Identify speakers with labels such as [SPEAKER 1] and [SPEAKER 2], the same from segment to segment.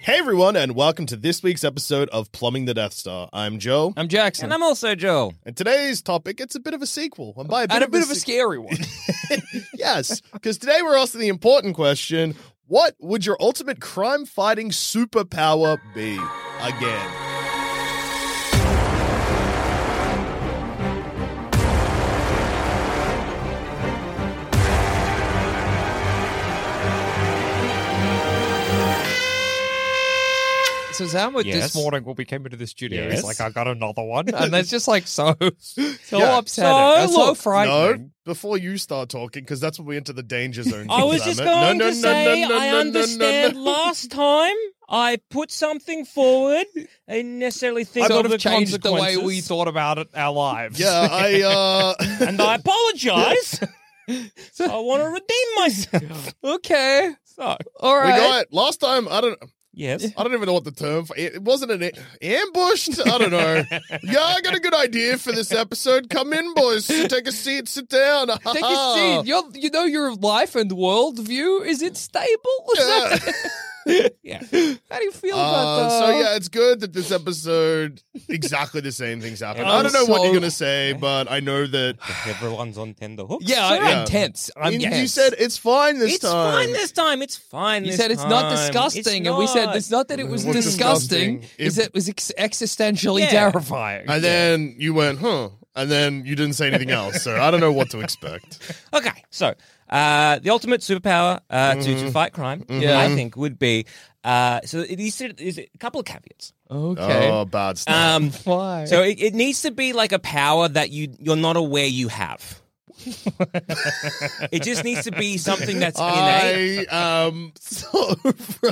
[SPEAKER 1] Hey everyone, and welcome to this week's episode of Plumbing the Death Star. I'm Joe,
[SPEAKER 2] I'm Jackson. And I'm also Joel.
[SPEAKER 1] and today's topic it's a bit of a sequel, and by a bit,
[SPEAKER 2] And a bit of a
[SPEAKER 1] se-
[SPEAKER 2] scary one.
[SPEAKER 1] yes, because today we're asking the important question: What would your ultimate crime-fighting superpower be? Again,
[SPEAKER 2] so Zan was
[SPEAKER 3] Yes.
[SPEAKER 2] this morning when we came into the studio.
[SPEAKER 3] Yes.
[SPEAKER 2] He's like, I got another one. And that's just like so, so
[SPEAKER 1] Yeah.
[SPEAKER 2] upset.
[SPEAKER 3] So,
[SPEAKER 2] That's so
[SPEAKER 3] look,
[SPEAKER 1] no.
[SPEAKER 2] frightening.
[SPEAKER 1] Before you start talking, because that's when we enter the danger zone.
[SPEAKER 3] I was
[SPEAKER 1] goddammit.
[SPEAKER 3] just
[SPEAKER 1] No,
[SPEAKER 3] going
[SPEAKER 1] no,
[SPEAKER 3] to
[SPEAKER 1] no, no,
[SPEAKER 3] say,
[SPEAKER 1] no, no,
[SPEAKER 3] I
[SPEAKER 1] no,
[SPEAKER 3] understand.
[SPEAKER 1] no.
[SPEAKER 3] Last time I put something forward, I didn't necessarily think
[SPEAKER 2] I sort
[SPEAKER 3] of
[SPEAKER 2] of
[SPEAKER 3] the
[SPEAKER 2] changed the way we
[SPEAKER 3] consequences,
[SPEAKER 2] thought about it, our lives.
[SPEAKER 1] Yeah, I. uh
[SPEAKER 3] and I apologize. I want to redeem myself.
[SPEAKER 2] okay. So, all
[SPEAKER 1] We
[SPEAKER 2] right.
[SPEAKER 1] got last time. I don't.
[SPEAKER 3] Yes.
[SPEAKER 1] I don't even know what the term for it, it wasn't an ambushed. I don't know. yeah, I got a good idea for this episode. Come in, boys. Take a seat. Sit down.
[SPEAKER 2] Take a seat. You're, you know your life and worldview is it stable?
[SPEAKER 1] Yeah.
[SPEAKER 2] yeah. How do you feel about
[SPEAKER 1] Uh,
[SPEAKER 2] that?
[SPEAKER 1] so yeah, it's good that this episode exactly the same things happen.
[SPEAKER 2] And
[SPEAKER 1] I don't know what
[SPEAKER 2] also-
[SPEAKER 1] you're gonna say, but I know that
[SPEAKER 3] Everyone's on tender hooks.
[SPEAKER 2] yeah, I'm
[SPEAKER 1] Yeah.
[SPEAKER 2] tense. I'm
[SPEAKER 1] you,
[SPEAKER 2] tense.
[SPEAKER 1] you said it's fine this
[SPEAKER 3] It's
[SPEAKER 1] time.
[SPEAKER 3] fine this time. It's fine.
[SPEAKER 2] You
[SPEAKER 3] this
[SPEAKER 2] said it's not
[SPEAKER 3] time.
[SPEAKER 2] disgusting,
[SPEAKER 3] It's
[SPEAKER 2] and we said
[SPEAKER 3] not.
[SPEAKER 2] it's not that it was
[SPEAKER 1] It was
[SPEAKER 2] disgusting.
[SPEAKER 1] disgusting.
[SPEAKER 2] Is
[SPEAKER 1] It-
[SPEAKER 2] that it was ex- existentially
[SPEAKER 3] Yeah.
[SPEAKER 2] terrifying.
[SPEAKER 1] and then you went, huh? And then you didn't say anything else. So I don't know what to expect.
[SPEAKER 3] Okay, so uh, the ultimate superpower uh, to, to fight crime,
[SPEAKER 2] Yeah.
[SPEAKER 3] I think, would be. Uh, so it is, it is a couple of caveats.
[SPEAKER 2] okay,
[SPEAKER 1] Oh, bad stuff.
[SPEAKER 3] Um,
[SPEAKER 2] why?
[SPEAKER 3] so it, it needs to be like a power that you you're not aware you have. it just needs to be something that's innate.
[SPEAKER 1] I am so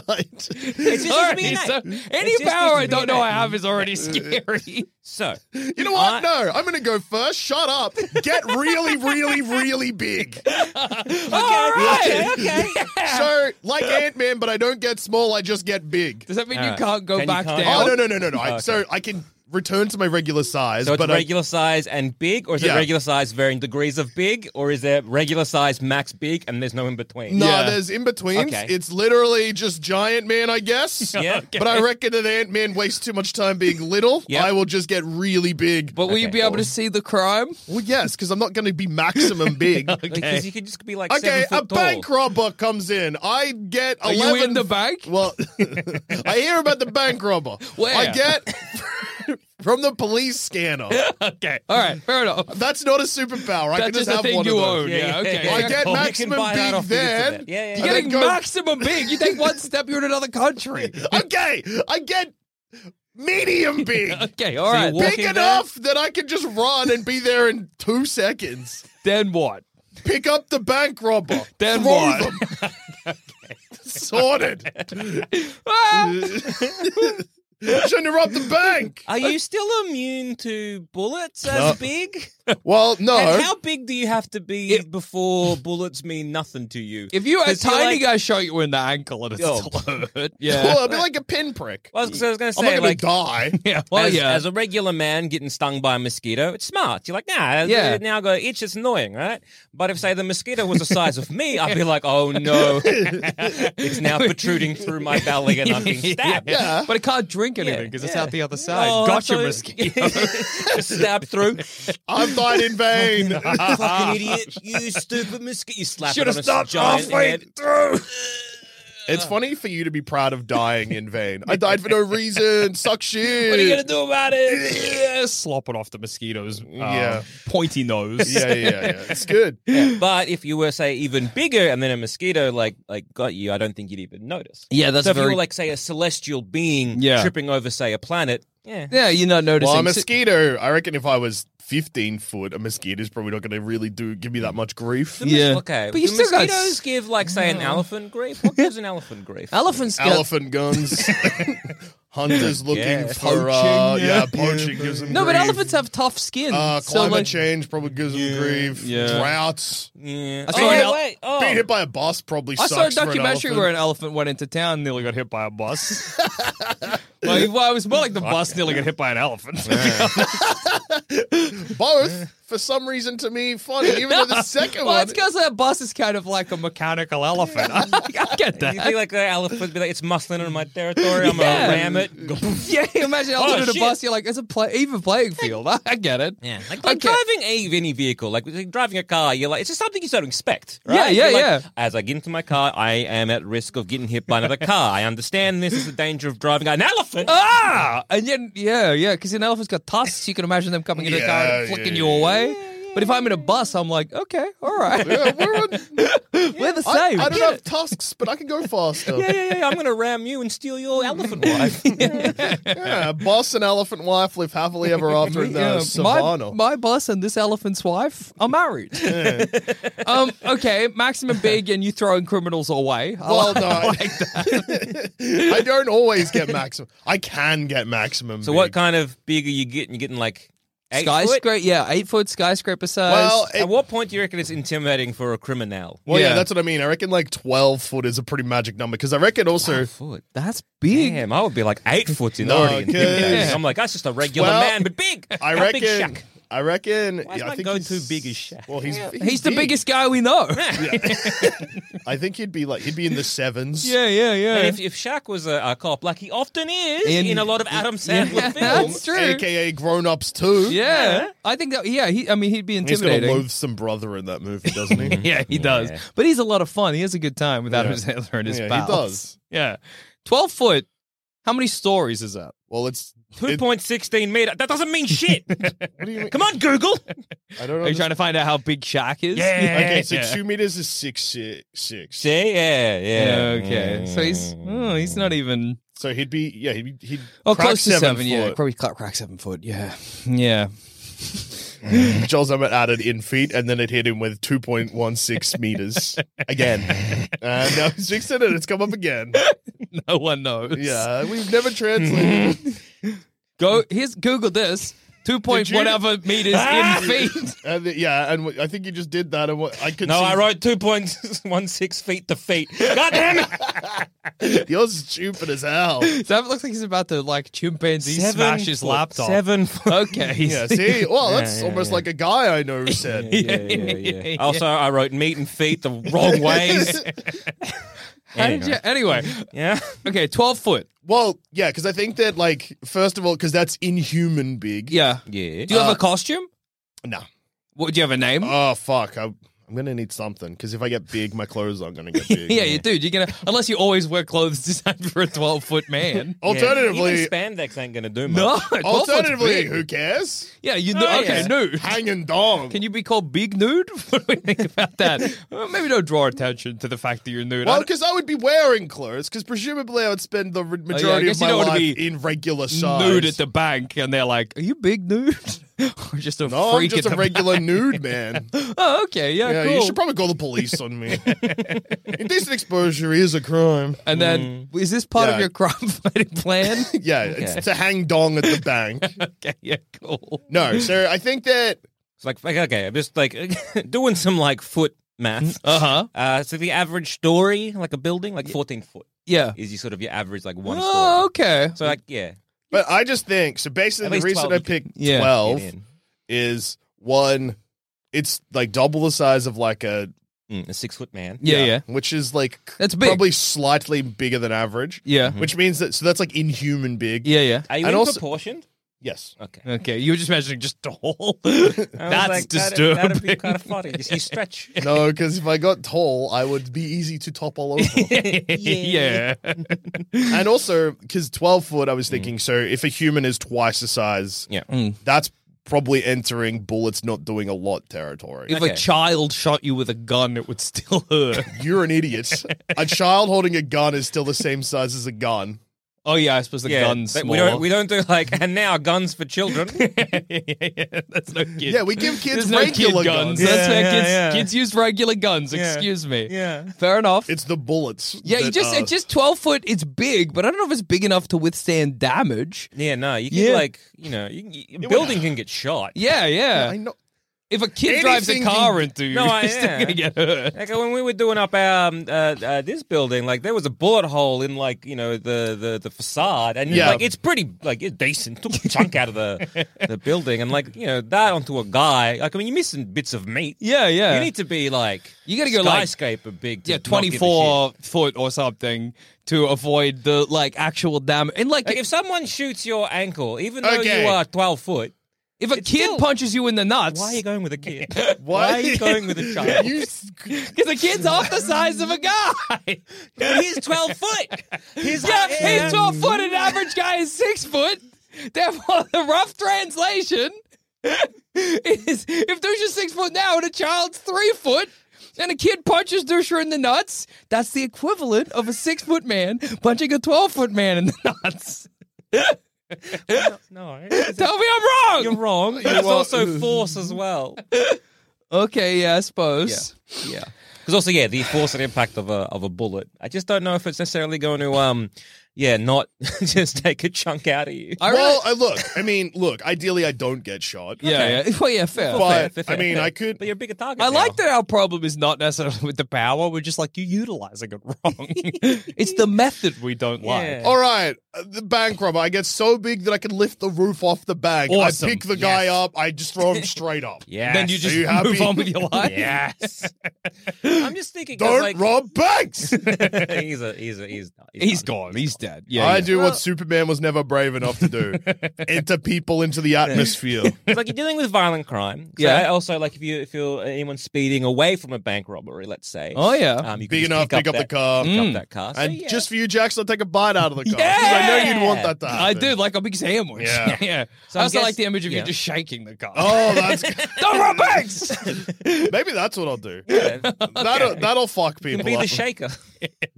[SPEAKER 1] right.
[SPEAKER 3] It just needs to be
[SPEAKER 2] Alright,
[SPEAKER 3] innate.
[SPEAKER 2] so any
[SPEAKER 3] It just
[SPEAKER 2] power I
[SPEAKER 3] needs to
[SPEAKER 2] don't
[SPEAKER 3] be
[SPEAKER 2] know I
[SPEAKER 3] innate.
[SPEAKER 2] have is already scary.
[SPEAKER 3] So
[SPEAKER 1] You know what?
[SPEAKER 3] I-
[SPEAKER 1] no, I'm going to go first. Shut up. Get really, really, really big.
[SPEAKER 3] okay, okay, okay.
[SPEAKER 1] So, like Ant Man, but I don't get small. I just get big.
[SPEAKER 2] Does that mean you
[SPEAKER 3] Alright.
[SPEAKER 2] can't go
[SPEAKER 3] Then you
[SPEAKER 2] back
[SPEAKER 3] can't-
[SPEAKER 2] down?
[SPEAKER 1] Oh no, no, no, no, no. I, so I can return to my regular size,
[SPEAKER 3] So it's
[SPEAKER 1] but I-
[SPEAKER 3] regular size and big, or is
[SPEAKER 1] Yeah.
[SPEAKER 3] it regular size varying degrees of big, or is there regular size max big and there's no in between?
[SPEAKER 1] no,
[SPEAKER 2] Yeah.
[SPEAKER 1] there's in betweens.
[SPEAKER 3] Okay.
[SPEAKER 1] It's literally just giant man, I guess.
[SPEAKER 3] Yeah, okay.
[SPEAKER 1] But I reckon that Ant Man wastes too much time being little.
[SPEAKER 3] Yeah.
[SPEAKER 1] I will just get really big.
[SPEAKER 2] But will you
[SPEAKER 3] Okay,
[SPEAKER 2] be able to see the crime?
[SPEAKER 1] well, yes, because I'm not going to be maximum big.
[SPEAKER 3] Because you could just be like
[SPEAKER 1] Okay,
[SPEAKER 3] seven
[SPEAKER 1] a
[SPEAKER 3] foot tall.
[SPEAKER 1] bank robber comes in. I get
[SPEAKER 2] Are you
[SPEAKER 1] 11.
[SPEAKER 2] in the bank?
[SPEAKER 1] Well, I hear about the bank robber.
[SPEAKER 2] Where?
[SPEAKER 1] I get from the police scanner.
[SPEAKER 2] Okay, all right, fair enough.
[SPEAKER 1] That's not a superpower. I
[SPEAKER 2] That's
[SPEAKER 1] can just,
[SPEAKER 2] just a
[SPEAKER 1] have
[SPEAKER 2] thing
[SPEAKER 1] one
[SPEAKER 2] you
[SPEAKER 1] of those.
[SPEAKER 2] own. Yeah, okay.
[SPEAKER 1] I get
[SPEAKER 3] You can
[SPEAKER 1] maximum
[SPEAKER 3] buy that
[SPEAKER 1] big
[SPEAKER 3] off the
[SPEAKER 1] then.
[SPEAKER 3] internet. Yeah,
[SPEAKER 2] You're
[SPEAKER 3] yeah.
[SPEAKER 1] And
[SPEAKER 2] getting
[SPEAKER 1] then go-
[SPEAKER 2] maximum big. You take one step, you're in another country.
[SPEAKER 1] Okay, I get medium big.
[SPEAKER 2] Okay, all
[SPEAKER 3] So you
[SPEAKER 2] right.
[SPEAKER 3] walk
[SPEAKER 1] Big enough that I can just run and be there in two seconds.
[SPEAKER 2] Then what?
[SPEAKER 1] Pick up the bank robber.
[SPEAKER 2] Then
[SPEAKER 1] throw
[SPEAKER 2] what?
[SPEAKER 1] them. Sorted.
[SPEAKER 2] Ah!
[SPEAKER 1] Shouldn't have robbed the bank.
[SPEAKER 3] Are you still immune to bullets as
[SPEAKER 1] No.
[SPEAKER 3] big?
[SPEAKER 1] Well, no.
[SPEAKER 3] And how big do you have to be before bullets mean nothing to you?
[SPEAKER 2] If you a
[SPEAKER 3] 'Cause you're
[SPEAKER 2] tiny
[SPEAKER 3] like-
[SPEAKER 2] guy shot you in the ankle and it's
[SPEAKER 3] Oh.
[SPEAKER 2] still hurt,
[SPEAKER 1] Well,
[SPEAKER 2] yeah,
[SPEAKER 1] it'd be like a pinprick.
[SPEAKER 3] Well, I was, I was going to
[SPEAKER 1] I'm not
[SPEAKER 3] say,
[SPEAKER 1] gonna
[SPEAKER 3] like,
[SPEAKER 1] die.
[SPEAKER 2] yeah, well,
[SPEAKER 3] as,
[SPEAKER 2] yeah.
[SPEAKER 3] as a regular man getting stung by a mosquito, it's smart. You're like, nah,
[SPEAKER 2] Yeah.
[SPEAKER 3] yeah. now go itch, it's annoying, right? But if, say, the mosquito was the size of me, I'd be like, oh no, it's now protruding through my belly and I'm being stabbed.
[SPEAKER 1] Yeah.
[SPEAKER 2] but it can't drink anything because it's
[SPEAKER 3] yeah.
[SPEAKER 2] out the other side.
[SPEAKER 3] Oh,
[SPEAKER 2] gotcha,
[SPEAKER 3] so-
[SPEAKER 2] mosquito.
[SPEAKER 3] stabbed through.
[SPEAKER 1] I've died in vain.
[SPEAKER 3] Fucking idiot! You stupid mosquito! You slapped
[SPEAKER 2] Should have stopped
[SPEAKER 3] giant
[SPEAKER 2] halfway
[SPEAKER 3] head.
[SPEAKER 2] through.
[SPEAKER 1] it's funny for you to be proud of dying in vain. I died for no reason. Suck shit.
[SPEAKER 2] What are you gonna do about it? Yeah, Slop it off the mosquito's uh,
[SPEAKER 1] Yeah.
[SPEAKER 2] pointy nose.
[SPEAKER 1] Yeah, yeah, yeah. It's good.
[SPEAKER 3] But if you were, say, even bigger, and then a mosquito like like got you, I don't think you'd even notice.
[SPEAKER 2] yeah, that's
[SPEAKER 3] so if you
[SPEAKER 2] very
[SPEAKER 3] were like, say, a celestial being
[SPEAKER 2] Yeah.
[SPEAKER 3] tripping over, say, a planet, Yeah.
[SPEAKER 2] Yeah, you're not noticing.
[SPEAKER 1] Well, a
[SPEAKER 2] So-
[SPEAKER 1] mosquito. I reckon if I was 15 foot, a mosquito's probably not going to really do give me that much grief.
[SPEAKER 3] The mos-
[SPEAKER 2] Yeah.
[SPEAKER 3] Okay.
[SPEAKER 2] But you
[SPEAKER 3] Do
[SPEAKER 2] still got
[SPEAKER 3] mosquitoes
[SPEAKER 2] s-
[SPEAKER 3] give like say an elephant grief. What gives an elephant grief?
[SPEAKER 2] elephants got-
[SPEAKER 1] Elephant guns. Hunters looking
[SPEAKER 3] guess.
[SPEAKER 1] for uh,
[SPEAKER 4] Poaching,
[SPEAKER 1] yeah,
[SPEAKER 4] yeah.
[SPEAKER 1] poaching gives them
[SPEAKER 2] No, but
[SPEAKER 1] grief.
[SPEAKER 2] elephants have tough skin.
[SPEAKER 1] Uh,
[SPEAKER 2] so,
[SPEAKER 1] climate
[SPEAKER 2] like-
[SPEAKER 1] change probably gives them grief.
[SPEAKER 2] Yeah.
[SPEAKER 1] Droughts.
[SPEAKER 3] yeah.
[SPEAKER 2] I
[SPEAKER 3] Oh,
[SPEAKER 2] saw an
[SPEAKER 3] yeah,
[SPEAKER 2] el-
[SPEAKER 3] wait. Oh.
[SPEAKER 1] Being hit by a bus probably
[SPEAKER 2] I
[SPEAKER 1] sucks.
[SPEAKER 2] saw a
[SPEAKER 1] for an
[SPEAKER 2] documentary
[SPEAKER 1] elephant.
[SPEAKER 2] where an elephant went into town, and nearly got hit by a bus. well, it was more like the bus nearly got hit by an elephant.
[SPEAKER 1] both for some reason to me funny, even though the second
[SPEAKER 2] well,
[SPEAKER 1] one.
[SPEAKER 2] it's because that bus is kind of like a mechanical elephant. I, I get
[SPEAKER 3] You think
[SPEAKER 2] that.
[SPEAKER 3] like the elephant would be like, it's muscling in my territory, I'm
[SPEAKER 2] Yeah.
[SPEAKER 3] gonna ram it. Go-
[SPEAKER 2] Yeah, imagine elephant in a
[SPEAKER 3] shit.
[SPEAKER 2] bus. You're like, it's a play, even playing field. I get it.
[SPEAKER 3] Yeah, like,
[SPEAKER 2] Okay.
[SPEAKER 3] like driving a any vehicle, like, like driving a car, you're like it's just something you don't expect, right?
[SPEAKER 2] Yeah, yeah,
[SPEAKER 3] You're like,
[SPEAKER 2] yeah.
[SPEAKER 3] As I get into my car, I am at risk of getting hit by another car. I understand this is the danger of driving an elephant.
[SPEAKER 2] Ah, and yet, yeah, yeah, because an elephant's got tusks. You can imagine them coming into the car
[SPEAKER 1] Yeah,
[SPEAKER 2] and
[SPEAKER 1] yeah,
[SPEAKER 2] flicking
[SPEAKER 1] yeah,
[SPEAKER 2] you
[SPEAKER 1] yeah.
[SPEAKER 2] away. But if I'm in a bus, I'm like, okay, all right,
[SPEAKER 1] Yeah, we're on-
[SPEAKER 2] we're the
[SPEAKER 1] I,
[SPEAKER 2] same.
[SPEAKER 1] I
[SPEAKER 2] Get
[SPEAKER 1] don't
[SPEAKER 2] it.
[SPEAKER 1] have tusks, but I can go faster.
[SPEAKER 3] yeah, yeah, yeah. I'm gonna ram you and steal your elephant wife.
[SPEAKER 1] Yeah, boss and elephant wife live happily ever after in the
[SPEAKER 2] Yeah,
[SPEAKER 1] savannah.
[SPEAKER 2] My, my boss and this elephant's wife are married. um, okay, maximum big, and you throwing criminals away. I
[SPEAKER 1] well
[SPEAKER 2] like-
[SPEAKER 1] done. I don't always get maximum. I can get maximum.
[SPEAKER 3] so what
[SPEAKER 1] big.
[SPEAKER 3] kind of big are you getting? You're getting like eight foot?
[SPEAKER 2] skyscraper, yeah, eight foot skyscraper size.
[SPEAKER 1] Well, it-
[SPEAKER 3] At what point do you reckon it's intimidating for a criminal?
[SPEAKER 1] well, yeah.
[SPEAKER 2] yeah.
[SPEAKER 1] that's what I mean. I reckon like twelve foot is a pretty magic number because I reckon also
[SPEAKER 3] Foot.
[SPEAKER 2] that's big.
[SPEAKER 3] Damn, I would be like eight foot in
[SPEAKER 1] No,
[SPEAKER 3] already.
[SPEAKER 1] okay.
[SPEAKER 3] intimidating.
[SPEAKER 2] Yeah.
[SPEAKER 3] I'm like, that's just a regular
[SPEAKER 1] Well,
[SPEAKER 3] man, but big.
[SPEAKER 1] I
[SPEAKER 3] How big
[SPEAKER 1] reckon.
[SPEAKER 3] Shaq?
[SPEAKER 1] I reckon.
[SPEAKER 3] Why is
[SPEAKER 1] yeah, I
[SPEAKER 3] mine
[SPEAKER 1] think
[SPEAKER 3] going
[SPEAKER 1] he's-
[SPEAKER 3] too big as Shaq?
[SPEAKER 1] Well, he's
[SPEAKER 2] He's the
[SPEAKER 1] big.
[SPEAKER 2] biggest guy we know.
[SPEAKER 1] I think he'd be like he'd be in the sevens.
[SPEAKER 2] yeah, yeah, yeah.
[SPEAKER 3] And if, if Shaq was a, a cop, like he often is
[SPEAKER 2] In-
[SPEAKER 3] in, a lot of Adam Sandler
[SPEAKER 2] Yeah, that's
[SPEAKER 3] films,
[SPEAKER 2] true.
[SPEAKER 1] aka grown ups too.
[SPEAKER 2] yeah, I think that. Yeah, he. I mean, he'd be
[SPEAKER 1] He's got a
[SPEAKER 2] intimidating.
[SPEAKER 1] loathsome brother in that movie, doesn't he?
[SPEAKER 2] yeah, he does.
[SPEAKER 3] Yeah.
[SPEAKER 2] But he's a lot of fun. He has a good time with Adam
[SPEAKER 1] Yeah.
[SPEAKER 2] Sandler and his
[SPEAKER 1] Yeah, he
[SPEAKER 2] pals.
[SPEAKER 1] does.
[SPEAKER 2] Yeah, twelve foot. How many stories is that?
[SPEAKER 1] Well, it's.
[SPEAKER 3] two point sixteen meter. That doesn't mean shit.
[SPEAKER 1] What do you mean?
[SPEAKER 3] Come on, Google.
[SPEAKER 1] I don't know.
[SPEAKER 2] Are you trying to find out how big Shaq is?
[SPEAKER 3] Yeah.
[SPEAKER 1] Okay, so
[SPEAKER 2] Yeah.
[SPEAKER 1] two meters is six, six, six.
[SPEAKER 3] See, yeah, yeah.
[SPEAKER 2] Okay. So he's oh, he's not even
[SPEAKER 1] So he'd be, yeah, he'd, be- he'd
[SPEAKER 2] oh
[SPEAKER 1] crack
[SPEAKER 2] close to
[SPEAKER 1] seven
[SPEAKER 2] seven. Yeah,
[SPEAKER 1] foot.
[SPEAKER 2] probably crack, crack seven foot. Yeah, yeah.
[SPEAKER 1] Joel's number added in feet, and then it hit him with 2.16 meters again. Uh, now he's fixed it, and it's come up again.
[SPEAKER 2] No one knows.
[SPEAKER 1] Yeah, we've never translated.
[SPEAKER 2] Go. Here's Google this. Two point
[SPEAKER 1] you-
[SPEAKER 2] whatever meters in
[SPEAKER 3] Ah!
[SPEAKER 2] feet.
[SPEAKER 1] and the- yeah, and w- I think you just did that, and what I could
[SPEAKER 3] No,
[SPEAKER 1] see
[SPEAKER 3] I wrote two point one six feet to feet. God damn it!
[SPEAKER 1] yours is stupid as hell.
[SPEAKER 2] So it looks like he's about to like chimpanzee smash his
[SPEAKER 3] foot-
[SPEAKER 2] laptop.
[SPEAKER 3] Seven. Foot.
[SPEAKER 2] Okay.
[SPEAKER 1] Yeah, see, well, that's
[SPEAKER 3] yeah,
[SPEAKER 1] almost
[SPEAKER 3] yeah.
[SPEAKER 1] like a guy I know said.
[SPEAKER 3] Yeah, yeah, yeah. Also, I wrote meat and feet the wrong ways.
[SPEAKER 2] How did you- anyway.
[SPEAKER 3] Yeah.
[SPEAKER 2] Okay. Twelve foot.
[SPEAKER 1] Well, yeah, because I think that, like, first of all, because that's inhuman big.
[SPEAKER 2] Yeah.
[SPEAKER 3] Yeah.
[SPEAKER 2] Do you have a costume?
[SPEAKER 1] No.
[SPEAKER 2] What? Do you have a name?
[SPEAKER 1] Oh fuck! I, I'm gonna need something because if I get big, my clothes aren't gonna get big.
[SPEAKER 2] yeah, you dude. You're gonna unless you always wear clothes designed for a twelve foot man.
[SPEAKER 1] Alternatively,
[SPEAKER 3] Even spandex ain't gonna do much.
[SPEAKER 2] No. 12 foot's
[SPEAKER 1] alternatively,
[SPEAKER 2] big.
[SPEAKER 1] who cares?
[SPEAKER 2] Yeah, you know.
[SPEAKER 3] Oh,
[SPEAKER 2] okay,
[SPEAKER 3] yeah.
[SPEAKER 2] nude.
[SPEAKER 1] Hanging dong.
[SPEAKER 2] Can you be called big nude? What do we think about that? Well, maybe don't draw attention to the fact that you're nude.
[SPEAKER 1] well,
[SPEAKER 2] I don't-
[SPEAKER 1] because I would be wearing clothes. Because presumably, I would spend the re- majority
[SPEAKER 2] Oh, guess
[SPEAKER 1] of
[SPEAKER 2] you
[SPEAKER 1] my
[SPEAKER 2] don't wanna
[SPEAKER 1] life
[SPEAKER 2] be
[SPEAKER 1] in regular size.
[SPEAKER 2] nude at the bank, and they're like, "Are you big nude? or just a
[SPEAKER 1] no, I'm
[SPEAKER 2] freak
[SPEAKER 1] just
[SPEAKER 2] at
[SPEAKER 1] a
[SPEAKER 2] the
[SPEAKER 1] regular nude man.
[SPEAKER 2] bank?" Oh, okay, yeah,
[SPEAKER 1] Yeah,
[SPEAKER 2] cool.
[SPEAKER 1] you should probably call the police on me. Indecent exposure is a crime.
[SPEAKER 2] and then, is this part
[SPEAKER 1] Yeah.
[SPEAKER 2] of your crime fighting plan?
[SPEAKER 1] Yeah, it's to hang dong at the bank.
[SPEAKER 2] okay, yeah, cool.
[SPEAKER 1] No, so I think that
[SPEAKER 3] It's like, like, okay, I'm just like doing some like foot math.
[SPEAKER 2] Uh huh.
[SPEAKER 3] Uh, so the average story, like a building, like 14 foot,
[SPEAKER 2] Yeah.
[SPEAKER 3] is your sort of your average, like one
[SPEAKER 2] Oh,
[SPEAKER 3] story.
[SPEAKER 2] okay.
[SPEAKER 3] So like, yeah,
[SPEAKER 1] But I just think so.
[SPEAKER 3] At
[SPEAKER 1] Basically, the
[SPEAKER 3] least
[SPEAKER 1] reason
[SPEAKER 3] 12
[SPEAKER 1] I
[SPEAKER 3] you can
[SPEAKER 1] picked
[SPEAKER 2] Yeah,
[SPEAKER 1] twelve
[SPEAKER 3] get in.
[SPEAKER 1] is one, it's like double the size of like a
[SPEAKER 3] Mm, a six foot man.
[SPEAKER 2] yeah, yeah,
[SPEAKER 1] which is like c-
[SPEAKER 2] That's big.
[SPEAKER 1] probably slightly bigger than average.
[SPEAKER 2] yeah,
[SPEAKER 3] Mm-hmm.
[SPEAKER 1] Which means that so that's like inhuman big.
[SPEAKER 2] yeah, yeah.
[SPEAKER 3] Are you
[SPEAKER 1] And
[SPEAKER 3] in
[SPEAKER 1] also-
[SPEAKER 3] proportion?
[SPEAKER 1] Yes.
[SPEAKER 3] Okay.
[SPEAKER 2] Okay, you were just mentioning just tall.
[SPEAKER 3] I was
[SPEAKER 2] That's
[SPEAKER 3] like,
[SPEAKER 2] disturbing.
[SPEAKER 3] That'd, that'd be kind of funny. You, you stretch.
[SPEAKER 1] No, because if I got tall, I would be easy to topple over.
[SPEAKER 2] yeah.
[SPEAKER 1] and also, because twelve foot, I was thinking. So if a human is twice the size,
[SPEAKER 3] Mm. Yeah.
[SPEAKER 2] Mm.
[SPEAKER 1] that's probably entering bullets not doing a lot territory.
[SPEAKER 2] If a
[SPEAKER 3] Okay.
[SPEAKER 2] child shot you with a gun, it would still hurt.
[SPEAKER 1] You're an idiot. a child holding a gun is still the same size as a gun.
[SPEAKER 2] Oh yeah, I suppose the
[SPEAKER 3] Yeah,
[SPEAKER 2] guns.
[SPEAKER 3] but we don't we don't do like and now guns for children.
[SPEAKER 2] That's no kid.
[SPEAKER 1] Yeah, we give kids
[SPEAKER 2] There's no
[SPEAKER 1] regular
[SPEAKER 2] kid
[SPEAKER 1] guns.
[SPEAKER 2] guns.
[SPEAKER 3] Yeah,
[SPEAKER 2] That's where
[SPEAKER 3] yeah,
[SPEAKER 2] kids
[SPEAKER 3] yeah.
[SPEAKER 2] kids use regular guns.
[SPEAKER 3] Yeah.
[SPEAKER 2] Excuse me.
[SPEAKER 3] Yeah.
[SPEAKER 2] Fair enough.
[SPEAKER 1] It's the bullets.
[SPEAKER 2] yeah, you
[SPEAKER 1] that uh,
[SPEAKER 2] just
[SPEAKER 1] are-
[SPEAKER 3] uh,
[SPEAKER 2] it's just twelve foot. It's big, but I don't know if it's big enough to withstand damage.
[SPEAKER 3] Yeah, no, you can
[SPEAKER 2] Yeah.
[SPEAKER 3] like you know, you, can- you, building can get shot.
[SPEAKER 2] Yeah, yeah.
[SPEAKER 1] I know.
[SPEAKER 2] if a kid drives a
[SPEAKER 1] Anything
[SPEAKER 2] car
[SPEAKER 1] can-
[SPEAKER 2] into you,
[SPEAKER 3] No, I-
[SPEAKER 2] you're still
[SPEAKER 3] yeah.
[SPEAKER 2] gonna get hurt.
[SPEAKER 3] Like when we were doing up our um, uh, uh, this building, like there was a bullet hole in like you know the the, the facade, and
[SPEAKER 1] Yeah.
[SPEAKER 3] like it's pretty like it's decent, took a chunk out of the the building, and like you know that onto a guy. Like I mean, you're missing bits of meat.
[SPEAKER 2] Yeah, yeah.
[SPEAKER 3] You need to be like
[SPEAKER 2] You gotta go, like-
[SPEAKER 3] skyscraper big. To
[SPEAKER 2] yeah,
[SPEAKER 3] not give a
[SPEAKER 2] twenty
[SPEAKER 3] shit.
[SPEAKER 2] four foot or something to avoid the like actual damage. And like,
[SPEAKER 3] Like if
[SPEAKER 2] if,
[SPEAKER 3] someone shoots your ankle, even though
[SPEAKER 1] Okay.
[SPEAKER 3] you are twelve foot,
[SPEAKER 2] if a kid
[SPEAKER 3] it's still-
[SPEAKER 2] punches you in the nuts,
[SPEAKER 3] why are you going with a kid?
[SPEAKER 1] Why-
[SPEAKER 3] why are you going with a child?
[SPEAKER 1] You,
[SPEAKER 2] Because the kid's half the size of a guy.
[SPEAKER 3] He's twelve foot. He's
[SPEAKER 2] yeah,
[SPEAKER 3] not- yeah.
[SPEAKER 2] he's 12 foot. An average guy is 6 foot. Therefore, the rough translation is if Dusha's 6 foot now and a child's 3 foot, and a kid punches Dusha in the nuts, that's the equivalent of a 6 foot man punching a 12 foot man in the nuts.
[SPEAKER 3] No,
[SPEAKER 2] Tell me I'm
[SPEAKER 3] you're
[SPEAKER 2] wrong.
[SPEAKER 3] wrong. It's
[SPEAKER 1] are-
[SPEAKER 3] also force as well.
[SPEAKER 2] Okay, yeah, I suppose. yeah.
[SPEAKER 3] Because also, yeah, the force and impact of a of a bullet. I just don't know if it's necessarily going to, um, yeah, not just take a chunk out of you.
[SPEAKER 2] I
[SPEAKER 1] well,
[SPEAKER 2] really-
[SPEAKER 1] I look. I mean, look. Ideally, I don't get shot.
[SPEAKER 2] Yeah, yeah. Well, yeah, fair.
[SPEAKER 1] but
[SPEAKER 3] Fair, fair,
[SPEAKER 1] I mean,
[SPEAKER 3] fair.
[SPEAKER 1] I could.
[SPEAKER 3] But you're a bigger target.
[SPEAKER 2] I
[SPEAKER 3] now.
[SPEAKER 2] like that our problem is not necessarily with the power. We're just like, you're utilizing it wrong. it's the method we don't
[SPEAKER 3] Yeah.
[SPEAKER 1] All right, uh, the bank robber. I get so big that I can lift the roof off the bank.
[SPEAKER 2] Awesome.
[SPEAKER 1] I pick the guy
[SPEAKER 2] Yes.
[SPEAKER 1] up. I just throw him straight up.
[SPEAKER 3] Yes.
[SPEAKER 2] Then you just
[SPEAKER 1] Are you happy?
[SPEAKER 2] move on with your life.
[SPEAKER 3] Yes. I'm just thinking. 'cause,
[SPEAKER 1] Don't
[SPEAKER 3] like,
[SPEAKER 1] rob banks.
[SPEAKER 3] he's a he's a he's not, he's,
[SPEAKER 2] He's
[SPEAKER 3] not.
[SPEAKER 2] gone. He's dead. Yeah.
[SPEAKER 1] I
[SPEAKER 2] yeah.
[SPEAKER 1] do what Superman was never brave enough to do: enter people into the atmosphere.
[SPEAKER 3] It's like you're dealing with violent crime. So
[SPEAKER 2] Yeah.
[SPEAKER 3] yeah. Also, like if you if you're uh, anyone speeding away from a bank robbery, let's say.
[SPEAKER 2] Oh yeah.
[SPEAKER 3] Um, you can
[SPEAKER 1] Big
[SPEAKER 3] just
[SPEAKER 1] enough, pick up,
[SPEAKER 3] that-
[SPEAKER 1] the car, Mm.
[SPEAKER 3] Pick up that car. So,
[SPEAKER 1] and
[SPEAKER 3] yeah.
[SPEAKER 1] just for you, Jax, I'll take a bite out of the car. 'cause I know you'd want that to happen.
[SPEAKER 2] I do like a big sandwich.
[SPEAKER 1] Yeah.
[SPEAKER 2] yeah.
[SPEAKER 3] So
[SPEAKER 2] I
[SPEAKER 3] I'm
[SPEAKER 2] also
[SPEAKER 3] guess-
[SPEAKER 2] like the image of you
[SPEAKER 3] yeah.
[SPEAKER 2] just shaking the car.
[SPEAKER 1] Oh, that's
[SPEAKER 2] Don't rob banks.
[SPEAKER 1] maybe that's what I'll do.
[SPEAKER 3] Yeah.
[SPEAKER 1] That'll that'll fuck people.
[SPEAKER 3] be
[SPEAKER 1] up.
[SPEAKER 3] the shaker.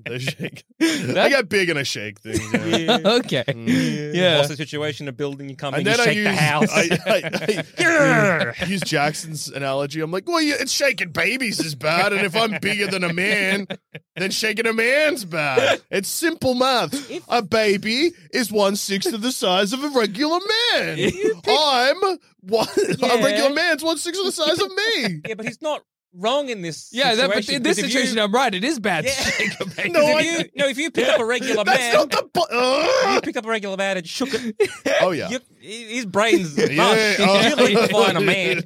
[SPEAKER 1] The shake. I get big and I shake things. yeah.
[SPEAKER 2] okay. Yeah.
[SPEAKER 3] What's the situation? Mm. A building you come
[SPEAKER 1] And
[SPEAKER 3] in, you
[SPEAKER 1] then I
[SPEAKER 3] shake
[SPEAKER 1] use,
[SPEAKER 3] the house.
[SPEAKER 1] I, I, I use Jackson's analogy. I'm like, well, yeah, it's shaking babies is bad, and if I'm bigger than a man, then shaking a man's bad. It's simple math. a baby is one sixth of the size of a regular man. I'm one. A
[SPEAKER 3] Yeah.
[SPEAKER 1] regular man's one sixth of the size of me.
[SPEAKER 3] yeah, but he's not wrong in this.
[SPEAKER 2] yeah, that, but
[SPEAKER 3] situation,
[SPEAKER 2] in this
[SPEAKER 3] 'cause if
[SPEAKER 2] situation,
[SPEAKER 3] you,
[SPEAKER 2] I'm right. It is bad.
[SPEAKER 3] Yeah.
[SPEAKER 2] Yeah.
[SPEAKER 1] No,
[SPEAKER 3] no,
[SPEAKER 1] I-
[SPEAKER 3] if you, no, if you pick up a regular
[SPEAKER 1] That's
[SPEAKER 3] man,
[SPEAKER 1] not the. Bu-
[SPEAKER 3] you
[SPEAKER 1] Ugh!
[SPEAKER 3] pick up a regular man and shook it.
[SPEAKER 1] oh yeah.
[SPEAKER 3] you- his brains mush.
[SPEAKER 1] Yeah, oh.
[SPEAKER 3] Really fine a man.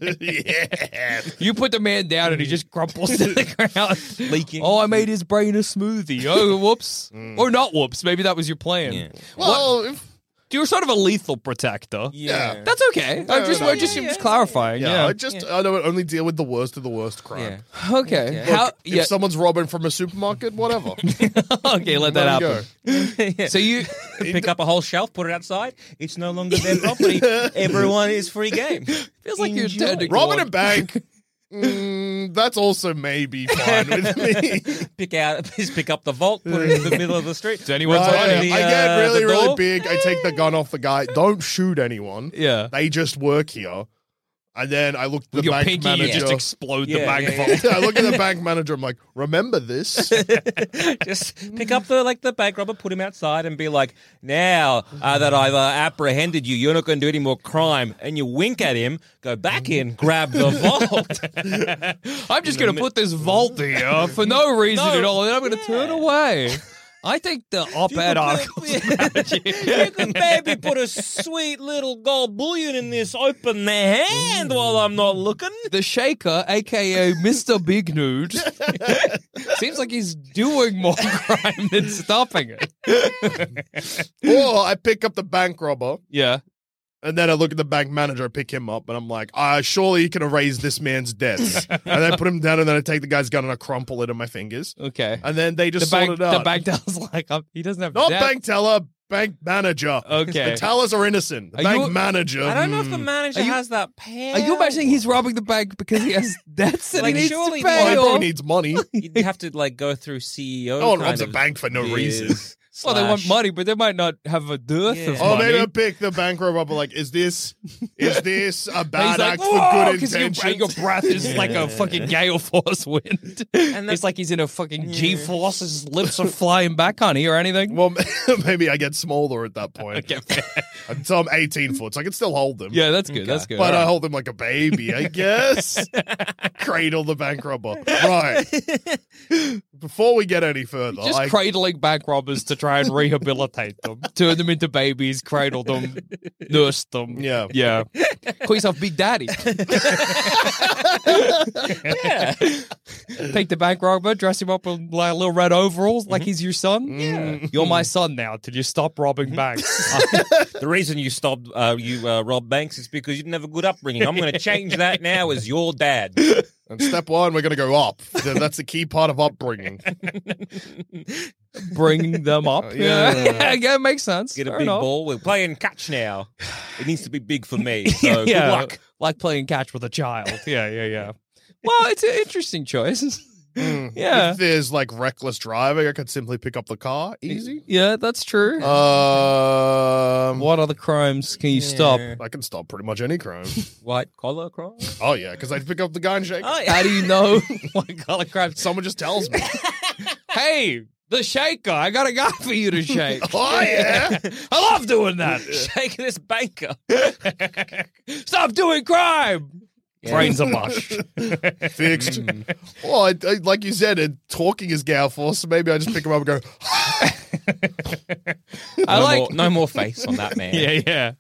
[SPEAKER 1] yeah.
[SPEAKER 2] You put the man down and he just crumples to the ground,
[SPEAKER 3] Leaking.
[SPEAKER 2] Oh, I made his brain a smoothie. Oh, whoops, or not whoops. Maybe that was your plan.
[SPEAKER 3] Yeah.
[SPEAKER 1] Well, if,
[SPEAKER 2] You're sort of a lethal protector.
[SPEAKER 1] Yeah.
[SPEAKER 2] That's okay. I'm just,
[SPEAKER 1] no,
[SPEAKER 2] we're just,
[SPEAKER 3] yeah,
[SPEAKER 2] just
[SPEAKER 3] yeah,
[SPEAKER 2] clarifying.
[SPEAKER 1] yeah,
[SPEAKER 2] Yeah.
[SPEAKER 1] I just I don't only deal with the worst of the worst crime.
[SPEAKER 3] Yeah.
[SPEAKER 2] Okay.
[SPEAKER 3] Look,
[SPEAKER 2] How?
[SPEAKER 1] If
[SPEAKER 2] Yeah.
[SPEAKER 1] someone's robbing from a supermarket, whatever.
[SPEAKER 2] okay, let that
[SPEAKER 1] Let it
[SPEAKER 2] happen.
[SPEAKER 3] Yeah.
[SPEAKER 2] So you,
[SPEAKER 3] pick up a whole shelf, put it outside. It's no longer their property. Everyone is free game.
[SPEAKER 2] feels like you're
[SPEAKER 3] Enjoy.
[SPEAKER 2] dead. to
[SPEAKER 1] Robbing a
[SPEAKER 2] God.
[SPEAKER 1] bank. Mm, that's also maybe fine with me.
[SPEAKER 3] Pick out, just pick up the vault, put it in the middle of the street.
[SPEAKER 2] Is anyone
[SPEAKER 1] I,
[SPEAKER 2] talking?
[SPEAKER 3] yeah. the,
[SPEAKER 1] I get
[SPEAKER 3] uh,
[SPEAKER 1] really,
[SPEAKER 3] the
[SPEAKER 1] really
[SPEAKER 3] door?
[SPEAKER 1] big. I take the gun off the guy. Don't shoot anyone.
[SPEAKER 2] Yeah.
[SPEAKER 1] They just work here. And then I look at the
[SPEAKER 2] With your
[SPEAKER 1] bank
[SPEAKER 2] pinky,
[SPEAKER 1] manager.
[SPEAKER 2] you just explode the
[SPEAKER 3] Yeah,
[SPEAKER 2] bank
[SPEAKER 3] yeah,
[SPEAKER 2] vault.
[SPEAKER 3] yeah.
[SPEAKER 1] I look at the bank manager. I'm like, remember this?
[SPEAKER 3] Just pick up the like the bank robber, put him outside, and be like, "Now uh, that I've uh, apprehended you, you're not going to do any more crime." And you wink at him, go back in, grab the vault.
[SPEAKER 2] I'm just going to put this vault here for no reason
[SPEAKER 3] No.
[SPEAKER 2] at all, and I'm going to
[SPEAKER 3] Yeah.
[SPEAKER 2] turn away. I think the op-ed article.
[SPEAKER 3] you can maybe put a sweet little gold bullion in this open the hand while I'm not looking.
[SPEAKER 2] The Shaker, aka Mr. Big Nude, seems like he's doing more crime than stopping it.
[SPEAKER 1] or I pick up the bank robber.
[SPEAKER 2] Yeah.
[SPEAKER 1] And then I look at the bank manager, I pick him up, and I'm like, uh, surely he can erase this man's debts. and then I put him down, and then I take the guy's gun and I crumple it in my fingers.
[SPEAKER 2] Okay.
[SPEAKER 1] And then they
[SPEAKER 2] The
[SPEAKER 1] just
[SPEAKER 2] bank,
[SPEAKER 1] sort it out.
[SPEAKER 2] the bank teller's like, um, he doesn't have
[SPEAKER 1] Not
[SPEAKER 2] debt.
[SPEAKER 1] bank teller, bank manager.
[SPEAKER 2] Okay.
[SPEAKER 1] The tellers are innocent. The
[SPEAKER 2] Are
[SPEAKER 1] bank
[SPEAKER 2] you-
[SPEAKER 1] manager.
[SPEAKER 3] I don't know if
[SPEAKER 1] hmm.
[SPEAKER 3] the manager
[SPEAKER 2] Mm. Are you-
[SPEAKER 3] has that power.
[SPEAKER 2] Are you imagining he's robbing the bank because he has debts that
[SPEAKER 3] Like,
[SPEAKER 2] he needs
[SPEAKER 3] surely
[SPEAKER 2] to
[SPEAKER 3] the
[SPEAKER 1] Well, he
[SPEAKER 2] pay?
[SPEAKER 3] bank
[SPEAKER 2] off?
[SPEAKER 1] probably needs money.
[SPEAKER 3] You'd have to like go through CEO.
[SPEAKER 1] No one
[SPEAKER 3] kind
[SPEAKER 1] robs a
[SPEAKER 3] Oh, of
[SPEAKER 1] bank for no
[SPEAKER 3] years.
[SPEAKER 1] reason.
[SPEAKER 2] Well, they want
[SPEAKER 3] slash-
[SPEAKER 2] money, but they might not have a dearth of
[SPEAKER 1] Oh,
[SPEAKER 2] money.
[SPEAKER 1] they don't pick the bank robber. But like, is this is this a
[SPEAKER 2] He's
[SPEAKER 1] bad
[SPEAKER 2] like,
[SPEAKER 1] act for
[SPEAKER 2] "Whoa,"
[SPEAKER 1] good
[SPEAKER 2] 'cause your, bra-
[SPEAKER 1] intentions?
[SPEAKER 2] your breath is like a fucking gale force wind.
[SPEAKER 3] And
[SPEAKER 2] it's
[SPEAKER 3] that's-
[SPEAKER 2] like he's in a fucking G force. His lips are flying back, honey, or anything.
[SPEAKER 1] Well, maybe I get smaller at that point.
[SPEAKER 2] Okay, fair.
[SPEAKER 1] Until I'm 18 foot, so I can still hold them.
[SPEAKER 2] yeah, that's good. That's good.
[SPEAKER 1] But uh, I
[SPEAKER 2] Alright.
[SPEAKER 1] hold them like a baby, I guess. Cradle the bank robber. Right. Before we get any further,
[SPEAKER 2] just
[SPEAKER 1] I,
[SPEAKER 2] cradling bank robbers to try and rehabilitate them, turn them into babies, cradle them, nurse them.
[SPEAKER 1] Yeah.
[SPEAKER 2] yeah. Call yourself Big Daddy. yeah. Take the bank robber, dress him up in like little red overalls, like
[SPEAKER 1] Mm-hmm.
[SPEAKER 2] he's your son.
[SPEAKER 1] Mm.
[SPEAKER 2] Yeah, you're my son now till you stop robbing banks.
[SPEAKER 3] the reason you stopped, uh, you uh, robbed banks is because you didn't have a good upbringing. I'm going to change that now as your dad.
[SPEAKER 1] and step one, we're going to go up. Th- That's the key part of upbringing.
[SPEAKER 2] Bring them up.
[SPEAKER 1] Yeah.
[SPEAKER 2] yeah, yeah, it makes sense.
[SPEAKER 3] Get a
[SPEAKER 2] Fair
[SPEAKER 3] big
[SPEAKER 2] enough.
[SPEAKER 3] ball. We're playing catch now. It needs to be big for me.
[SPEAKER 2] yeah,
[SPEAKER 3] So uh, good luck.
[SPEAKER 2] like playing catch with a child. Yeah, yeah, yeah. Well, it's an interesting choice. Yeah.
[SPEAKER 1] Hmm. If there's like reckless driving, I could simply pick up the car. Easy.
[SPEAKER 2] Yeah, that's true.
[SPEAKER 1] Um,
[SPEAKER 2] what other crimes can you stop?
[SPEAKER 1] I can stop pretty much any crime.
[SPEAKER 3] White collar crime.
[SPEAKER 1] oh, yeah, because I'd pick up the guy and shake.
[SPEAKER 3] Oh,
[SPEAKER 2] How do you know what color crimes?
[SPEAKER 1] Someone just tells me.
[SPEAKER 2] Hey, the shaker! I got a guy for you to shake.
[SPEAKER 1] oh, yeah.
[SPEAKER 2] I love doing that.
[SPEAKER 3] Shake this banker.
[SPEAKER 2] Stop doing crime. Brains are mush.
[SPEAKER 1] Fixed.
[SPEAKER 3] Mm.
[SPEAKER 1] Well, I, I, like you said, it, talking is gal force, so maybe I just pick him up and go,
[SPEAKER 2] I
[SPEAKER 3] no
[SPEAKER 2] like.
[SPEAKER 3] more, no more face on that man.
[SPEAKER 2] Yeah, yeah.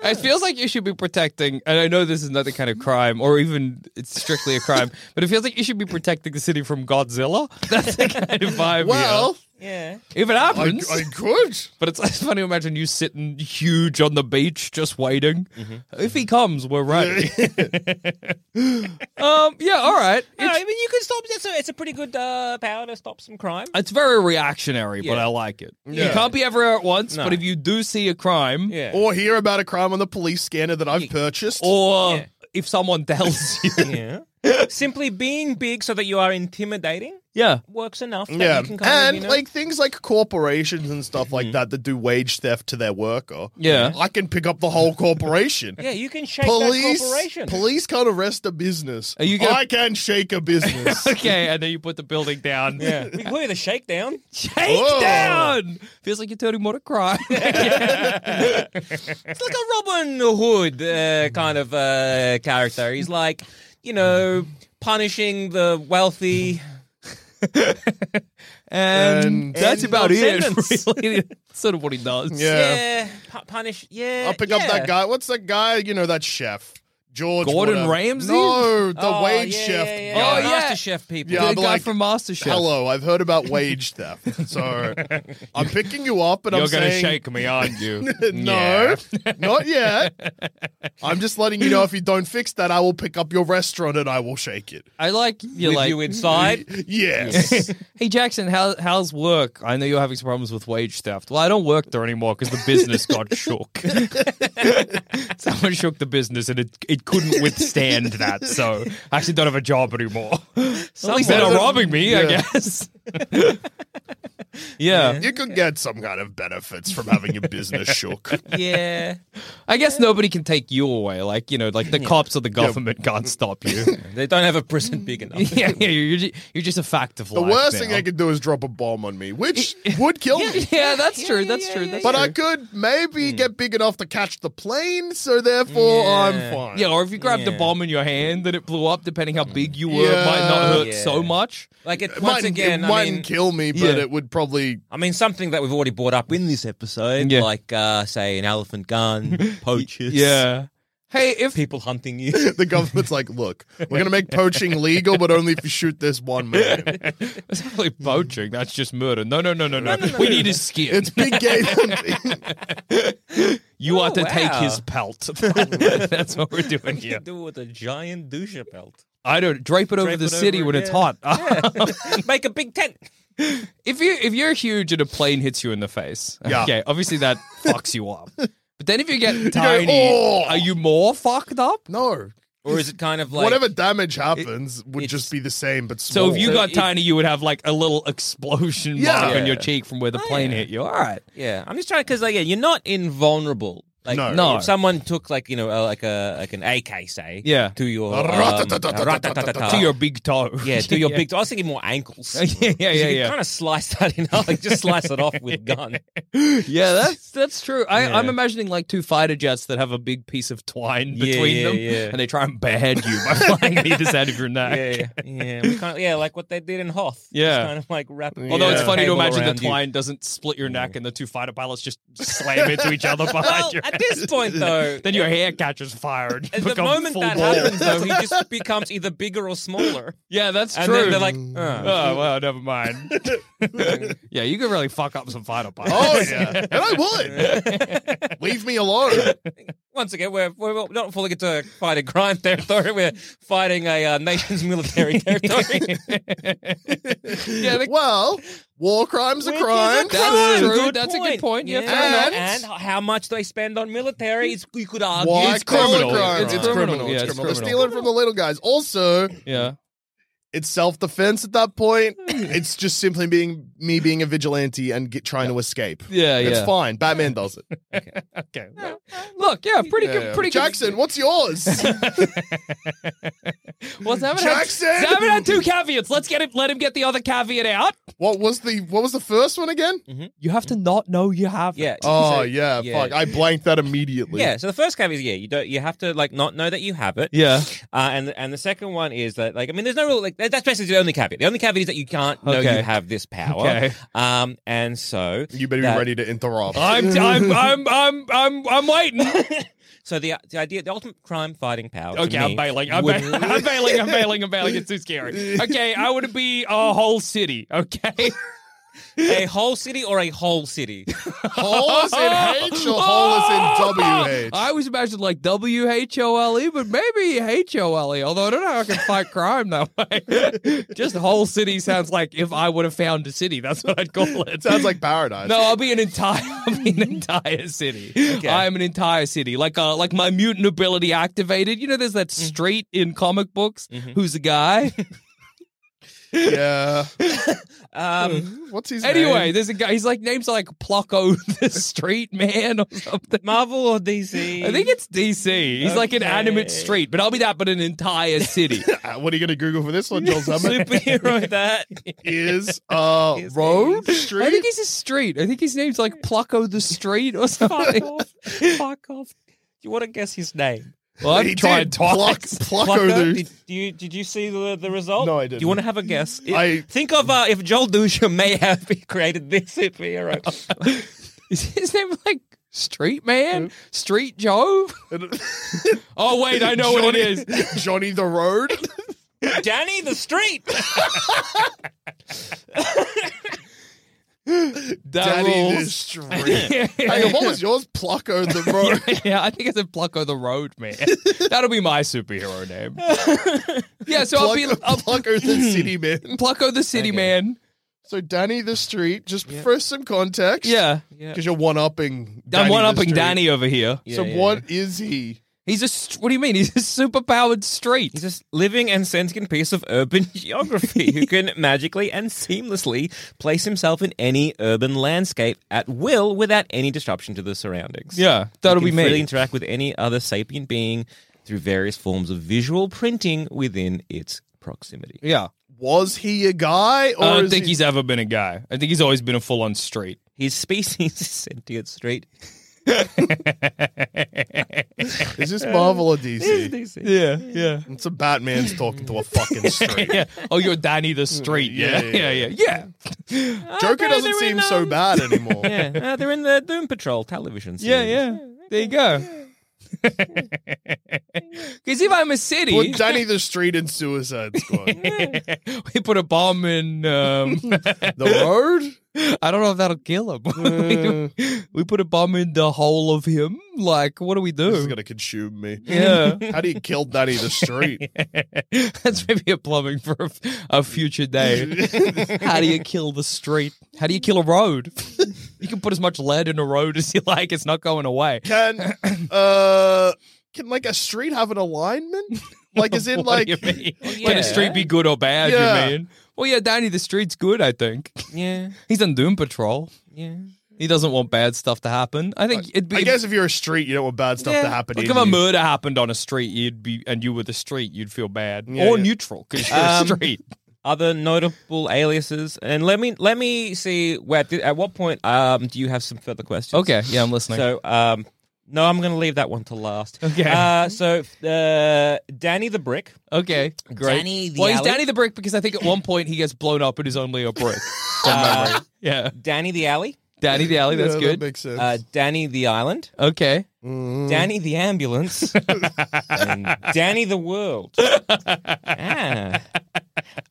[SPEAKER 2] It feels like you should be protecting, and I know this is another kind of crime, or even it's strictly a crime, but it feels like you should be protecting the city from Godzilla. That's the kind of vibe. here.
[SPEAKER 1] well,
[SPEAKER 2] if it
[SPEAKER 1] I,
[SPEAKER 2] happens,
[SPEAKER 1] I could.
[SPEAKER 2] But it's, it's funny to imagine you sitting huge on the beach just waiting. If he comes, we're ready. um, yeah, all right.
[SPEAKER 3] No, I mean you can stop. It's a, it's a pretty good uh, power to stop some crime.
[SPEAKER 2] It's very reactionary, but
[SPEAKER 3] Yeah.
[SPEAKER 2] I like it. You
[SPEAKER 1] Yeah.
[SPEAKER 2] can't be everywhere at once,
[SPEAKER 3] No.
[SPEAKER 2] but if you do see a crime,
[SPEAKER 3] Yeah.
[SPEAKER 1] Or hear about a crime on the police scanner that I've purchased.
[SPEAKER 2] or
[SPEAKER 3] Yeah.
[SPEAKER 2] if someone tells you,
[SPEAKER 3] yeah. Simply being big so that you are intimidating
[SPEAKER 2] yeah,
[SPEAKER 3] works enough. That
[SPEAKER 1] yeah,
[SPEAKER 3] You can kind
[SPEAKER 1] and
[SPEAKER 3] of, you know, Mm-hmm.
[SPEAKER 1] like things like corporations and stuff like that that do wage theft to their worker.
[SPEAKER 2] Yeah.
[SPEAKER 1] I can pick up the whole corporation.
[SPEAKER 3] Yeah, you can shake that
[SPEAKER 1] Police,
[SPEAKER 3] corporation.
[SPEAKER 1] police can't arrest a business.
[SPEAKER 2] Are you gonna-
[SPEAKER 1] I can shake a business.
[SPEAKER 2] okay, and then you put the building down.
[SPEAKER 3] Yeah. We call it a shakedown.
[SPEAKER 2] Shake
[SPEAKER 1] Whoa.
[SPEAKER 2] down! Feels like you're turning more to crime.
[SPEAKER 3] It's like a Robin Hood uh, kind of uh, character. He's like, you know, punishing the wealthy.
[SPEAKER 2] and,
[SPEAKER 1] And-
[SPEAKER 2] that's
[SPEAKER 3] And
[SPEAKER 2] about
[SPEAKER 3] no
[SPEAKER 2] it,
[SPEAKER 3] sentence.
[SPEAKER 2] really. That's sort of what he does.
[SPEAKER 1] Yeah.
[SPEAKER 3] pu- punish. Yeah.
[SPEAKER 1] I'll pick
[SPEAKER 3] yeah.
[SPEAKER 1] up that guy. What's that guy? You know that chef, George
[SPEAKER 2] Gordon
[SPEAKER 1] whatever.
[SPEAKER 2] Ramsay?
[SPEAKER 1] No, the
[SPEAKER 3] Oh,
[SPEAKER 1] wage
[SPEAKER 3] yeah,
[SPEAKER 1] chef.
[SPEAKER 3] Yeah, yeah,
[SPEAKER 1] guy.
[SPEAKER 2] Oh, yeah.
[SPEAKER 3] Master chef people.
[SPEAKER 1] Yeah,
[SPEAKER 2] the
[SPEAKER 1] I'll
[SPEAKER 2] guy
[SPEAKER 1] be like,
[SPEAKER 2] from MasterChef.
[SPEAKER 1] Hello, I've heard about wage theft, so I'm picking you up, and I'm saying
[SPEAKER 2] me, aren't you?
[SPEAKER 1] No, not yet. I'm just letting you know if you don't fix that, I will pick up your restaurant and I will shake it.
[SPEAKER 2] I like you.
[SPEAKER 3] With
[SPEAKER 2] Like,
[SPEAKER 3] you inside.
[SPEAKER 1] Yes.
[SPEAKER 2] hey Jackson, how, how's work? I know you're having some problems with wage theft. Well, I don't work there anymore because the business got shook. Someone shook the business, and it it couldn't withstand that. So I actually don't have a job anymore. At least they're not robbing me, I
[SPEAKER 1] Yeah.
[SPEAKER 2] guess. yeah.
[SPEAKER 1] you could get some kind of benefits from having your business shook.
[SPEAKER 3] yeah.
[SPEAKER 2] I guess nobody can take you away. Like you know, like the cops or the government can't stop you.
[SPEAKER 3] They don't have a prison big enough.
[SPEAKER 2] yeah, yeah, you're just, you're just a fact of
[SPEAKER 1] The
[SPEAKER 2] life.
[SPEAKER 1] worst
[SPEAKER 2] now.
[SPEAKER 1] thing I could do is drop a bomb on me, which would kill me.
[SPEAKER 2] Yeah, that's true. That's true. That's
[SPEAKER 1] But I
[SPEAKER 2] true.
[SPEAKER 1] could maybe get big enough to catch the plane, so therefore I'm fine.
[SPEAKER 2] Yeah, or if you grabbed a
[SPEAKER 3] Yeah.
[SPEAKER 2] bomb in your hand and it blew up, depending how big you were, it might not
[SPEAKER 1] Yeah.
[SPEAKER 2] hurt
[SPEAKER 3] Yeah.
[SPEAKER 2] so much.
[SPEAKER 3] Like it,
[SPEAKER 1] it
[SPEAKER 3] once
[SPEAKER 1] mightn't,
[SPEAKER 3] again,
[SPEAKER 1] it
[SPEAKER 3] I
[SPEAKER 1] mightn't
[SPEAKER 3] mean,
[SPEAKER 1] kill me, but
[SPEAKER 2] Yeah.
[SPEAKER 1] it would probably.
[SPEAKER 3] I mean something that we've already brought up in this episode,
[SPEAKER 2] Yeah.
[SPEAKER 3] like uh, say an elephant gun, poachers,
[SPEAKER 2] Yeah. Hey, if
[SPEAKER 3] people hunting you.
[SPEAKER 1] The government's like, look, we're going to make poaching legal, but only if you shoot this one man.
[SPEAKER 2] it's not really poaching, that's just murder. No, no, no, no, no. we need his skin.
[SPEAKER 1] It's big game.
[SPEAKER 2] you are
[SPEAKER 3] Oh,
[SPEAKER 2] to take
[SPEAKER 3] wow.
[SPEAKER 2] his pelt. that's what we're doing
[SPEAKER 3] What do you
[SPEAKER 2] here.
[SPEAKER 3] do with a giant douche belt?
[SPEAKER 2] I don't drape it over
[SPEAKER 3] Drape
[SPEAKER 2] the
[SPEAKER 3] it
[SPEAKER 2] city
[SPEAKER 3] over,
[SPEAKER 2] when it's
[SPEAKER 3] yeah.
[SPEAKER 2] hot.
[SPEAKER 3] Make a big tent.
[SPEAKER 2] if you if you're huge and a plane hits you in the face,
[SPEAKER 1] Yeah.
[SPEAKER 2] okay, obviously that fucks you up. But then if you get tiny,
[SPEAKER 1] "Oh."
[SPEAKER 2] are you more fucked up?
[SPEAKER 1] No.
[SPEAKER 3] Or is it kind of like
[SPEAKER 1] Whatever damage happens would
[SPEAKER 3] it's-
[SPEAKER 1] just be the same, but small.
[SPEAKER 2] So if you
[SPEAKER 3] So
[SPEAKER 2] got
[SPEAKER 3] it-
[SPEAKER 2] tiny, you would have like a little explosion
[SPEAKER 1] Yeah.
[SPEAKER 2] mark on
[SPEAKER 3] Yeah.
[SPEAKER 2] your cheek from where the plane hit you. All right.
[SPEAKER 3] Yeah, I'm just trying because like yeah, you're not invulnerable. Like,
[SPEAKER 1] No.
[SPEAKER 2] No.
[SPEAKER 3] If someone took like you know uh, like a like an AK say
[SPEAKER 2] Yeah.
[SPEAKER 3] to your um,
[SPEAKER 1] Ratatatatata.
[SPEAKER 3] ratatatata.
[SPEAKER 2] to your big toe.
[SPEAKER 3] yeah to your big. I was thinking more ankles.
[SPEAKER 2] yeah, yeah, yeah, yeah.
[SPEAKER 3] Kind of slice that in half, like just slice it off with a gun.
[SPEAKER 2] Yeah, that's that's true. I, I'm imagining like two fighter jets that have a big piece of twine
[SPEAKER 3] Yeah,
[SPEAKER 2] between
[SPEAKER 3] yeah,
[SPEAKER 2] them,
[SPEAKER 3] yeah.
[SPEAKER 2] and they try and bad you by flying it either side of your neck.
[SPEAKER 3] Yeah, yeah, we kind of, yeah, like what they did in Hoth. Just
[SPEAKER 2] Yeah.
[SPEAKER 3] kind of like wrap.
[SPEAKER 2] Although it's
[SPEAKER 3] a
[SPEAKER 2] funny to
[SPEAKER 3] cable
[SPEAKER 2] imagine the
[SPEAKER 3] around you.
[SPEAKER 2] twine doesn't split your neck, and the two fighter pilots just slam into each other behind
[SPEAKER 3] Well,
[SPEAKER 2] your
[SPEAKER 3] at this point though,
[SPEAKER 2] Then your hair catches fire. And you
[SPEAKER 3] at the
[SPEAKER 2] become
[SPEAKER 3] moment
[SPEAKER 2] full
[SPEAKER 3] that
[SPEAKER 2] bald.
[SPEAKER 3] happens though, he just becomes either bigger or smaller,
[SPEAKER 2] yeah, that's
[SPEAKER 3] and
[SPEAKER 2] true.
[SPEAKER 3] then they're like, oh,
[SPEAKER 2] oh well, never mind. yeah, you can really fuck up some fighter pilots.
[SPEAKER 1] Oh yeah, and I would. Leave me alone.
[SPEAKER 3] Once again, we're, we're not falling into fighting crime territory. We're fighting a uh, nation's military territory.
[SPEAKER 2] yeah, they-
[SPEAKER 1] Well, war crime's a crime.
[SPEAKER 2] That's true. That's a good point. Yeah, fair
[SPEAKER 3] and,
[SPEAKER 1] enough.
[SPEAKER 3] and how much they spend on military? It's, you could argue.
[SPEAKER 1] Why
[SPEAKER 3] it's
[SPEAKER 1] call
[SPEAKER 2] criminal.
[SPEAKER 1] it crime?
[SPEAKER 2] It's
[SPEAKER 1] It's,
[SPEAKER 2] criminal.
[SPEAKER 1] criminal.
[SPEAKER 2] Yeah,
[SPEAKER 1] It's
[SPEAKER 2] it's
[SPEAKER 1] criminal. They're
[SPEAKER 2] criminal.
[SPEAKER 1] stealing from the little guys. Also,
[SPEAKER 2] yeah.
[SPEAKER 1] it's self defense at that point. It's just simply being me being a vigilante and get, trying to escape.
[SPEAKER 2] Yeah,
[SPEAKER 1] It's
[SPEAKER 2] yeah.
[SPEAKER 1] fine. Batman does it.
[SPEAKER 2] Okay. Look, yeah, pretty good. Pretty
[SPEAKER 1] Jackson, what's yours?
[SPEAKER 2] good. Well, Zavin
[SPEAKER 1] Jackson!
[SPEAKER 2] Had, Zavin had two caveats. Let's get him. Let him get the other caveat out.
[SPEAKER 1] what was the what was the first one again?
[SPEAKER 2] You have to not know you have.
[SPEAKER 3] Yeah.
[SPEAKER 1] Oh
[SPEAKER 3] So-
[SPEAKER 1] yeah,
[SPEAKER 3] yeah.
[SPEAKER 1] fuck. I blanked that immediately.
[SPEAKER 3] Yeah. So the first caveat is yeah, you don't. You have to like not know that you have it.
[SPEAKER 2] Yeah.
[SPEAKER 3] Uh, and and the second one is that like I mean, there's no real like that- that's basically the only caveat. The only caveat is that you can't know
[SPEAKER 2] Okay.
[SPEAKER 3] you have this power.
[SPEAKER 2] Okay.
[SPEAKER 3] Um. And so
[SPEAKER 1] You better be
[SPEAKER 3] that-
[SPEAKER 1] ready to interrupt.
[SPEAKER 2] I'm. I'm. I'm. I'm. I'm. I'm waiting.
[SPEAKER 3] So the the idea, the ultimate crime fighting power. to
[SPEAKER 2] Okay,
[SPEAKER 3] me
[SPEAKER 2] I'm bailing. I'm,
[SPEAKER 3] would-
[SPEAKER 2] bailing. I'm bailing. I'm bailing. I'm bailing. It's too scary. Okay, I want to be a whole city. Okay.
[SPEAKER 3] a whole city or a whole city.
[SPEAKER 1] Hole is in H or
[SPEAKER 2] Oh,
[SPEAKER 1] hole is in WH?
[SPEAKER 2] I was imagining like W H O L E, but maybe H O L E. Although I don't know how I can fight crime that way. Just whole city sounds like if I would have found a city, that's what I'd call it.
[SPEAKER 1] It sounds like paradise.
[SPEAKER 2] No, I'll be an entire, I'll be an entire city. I'm an entire city. Like, uh, like my mutant ability activated. You know, there's
[SPEAKER 1] Mm-hmm.
[SPEAKER 2] that street in comic books. Who's a guy?
[SPEAKER 1] Yeah.
[SPEAKER 3] Um,
[SPEAKER 1] What's his name?
[SPEAKER 2] anyway, there's a guy. He's like names like Plucko the Street Man or something.
[SPEAKER 3] Marvel or DC?
[SPEAKER 2] I think it's DC. He's like an
[SPEAKER 3] Okay.
[SPEAKER 2] animate street, but I'll be that, but an entire city.
[SPEAKER 1] Uh, what are you going to Google for this one, Joel Zummer?
[SPEAKER 3] superhero that.
[SPEAKER 1] is uh,
[SPEAKER 3] Is
[SPEAKER 1] road
[SPEAKER 2] I think
[SPEAKER 1] street.
[SPEAKER 2] he's a street. I think his name's like Plucko the Street or something.
[SPEAKER 3] Fuck off! Fuck off! Do you want to guess his name?
[SPEAKER 2] well, I've
[SPEAKER 1] He
[SPEAKER 2] tried
[SPEAKER 1] did pluck,
[SPEAKER 2] twice.
[SPEAKER 1] pluck
[SPEAKER 3] Plucker?
[SPEAKER 1] over the.
[SPEAKER 3] Did you did you see the, the result?
[SPEAKER 1] No, I
[SPEAKER 3] Do
[SPEAKER 1] didn't.
[SPEAKER 3] you want to have a guess? It-
[SPEAKER 1] I-
[SPEAKER 3] think of uh, if Joel Dusha may have created this superhero.
[SPEAKER 2] Is his name like Street Man? Street Joe? Oh wait, I know what it is.
[SPEAKER 1] Johnny the Road.
[SPEAKER 3] Danny the Street.
[SPEAKER 2] That
[SPEAKER 1] Daddy the
[SPEAKER 2] rules.
[SPEAKER 1] Street. Hang on, what was yours? Plucko the Road.
[SPEAKER 2] yeah, I think it's a Plucko the Road Man. That'll be my superhero name. yeah, so I'll be Hmm.
[SPEAKER 1] Plucko,
[SPEAKER 2] I'll,
[SPEAKER 1] Plucko the City Man.
[SPEAKER 2] Plucko the City Man.
[SPEAKER 1] So Danny the Street, just for some context.
[SPEAKER 2] Yeah,
[SPEAKER 1] Because you're one upping.
[SPEAKER 2] I'm one upping Danny over here.
[SPEAKER 1] So
[SPEAKER 3] Yeah, yeah,
[SPEAKER 1] what is he?
[SPEAKER 2] He's a st- what do you mean? He's a superpowered street.
[SPEAKER 3] He's just living and sentient piece of urban geography who can magically and seamlessly place himself in any urban landscape at will without any disruption to the surroundings.
[SPEAKER 2] yeah, that'll
[SPEAKER 3] He
[SPEAKER 2] be
[SPEAKER 3] can freely
[SPEAKER 2] me.
[SPEAKER 3] interact with any other sapient being through various forms of visual printing within its proximity.
[SPEAKER 2] yeah,
[SPEAKER 1] Was he a guy? Or
[SPEAKER 2] I don't
[SPEAKER 1] is
[SPEAKER 2] think
[SPEAKER 1] he-
[SPEAKER 2] he's ever been a guy. I think he's always been a full-on street.
[SPEAKER 3] His species is sentient street.
[SPEAKER 1] Is this Marvel or DC?
[SPEAKER 2] Yeah, yeah,
[SPEAKER 1] It's a Batman's talking to a fucking street.
[SPEAKER 2] yeah. Oh, you're Danny the Street. Yeah,
[SPEAKER 1] Yeah,
[SPEAKER 2] yeah,
[SPEAKER 1] yeah,
[SPEAKER 2] yeah, yeah.
[SPEAKER 1] Joker doesn't
[SPEAKER 3] they're
[SPEAKER 1] seem
[SPEAKER 3] in,
[SPEAKER 1] so
[SPEAKER 3] um,
[SPEAKER 1] bad anymore.
[SPEAKER 3] Yeah, uh, they're in the Doom Patrol television series.
[SPEAKER 2] Yeah, yeah. There you go. Because if I'm a city,
[SPEAKER 1] Put Danny the Street in Suicide Squad.
[SPEAKER 2] we put a bomb in. Um,
[SPEAKER 1] the road?
[SPEAKER 2] I don't know if that'll kill him. we, we put a bomb in the whole of him. Like, what do we
[SPEAKER 1] This is
[SPEAKER 2] do?
[SPEAKER 1] going to consume me.
[SPEAKER 2] Yeah,
[SPEAKER 1] How do you kill Danny the Street?
[SPEAKER 2] that's maybe a plumbing for a, f- a future day. How do you kill the street? How do you kill a road? you can put as much lead in a road as you like. It's not going away.
[SPEAKER 1] Can uh can like a street have an alignment? Like, is it like?
[SPEAKER 2] What do you mean?
[SPEAKER 3] yeah.
[SPEAKER 2] Can a street be good or bad?
[SPEAKER 1] Yeah.
[SPEAKER 2] You mean? Well, yeah, Danny, the street's good. I think
[SPEAKER 3] Yeah,
[SPEAKER 2] he's on Doom Patrol.
[SPEAKER 3] yeah.
[SPEAKER 2] He doesn't want bad stuff to happen. I think it'd be.
[SPEAKER 1] I guess if you're a street, you don't want bad stuff to
[SPEAKER 2] Yeah.
[SPEAKER 1] happen.
[SPEAKER 2] Like
[SPEAKER 1] in
[SPEAKER 2] if a
[SPEAKER 1] you.
[SPEAKER 2] murder happened on a street, you'd be, and you were the street, you'd feel bad
[SPEAKER 1] Yeah,
[SPEAKER 2] or
[SPEAKER 1] yeah.
[SPEAKER 2] neutral because you're
[SPEAKER 3] Um,
[SPEAKER 2] a street.
[SPEAKER 3] Other notable aliases, and let me let me see. Where, at what point um, do you have some further questions?
[SPEAKER 2] Okay, yeah, I'm listening.
[SPEAKER 3] So, um, no, I'm going to leave that one to last.
[SPEAKER 2] Okay.
[SPEAKER 3] Uh, so, uh, Danny the Brick.
[SPEAKER 2] okay, great.
[SPEAKER 3] Danny the
[SPEAKER 2] well, he's
[SPEAKER 3] alley-
[SPEAKER 2] Danny the brick because I think at one point he gets blown up and is only a brick. From
[SPEAKER 3] Uh,
[SPEAKER 2] memory. Yeah,
[SPEAKER 3] Danny the Alley.
[SPEAKER 2] Danny the alley.
[SPEAKER 1] Yeah,
[SPEAKER 2] That's
[SPEAKER 1] that
[SPEAKER 2] good.
[SPEAKER 1] makes sense.
[SPEAKER 3] Uh, Danny the Island.
[SPEAKER 2] okay, Mm.
[SPEAKER 3] Danny the Ambulance. and Danny the World. Ah.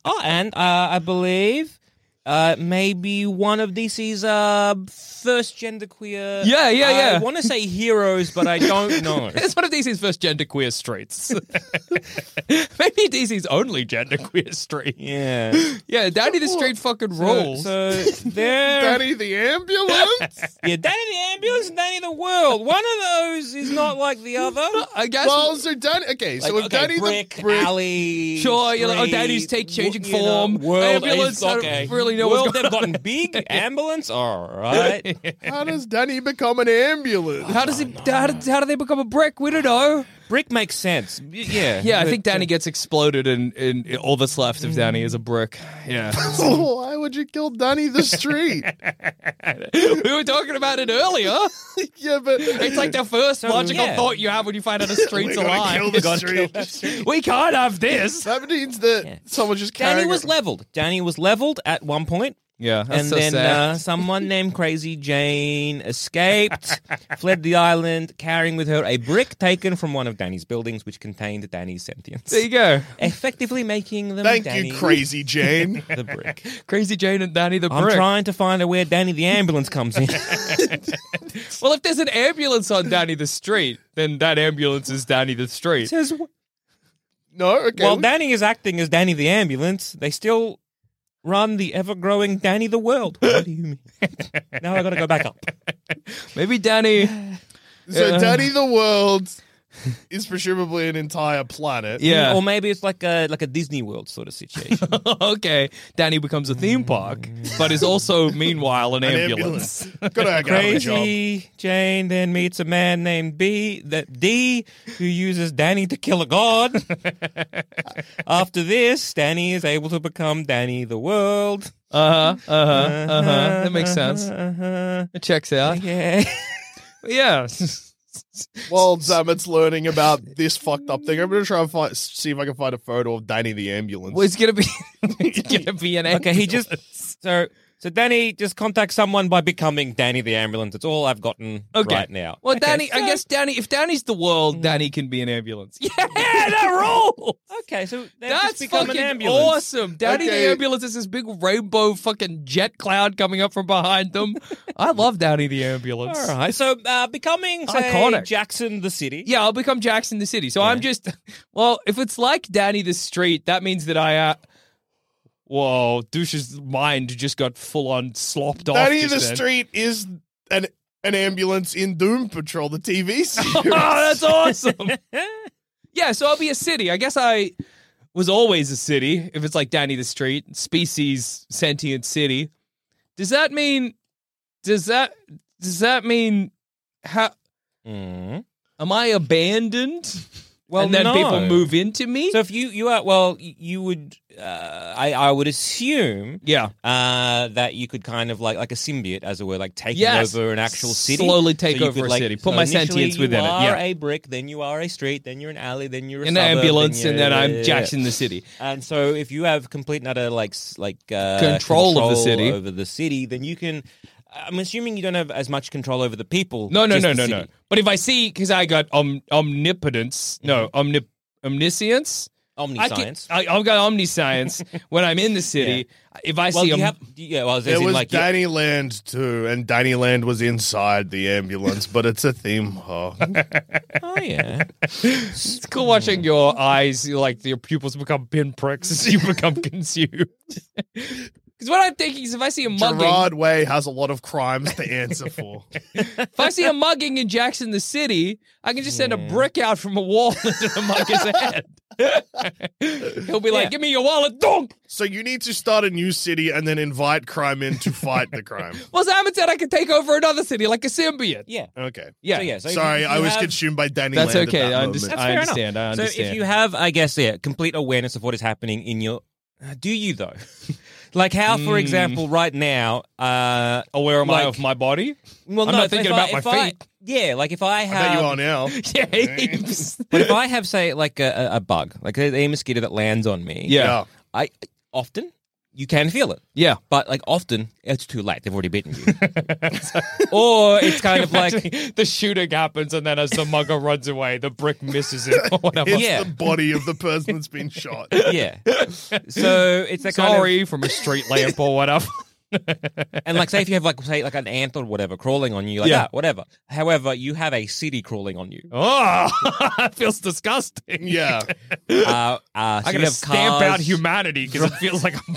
[SPEAKER 3] Oh, and uh, I believe uh, maybe one of DC's uh, first genderqueer.
[SPEAKER 2] Yeah, yeah,
[SPEAKER 3] I
[SPEAKER 2] yeah.
[SPEAKER 3] want to say heroes, but I don't know.
[SPEAKER 2] it's one of DC's first genderqueer streets. Maybe DC's only genderqueer street.
[SPEAKER 3] yeah.
[SPEAKER 2] Yeah, Danny the street fucking
[SPEAKER 3] So,
[SPEAKER 2] rules.
[SPEAKER 3] so there.
[SPEAKER 1] Danny the ambulance.
[SPEAKER 3] Yeah, Danny the ambulance and Danny the world. One of those is not like the other.
[SPEAKER 2] I guess.
[SPEAKER 1] well, so Danny. Okay, so
[SPEAKER 3] Like,
[SPEAKER 1] if
[SPEAKER 3] okay,
[SPEAKER 1] Danny
[SPEAKER 3] brick,
[SPEAKER 1] the brick,
[SPEAKER 3] alley.
[SPEAKER 2] Sure, you're like, oh,
[SPEAKER 3] street,
[SPEAKER 2] Danny's take changing
[SPEAKER 3] w- you know,
[SPEAKER 2] form.
[SPEAKER 3] world
[SPEAKER 2] Ambulance,
[SPEAKER 3] is
[SPEAKER 2] I don't
[SPEAKER 3] okay.
[SPEAKER 2] really know
[SPEAKER 3] world,
[SPEAKER 2] what's going
[SPEAKER 3] they've
[SPEAKER 2] on.
[SPEAKER 3] gotten big. Ambulance, all right.
[SPEAKER 1] how does Danny become an ambulance?
[SPEAKER 2] how does he? How, do, how do they become a brick? We don't know.
[SPEAKER 3] Brick makes sense. Y- Yeah,
[SPEAKER 2] Yeah, I
[SPEAKER 3] But,
[SPEAKER 2] think Danny gets exploded, and, and all that's left of Danny is a brick. Yeah,
[SPEAKER 1] Why would you kill Danny the street?
[SPEAKER 2] we were talking about it earlier.
[SPEAKER 1] yeah, but
[SPEAKER 2] It's like the first logical
[SPEAKER 3] yeah.
[SPEAKER 2] thought you have when you find out a
[SPEAKER 1] We're
[SPEAKER 2] street's
[SPEAKER 1] gonna
[SPEAKER 2] alive.
[SPEAKER 1] kill the street.
[SPEAKER 2] we can't have this.
[SPEAKER 1] That means that
[SPEAKER 3] Yeah.
[SPEAKER 1] someone just
[SPEAKER 3] Danny
[SPEAKER 1] carrying
[SPEAKER 3] was
[SPEAKER 1] a-
[SPEAKER 3] leveled. Danny was leveled at one point,
[SPEAKER 2] Yeah, that's
[SPEAKER 3] and
[SPEAKER 2] so
[SPEAKER 3] then
[SPEAKER 2] sad.
[SPEAKER 3] uh, someone named Crazy Jane escaped, fled the island, carrying with her a brick taken from one of Danny's buildings, which contained Danny's sentience,
[SPEAKER 2] there you go.
[SPEAKER 3] effectively making them.
[SPEAKER 1] Thank
[SPEAKER 3] Danny
[SPEAKER 1] you, Crazy Jane.
[SPEAKER 3] The brick.
[SPEAKER 2] Crazy Jane and Danny the
[SPEAKER 3] I'm
[SPEAKER 2] brick.
[SPEAKER 3] trying to find out where Danny the ambulance comes in.
[SPEAKER 2] Well, if there's an ambulance on Danny the street, then that ambulance is Danny the street.
[SPEAKER 3] Says,
[SPEAKER 1] no, okay.
[SPEAKER 3] While Danny is acting as Danny the ambulance, they still run the ever growing Danny the world. What do you mean? now I gotta go back up.
[SPEAKER 2] Maybe Danny.
[SPEAKER 1] so
[SPEAKER 2] Yeah.
[SPEAKER 1] Danny the world is presumably an entire planet.
[SPEAKER 2] Yeah.
[SPEAKER 3] Or maybe it's like a like a Disney World sort of situation.
[SPEAKER 2] okay, Danny becomes a theme park, but is also meanwhile an,
[SPEAKER 1] An
[SPEAKER 2] ambulance.
[SPEAKER 1] Gotta get out of a job.
[SPEAKER 3] Crazy Jane then meets a man named B that D who uses Danny to kill a god. After this, Danny is able to become Danny the world.
[SPEAKER 2] Uh huh. Uh huh. Uh huh. That makes sense.
[SPEAKER 3] Uh-huh.
[SPEAKER 2] It checks out.
[SPEAKER 3] Yeah.
[SPEAKER 2] Yeah.
[SPEAKER 1] While Zamet's learning about this fucked up thing, I'm gonna try and find, see if I can find a photo of Danny the ambulance.
[SPEAKER 2] Well, it's gonna be. it's gonna be an.
[SPEAKER 3] Okay, he just so so Danny just contacts someone by becoming Danny the ambulance. That's all I've gotten
[SPEAKER 2] Okay.
[SPEAKER 3] right now.
[SPEAKER 2] Well,
[SPEAKER 3] Okay,
[SPEAKER 2] Danny. I
[SPEAKER 3] so-
[SPEAKER 2] guess Danny. If Danny's the world, Danny can be an ambulance. Yeah,
[SPEAKER 3] that rule. Okay, so they just
[SPEAKER 2] that's
[SPEAKER 3] become
[SPEAKER 2] fucking
[SPEAKER 3] an ambulance.
[SPEAKER 2] awesome. Danny
[SPEAKER 1] Okay.
[SPEAKER 2] the ambulance is this big rainbow fucking jet cloud coming up from behind them. I love Danny the ambulance.
[SPEAKER 3] All right, so uh, becoming say,
[SPEAKER 2] Iconic.
[SPEAKER 3] Jackson the city.
[SPEAKER 2] Yeah, I'll become Jackson the City. So I'm just, well, if it's like Danny the Street, that means that I. Uh, whoa, douche's mind just got full on slopped off.
[SPEAKER 1] Danny
[SPEAKER 2] just
[SPEAKER 1] the
[SPEAKER 2] then.
[SPEAKER 1] street is an an ambulance in Doom Patrol, the TV
[SPEAKER 2] Oh,
[SPEAKER 1] series.
[SPEAKER 2] that's awesome. yeah, so I'll be a city. I guess I was always a city. If it's like Danny the Street, species, sentient city. Does that mean? Does that does that mean? How
[SPEAKER 3] Mm.
[SPEAKER 2] am I abandoned?
[SPEAKER 3] Well,
[SPEAKER 2] and then
[SPEAKER 3] no.
[SPEAKER 2] people move into me.
[SPEAKER 3] So if you you are well, y- you would uh, I I would assume
[SPEAKER 2] yeah.
[SPEAKER 3] uh, that you could kind of like like a symbiote, as it were, like taking
[SPEAKER 2] Yes.
[SPEAKER 3] over an actual city.
[SPEAKER 2] Slowly take
[SPEAKER 3] you
[SPEAKER 2] over
[SPEAKER 3] could,
[SPEAKER 2] a
[SPEAKER 3] like-
[SPEAKER 2] city. Put my
[SPEAKER 3] initially
[SPEAKER 2] sentience within it.
[SPEAKER 3] You are
[SPEAKER 2] Yeah.
[SPEAKER 3] a brick, then you are a street, then you're an alley, then you're a
[SPEAKER 2] an
[SPEAKER 3] suburb, then
[SPEAKER 2] ambulance,
[SPEAKER 3] you're-
[SPEAKER 2] and then
[SPEAKER 3] yeah, yeah,
[SPEAKER 2] I'm
[SPEAKER 3] yeah.
[SPEAKER 2] Jackson the city.
[SPEAKER 3] And so, if you have complete and utter like s- like uh,
[SPEAKER 2] Control of the city.
[SPEAKER 3] over the city, then you can. I'm assuming you don't have as much control over the people.
[SPEAKER 2] No, no,
[SPEAKER 3] just
[SPEAKER 2] no, no,
[SPEAKER 3] the
[SPEAKER 2] no.
[SPEAKER 3] city.
[SPEAKER 2] But if I see, because I got om- omnipotence, no,
[SPEAKER 3] Mm-hmm.
[SPEAKER 2] omni- omniscience.
[SPEAKER 3] Omniscience.
[SPEAKER 2] I can, I, I've got omniscience when I'm in the city. If I
[SPEAKER 3] well,
[SPEAKER 2] see,
[SPEAKER 3] do
[SPEAKER 2] om-
[SPEAKER 3] you have, do you- yeah, well, as
[SPEAKER 1] There
[SPEAKER 3] in,
[SPEAKER 1] was
[SPEAKER 3] like you-
[SPEAKER 1] Danny Land too, and Danny Land was inside the ambulance, but it's a theme park.
[SPEAKER 3] oh yeah.
[SPEAKER 2] it's cool watching your eyes, you like your pupils become pinpricks as you become consumed. Because what I'm thinking is if I see a mugging,
[SPEAKER 1] Gerard Way has a lot of crimes to answer for.
[SPEAKER 2] if I see a mugging in Jackson the City, I can just send a brick out from a wall into the mugger's head. He'll be like, "Give me your wallet, donk."
[SPEAKER 1] so you need to start a new city and then invite crime in to fight the crime.
[SPEAKER 2] Well, Simon said I could take over another city like a symbiote.
[SPEAKER 3] Yeah.
[SPEAKER 1] Okay.
[SPEAKER 2] Yeah.
[SPEAKER 3] So, yeah. So if
[SPEAKER 1] Sorry,
[SPEAKER 3] you- if
[SPEAKER 1] I
[SPEAKER 3] you
[SPEAKER 1] was
[SPEAKER 3] have-
[SPEAKER 1] consumed by Danny.
[SPEAKER 2] That's
[SPEAKER 1] Land at
[SPEAKER 2] okay,
[SPEAKER 1] that
[SPEAKER 2] I
[SPEAKER 1] moment.
[SPEAKER 2] understand.
[SPEAKER 3] That's fair enough.
[SPEAKER 2] understand, I
[SPEAKER 3] So if
[SPEAKER 2] understand.
[SPEAKER 3] you have, I guess, yeah, complete awareness of what is happening in your, uh, do you though? like how,
[SPEAKER 2] Hmm.
[SPEAKER 3] for example, right now, uh,
[SPEAKER 2] Aware am
[SPEAKER 3] Like-
[SPEAKER 2] I of my body?
[SPEAKER 3] well,
[SPEAKER 2] I'm
[SPEAKER 3] no,
[SPEAKER 2] not
[SPEAKER 3] if-
[SPEAKER 2] thinking
[SPEAKER 3] if I-
[SPEAKER 2] about
[SPEAKER 3] if
[SPEAKER 2] my
[SPEAKER 3] I-
[SPEAKER 2] feet.
[SPEAKER 3] yeah, like if I
[SPEAKER 1] I
[SPEAKER 3] have,
[SPEAKER 1] bet you are now.
[SPEAKER 2] Yeah. heaps.
[SPEAKER 3] but if I have, say, like a, a- a bug, like a, a mosquito that lands on me,
[SPEAKER 2] yeah.
[SPEAKER 3] I often you can feel it.
[SPEAKER 2] Yeah.
[SPEAKER 3] But like often, it's too late. They've already bitten you. or it's kind of like
[SPEAKER 2] the shooting happens, and then as the mugger runs away, the brick misses it or whatever.
[SPEAKER 1] It's
[SPEAKER 3] Yeah.
[SPEAKER 1] the body of the person that's been shot.
[SPEAKER 3] yeah. So it's that kind of-
[SPEAKER 2] Sorry from a street lamp or whatever.
[SPEAKER 3] and like say if you have like say like an ant or whatever crawling on you, like
[SPEAKER 2] Yeah.
[SPEAKER 3] that, whatever. However, you have a city crawling on you.
[SPEAKER 2] Oh, it feels disgusting.
[SPEAKER 1] Yeah.
[SPEAKER 3] Uh, uh, so
[SPEAKER 2] I
[SPEAKER 3] you
[SPEAKER 2] gotta
[SPEAKER 3] have
[SPEAKER 2] stamp
[SPEAKER 3] cars.
[SPEAKER 2] out humanity because it feels like I'm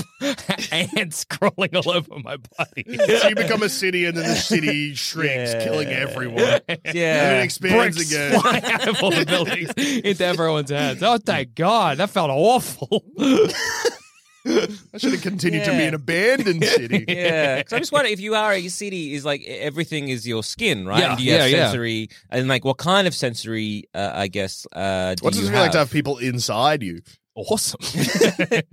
[SPEAKER 2] ants crawling all over my body.
[SPEAKER 1] So you become a city and then the city shrinks, killing everyone. And it
[SPEAKER 3] Yeah.
[SPEAKER 1] expands
[SPEAKER 2] Bricks
[SPEAKER 1] again.
[SPEAKER 2] fly out of all the buildings into everyone's heads. Oh, thank God. That felt awful.
[SPEAKER 1] I should have continued to
[SPEAKER 3] Yeah.
[SPEAKER 1] be an abandoned city.
[SPEAKER 3] Yeah, because I'm just wondering if you are a city, is like e-, everything is your skin, right?
[SPEAKER 2] Yeah,
[SPEAKER 3] And do you have
[SPEAKER 2] yeah, yeah.
[SPEAKER 3] sensory, and like what kind of sensory, uh, I guess, uh, do
[SPEAKER 1] What does
[SPEAKER 3] you
[SPEAKER 1] it feel like to have people inside you?
[SPEAKER 2] Awesome.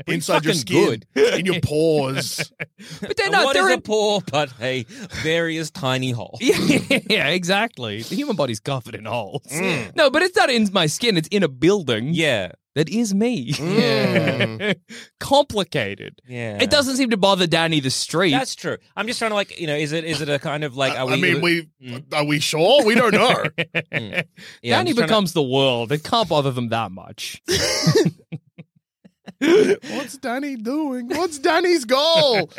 [SPEAKER 1] Inside your
[SPEAKER 3] fucking
[SPEAKER 1] skin. In your pores.
[SPEAKER 2] But they're
[SPEAKER 3] And
[SPEAKER 2] not.
[SPEAKER 3] what is
[SPEAKER 2] They're
[SPEAKER 3] a pore but a various tiny hole?
[SPEAKER 2] yeah, yeah, exactly. The human body's covered in holes.
[SPEAKER 1] Mm.
[SPEAKER 2] No, but it's not in my skin. It's in a building
[SPEAKER 3] Yeah,
[SPEAKER 2] that is me.
[SPEAKER 1] Mm.
[SPEAKER 2] Complicated.
[SPEAKER 3] yeah.
[SPEAKER 2] It doesn't seem to bother Danny the street.
[SPEAKER 3] That's true. I'm just trying to like, you know, is it is it a kind of like?
[SPEAKER 1] I,
[SPEAKER 3] Are we,
[SPEAKER 1] I mean, we are we sure? We don't know.
[SPEAKER 3] Yeah, I'm
[SPEAKER 2] Danny
[SPEAKER 3] just trying to-
[SPEAKER 2] becomes the world. It can't bother them that much.
[SPEAKER 1] What's Danny doing? What's Danny's goal?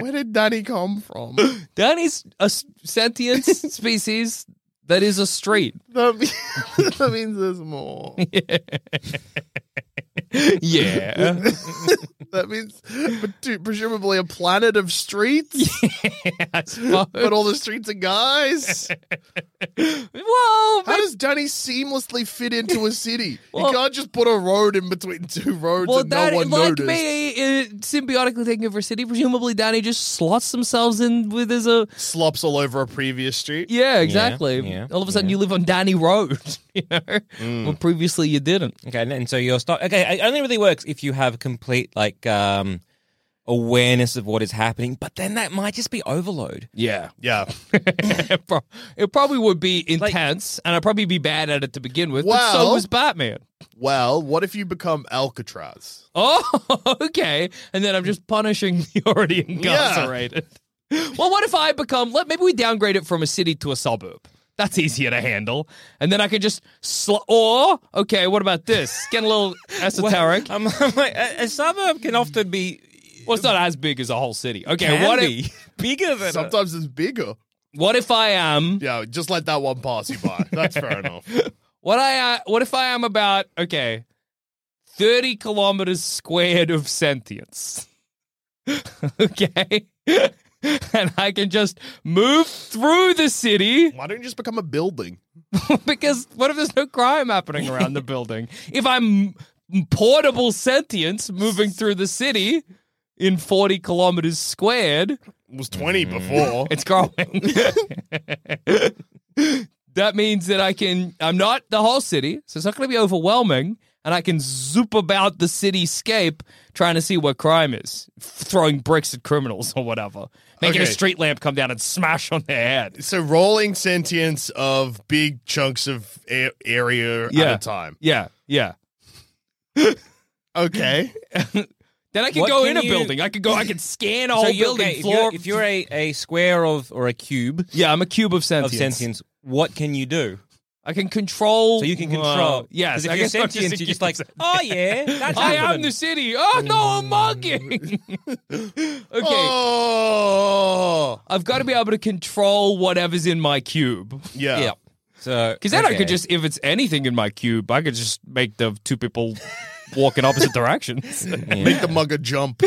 [SPEAKER 1] Where did Danny come from?
[SPEAKER 2] Danny's a s- sentient species that is a street.
[SPEAKER 1] That, me- that means there's more.
[SPEAKER 2] Yeah.
[SPEAKER 1] That means but dude, presumably a planet of streets, but all the streets are guys.
[SPEAKER 2] Whoa.
[SPEAKER 1] How does Danny seamlessly fit into a city?
[SPEAKER 2] Well-
[SPEAKER 1] you can't just put a road in between two roads
[SPEAKER 2] Well,
[SPEAKER 1] and no
[SPEAKER 2] that,
[SPEAKER 1] one
[SPEAKER 2] like
[SPEAKER 1] noticed.
[SPEAKER 2] me, uh, symbiotically taking over a city, presumably Danny just slots themselves in with as a.
[SPEAKER 1] Slops all over a previous street.
[SPEAKER 2] Yeah, exactly.
[SPEAKER 3] yeah,
[SPEAKER 2] All of a sudden
[SPEAKER 3] yeah. Mm.
[SPEAKER 2] you live on Danny Road, you know? Well, previously you didn't.
[SPEAKER 3] Okay, and, and so you're start. Okay, it only really works if you have complete like um awareness of what is happening. But then that might just be overload.
[SPEAKER 2] Yeah.
[SPEAKER 1] Yeah.
[SPEAKER 2] it pro- it probably would be
[SPEAKER 3] Like-
[SPEAKER 2] intense, and I'd probably be bad at it to begin with. but so
[SPEAKER 1] Well-
[SPEAKER 2] was Batman.
[SPEAKER 1] Well, what if you become Alcatraz?
[SPEAKER 2] Oh, okay. And then I'm just punishing the already incarcerated. Well, what if I become? Let maybe we downgrade it from a city to a suburb. That's easier to handle. And then I can just sl- or okay. What about this? Getting a little esoteric.
[SPEAKER 3] I'm, I'm like, a, a suburb can often be
[SPEAKER 2] Well, it's not as big as a whole city. Okay,
[SPEAKER 3] can
[SPEAKER 2] what
[SPEAKER 3] be
[SPEAKER 2] if
[SPEAKER 3] bigger than a,
[SPEAKER 1] Sometimes it's bigger.
[SPEAKER 2] what if I am
[SPEAKER 1] Yeah, just let that one pass you by. That's fair enough.
[SPEAKER 2] what I uh, what if I am about okay, thirty kilometers squared of sentience. okay, and I can just move through the city.
[SPEAKER 1] Why don't you just become a building?
[SPEAKER 2] because what if there's no crime happening around the building? If I'm m- portable sentience moving through the city in 40 kilometers squared,
[SPEAKER 1] It was 20 before.
[SPEAKER 2] it's growing. that means that I can, I'm not the whole city, so it's not going to be overwhelming. And I can zoop about the cityscape trying to see where crime is, f- throwing bricks at criminals or whatever, making a
[SPEAKER 1] Okay.
[SPEAKER 2] street lamp come down and smash on their head.
[SPEAKER 1] So rolling sentience of big chunks of a- area
[SPEAKER 2] Yeah.
[SPEAKER 1] at a time.
[SPEAKER 2] Yeah, yeah.
[SPEAKER 1] Okay.
[SPEAKER 2] Then I could
[SPEAKER 3] What
[SPEAKER 2] go
[SPEAKER 3] can
[SPEAKER 2] in a
[SPEAKER 3] you-
[SPEAKER 2] building. I could go. I could scan a whole
[SPEAKER 3] so you-
[SPEAKER 2] building
[SPEAKER 3] okay, if
[SPEAKER 2] floor.
[SPEAKER 3] you're, if you're a, a square of or a cube
[SPEAKER 2] yeah, I'm a cube of
[SPEAKER 3] of
[SPEAKER 2] sentience.
[SPEAKER 3] sentience, what can you do?
[SPEAKER 2] I can control.
[SPEAKER 3] So you can
[SPEAKER 2] Wow.
[SPEAKER 3] control.
[SPEAKER 2] yes,
[SPEAKER 3] because if
[SPEAKER 2] I
[SPEAKER 3] you're
[SPEAKER 2] guess I'm
[SPEAKER 3] sentient,
[SPEAKER 2] a
[SPEAKER 3] you're just
[SPEAKER 2] cube
[SPEAKER 3] like,
[SPEAKER 2] of sentience.
[SPEAKER 3] oh yeah, that's
[SPEAKER 2] I am
[SPEAKER 3] happening."
[SPEAKER 2] the city. Oh no, I'm mugging. okay,
[SPEAKER 1] Oh.
[SPEAKER 2] I've got to be able to control whatever's in my cube.
[SPEAKER 1] Yeah.
[SPEAKER 3] Yeah. So
[SPEAKER 2] Because then I
[SPEAKER 3] okay.
[SPEAKER 2] could just, if it's anything in my cube, I could just make the two people walk in opposite directions.
[SPEAKER 1] Make the mugger jump.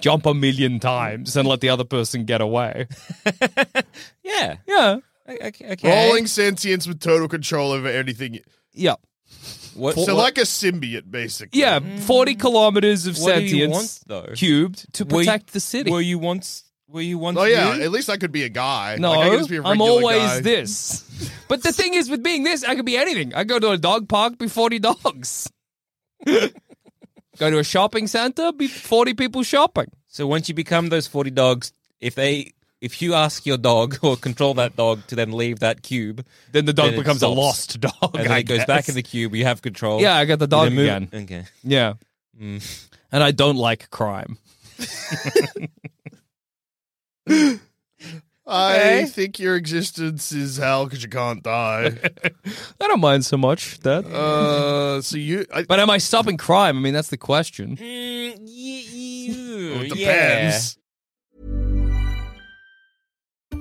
[SPEAKER 2] Jump a million times and let the other person get away.
[SPEAKER 3] Yeah.
[SPEAKER 2] Yeah. Okay. okay.
[SPEAKER 1] Rolling sentience with total control over anything.
[SPEAKER 2] Yeah.
[SPEAKER 3] What,
[SPEAKER 1] So
[SPEAKER 3] what-
[SPEAKER 1] like a symbiote, basically.
[SPEAKER 2] Yeah. 40 kilometers of
[SPEAKER 3] Mm. What do you
[SPEAKER 2] sentience
[SPEAKER 3] want, though?
[SPEAKER 2] cubed to
[SPEAKER 3] were you-
[SPEAKER 2] protect the city.
[SPEAKER 3] Were you once? Were you once?
[SPEAKER 1] Oh yeah.
[SPEAKER 3] you?
[SPEAKER 1] At least I could be a guy.
[SPEAKER 2] Mm-hmm. No,
[SPEAKER 1] Like, I could just be a
[SPEAKER 2] I'm
[SPEAKER 1] regular
[SPEAKER 2] always
[SPEAKER 1] guy.
[SPEAKER 2] this. But the thing is, with being this, I could be anything. I go to a dog park, be 40 dogs. go to a shopping center, be 40 people shopping.
[SPEAKER 3] So once you become those forty dogs, if they, if you ask your dog or control that dog to then leave that cube,
[SPEAKER 2] Then the dog
[SPEAKER 3] Then it
[SPEAKER 2] becomes
[SPEAKER 3] stops.
[SPEAKER 2] a lost dog.
[SPEAKER 3] and then
[SPEAKER 2] I
[SPEAKER 3] it goes back
[SPEAKER 2] guess.
[SPEAKER 3] in the cube, you have control.
[SPEAKER 2] Yeah, I got the
[SPEAKER 3] You
[SPEAKER 2] dog
[SPEAKER 3] then move-
[SPEAKER 2] again.
[SPEAKER 3] Okay.
[SPEAKER 2] Yeah.
[SPEAKER 3] Mm.
[SPEAKER 2] And I don't like crime.
[SPEAKER 1] I
[SPEAKER 2] Okay.
[SPEAKER 1] think your existence is hell because you can't die.
[SPEAKER 2] I don't mind so much that.
[SPEAKER 1] uh, so you. I,
[SPEAKER 2] but am I stopping crime? I mean, that's the question.
[SPEAKER 3] Mm,
[SPEAKER 1] well, it
[SPEAKER 3] y-
[SPEAKER 1] depends.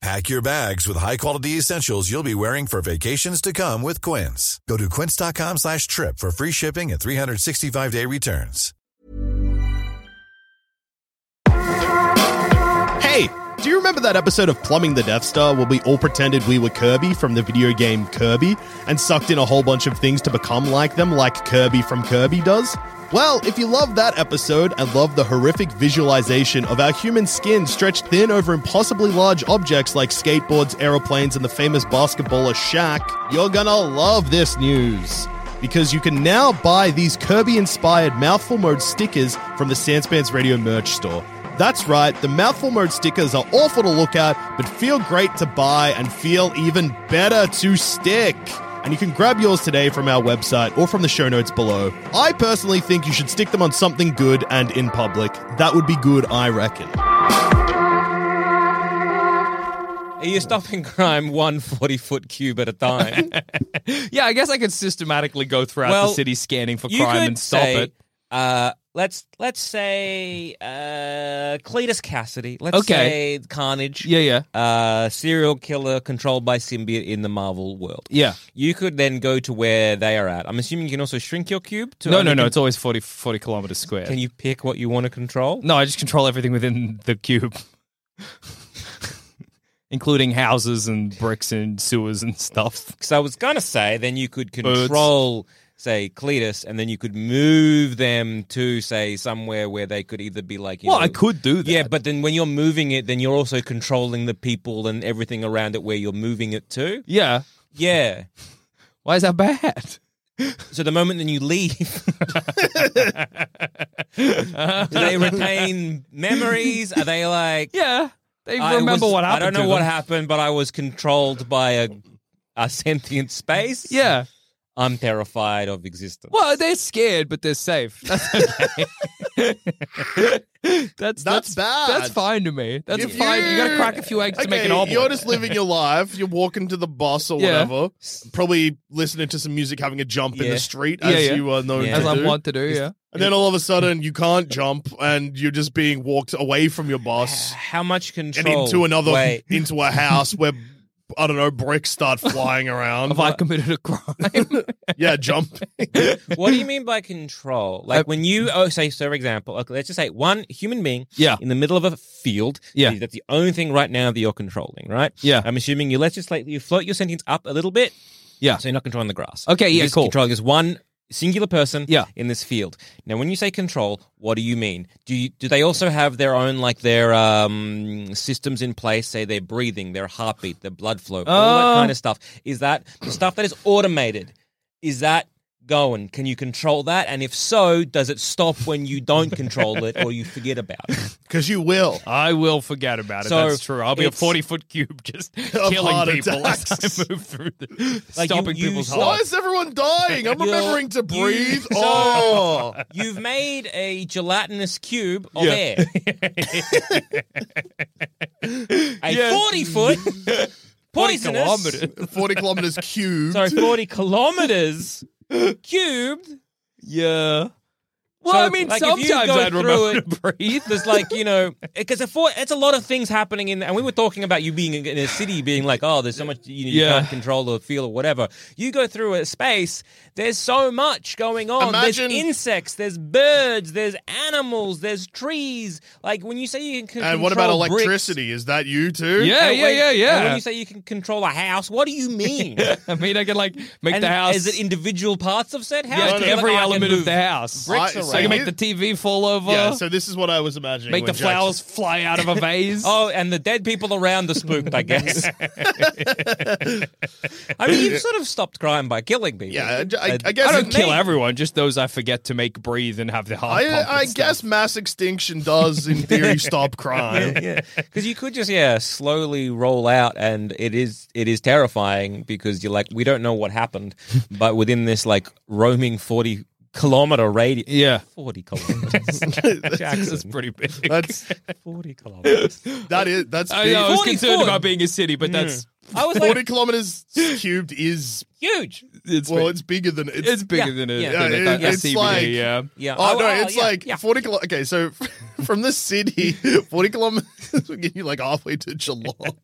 [SPEAKER 5] Pack your bags with high-quality essentials you'll be wearing for vacations to come with Quince. Go to quince.com slash trip for free shipping and 365-day returns.
[SPEAKER 4] Hey, do you remember that episode of Plumbing the Death Star where we all pretended we were Kirby from the video game Kirby and sucked in a whole bunch of things to become like them, like Kirby from Kirby does? Well, if you love that episode and love the horrific visualization of our human skin stretched thin over impossibly large objects like skateboards, aeroplanes, and the famous basketballer Shaq, you're gonna love this news because you can now buy these Kirby inspired Mouthful Mode stickers from the Sanspans Radio merch store. That's right, the Mouthful Mode stickers are awful to look at, but feel great to buy and feel even better to stick. And you can grab yours today from our website or from the show notes below. I personally think you should stick them on something good and in public. That would be good, I reckon.
[SPEAKER 3] Are you stopping crime one 40 foot cube at a time?
[SPEAKER 2] Yeah, I guess I could systematically go throughout
[SPEAKER 3] Well,
[SPEAKER 2] the city scanning for
[SPEAKER 3] you
[SPEAKER 2] crime
[SPEAKER 3] could
[SPEAKER 2] and stop
[SPEAKER 3] say,
[SPEAKER 2] it.
[SPEAKER 3] Uh, let's let's say uh, Cletus Cassidy. Let's
[SPEAKER 2] Okay.
[SPEAKER 3] say Carnage.
[SPEAKER 2] Yeah, yeah.
[SPEAKER 3] Uh, serial killer controlled by symbiote in the Marvel world.
[SPEAKER 2] Yeah.
[SPEAKER 3] You could then go to where they are at. I'm assuming you can also shrink your cube to.
[SPEAKER 2] No,
[SPEAKER 3] only
[SPEAKER 2] no, no.
[SPEAKER 3] con-
[SPEAKER 2] It's always 40, 40 kilometers square.
[SPEAKER 3] Can you pick what you want to control?
[SPEAKER 2] No, I just control everything within the cube, including houses and bricks and sewers and stuff.
[SPEAKER 3] Because I was going to say, then you could
[SPEAKER 2] Birds.
[SPEAKER 3] control, say, Cletus, and then you could move them to, say, somewhere where they could either be like. You
[SPEAKER 2] Well,
[SPEAKER 3] know-
[SPEAKER 2] I could do that.
[SPEAKER 3] Yeah, but then when you're moving it, then you're also controlling the people and everything around it where you're moving it to.
[SPEAKER 2] yeah.
[SPEAKER 3] Yeah.
[SPEAKER 2] Why is that bad?
[SPEAKER 3] So the moment then you leave, do they retain memories? Are they like,
[SPEAKER 2] Yeah, they
[SPEAKER 3] I
[SPEAKER 2] remember
[SPEAKER 3] was-
[SPEAKER 2] what happened.
[SPEAKER 3] I don't know
[SPEAKER 2] to
[SPEAKER 3] what
[SPEAKER 2] them.
[SPEAKER 3] happened, but I was controlled by a a sentient space.
[SPEAKER 2] Yeah.
[SPEAKER 3] I'm terrified of existence.
[SPEAKER 2] Well, they're scared, but they're safe. That's okay. that's,
[SPEAKER 1] That's bad.
[SPEAKER 2] That's fine to me. That's
[SPEAKER 1] If
[SPEAKER 2] fine. You, got to
[SPEAKER 1] you-
[SPEAKER 2] crack a few eggs to make an
[SPEAKER 1] Okay,
[SPEAKER 2] omelet.
[SPEAKER 1] You're just living your life. You're walking to the bus or
[SPEAKER 2] Yeah.
[SPEAKER 1] whatever. Probably listening to some music, having a jump in
[SPEAKER 3] Yeah.
[SPEAKER 1] the street,
[SPEAKER 2] Yeah,
[SPEAKER 1] as
[SPEAKER 2] yeah.
[SPEAKER 1] you are known
[SPEAKER 3] Yeah.
[SPEAKER 2] As
[SPEAKER 1] to
[SPEAKER 2] I
[SPEAKER 1] do.
[SPEAKER 2] want to do. Yeah.
[SPEAKER 1] and then all of a sudden, you can't jump, and you're just being walked away from your bus
[SPEAKER 3] How much
[SPEAKER 1] and
[SPEAKER 3] control?
[SPEAKER 1] into another,
[SPEAKER 3] Wait,
[SPEAKER 1] into a house where I don't know, bricks start flying around.
[SPEAKER 2] Have I committed a crime?
[SPEAKER 1] yeah, jump.
[SPEAKER 3] what do you mean by control?
[SPEAKER 2] Uh,
[SPEAKER 3] Like when you oh say so for example, okay, let's just say one human being
[SPEAKER 2] Yeah.
[SPEAKER 3] in the middle of a field.
[SPEAKER 2] Yeah.
[SPEAKER 3] That's the only thing right now that you're controlling, right?
[SPEAKER 2] Yeah.
[SPEAKER 3] I'm assuming you legislate you float your sentence up a little bit.
[SPEAKER 2] Yeah.
[SPEAKER 3] So you're not controlling the grass.
[SPEAKER 2] Okay,
[SPEAKER 3] You're
[SPEAKER 2] yeah,
[SPEAKER 3] just
[SPEAKER 2] cool.
[SPEAKER 3] Controlling this one singular person
[SPEAKER 2] Yeah.
[SPEAKER 3] in this field. Now when you say control, what do you mean? Do you do they also have their own like their um systems in place, say their breathing, their heartbeat, their blood flow, all
[SPEAKER 2] Uh,
[SPEAKER 3] that kind of stuff? Is that the stuff that is automated? Is that going? Can you control that? And if so, does it stop when you don't control it or you forget about it?
[SPEAKER 1] Because you will.
[SPEAKER 2] I will forget about it.
[SPEAKER 3] So,
[SPEAKER 2] That's true. I'll be a
[SPEAKER 3] it's-
[SPEAKER 2] 40 foot cube just
[SPEAKER 1] Of
[SPEAKER 2] killing
[SPEAKER 1] heart
[SPEAKER 2] people as
[SPEAKER 1] attacks.
[SPEAKER 2] I move through the.
[SPEAKER 3] Like, you-
[SPEAKER 2] stopping
[SPEAKER 3] you
[SPEAKER 2] people's
[SPEAKER 3] stop.
[SPEAKER 1] Why
[SPEAKER 2] hearts.
[SPEAKER 1] is everyone dying? I'm
[SPEAKER 3] You're-
[SPEAKER 1] remembering to
[SPEAKER 3] you-
[SPEAKER 1] breathe.
[SPEAKER 3] so-
[SPEAKER 1] Oh.
[SPEAKER 3] You've made a gelatinous cube of
[SPEAKER 2] Yeah.
[SPEAKER 3] air. a 40 foot poisonous.
[SPEAKER 2] kilometers.
[SPEAKER 1] 40 kilometers cubed.
[SPEAKER 3] Sorry, 40 kilometers cubed.
[SPEAKER 2] Yeah. Well,
[SPEAKER 3] So,
[SPEAKER 2] I mean,
[SPEAKER 3] like, if you
[SPEAKER 2] sometimes
[SPEAKER 3] go
[SPEAKER 2] I'd
[SPEAKER 3] through
[SPEAKER 2] remember
[SPEAKER 3] it-
[SPEAKER 2] to breathe.
[SPEAKER 3] There's like you know, because it's a lot of things happening in, and we were talking about you being in a city, being like, oh, there's so much you, you
[SPEAKER 2] Yeah.
[SPEAKER 3] can't control or feel or whatever. You go through a space, there's so much going on.
[SPEAKER 1] Imagine-
[SPEAKER 3] there's insects, there's birds, there's animals, there's trees. Like when you say you can c- control
[SPEAKER 1] And what about
[SPEAKER 3] bricks-
[SPEAKER 1] electricity? Is that you too?
[SPEAKER 2] Yeah,
[SPEAKER 3] and
[SPEAKER 2] yeah,
[SPEAKER 3] when-
[SPEAKER 2] yeah,
[SPEAKER 3] and
[SPEAKER 2] yeah.
[SPEAKER 3] when you say you can control a house, what do you mean?
[SPEAKER 2] I mean, I can like make
[SPEAKER 3] and
[SPEAKER 2] the house.
[SPEAKER 3] Is it individual parts of said house?
[SPEAKER 2] yeah,
[SPEAKER 3] Or
[SPEAKER 2] like
[SPEAKER 3] is it
[SPEAKER 2] every
[SPEAKER 3] like, I can
[SPEAKER 2] element of
[SPEAKER 3] move
[SPEAKER 2] the house?
[SPEAKER 3] bricks
[SPEAKER 1] I- so
[SPEAKER 3] around?
[SPEAKER 2] I can make
[SPEAKER 1] you-
[SPEAKER 2] the TV fall over.
[SPEAKER 1] Yeah, so this is what I was imagining.
[SPEAKER 2] make the
[SPEAKER 1] when Jackson-
[SPEAKER 2] flowers fly out of a vase.
[SPEAKER 3] Oh, and the dead people around are spooked, I guess. I mean, you've sort of stopped crime by killing people.
[SPEAKER 1] Yeah, I, I,
[SPEAKER 3] Uh,
[SPEAKER 1] I guess.
[SPEAKER 2] I don't
[SPEAKER 1] it-
[SPEAKER 2] kill everyone, just those I forget to make breathe and have the heart.
[SPEAKER 1] I, uh,
[SPEAKER 2] pump and
[SPEAKER 1] I
[SPEAKER 2] stuff.
[SPEAKER 1] guess mass extinction does, in theory, stop crime.
[SPEAKER 3] yeah, because you could just yeah slowly roll out, and it is it is terrifying because you're like we don't know what happened, but within this like roaming forty kilometer radius,
[SPEAKER 2] Yeah.
[SPEAKER 3] forty kilometers,
[SPEAKER 2] That's
[SPEAKER 3] Jackson,
[SPEAKER 2] pretty big.
[SPEAKER 1] That's
[SPEAKER 3] forty kilometers.
[SPEAKER 1] that is that's
[SPEAKER 2] I,
[SPEAKER 1] big.
[SPEAKER 2] know, I was
[SPEAKER 3] 40
[SPEAKER 2] concerned
[SPEAKER 3] foot.
[SPEAKER 2] about being a city,
[SPEAKER 3] Mm.
[SPEAKER 2] but that's
[SPEAKER 3] I was
[SPEAKER 1] forty Oh,
[SPEAKER 3] like
[SPEAKER 1] kilometers cubed is
[SPEAKER 3] huge.
[SPEAKER 2] it's
[SPEAKER 1] well,
[SPEAKER 2] big.
[SPEAKER 1] it's bigger than it's.
[SPEAKER 2] it's bigger
[SPEAKER 3] yeah,
[SPEAKER 2] than a,
[SPEAKER 3] yeah.
[SPEAKER 2] than a,
[SPEAKER 1] Yeah, it-
[SPEAKER 2] a
[SPEAKER 1] it's
[SPEAKER 2] CBD,
[SPEAKER 1] like-
[SPEAKER 2] yeah.
[SPEAKER 3] Yeah.
[SPEAKER 1] oh no, it's
[SPEAKER 3] yeah,
[SPEAKER 1] like
[SPEAKER 3] yeah.
[SPEAKER 1] forty kilo. Okay, so from the city, forty kilometers will get you like halfway to Geelong.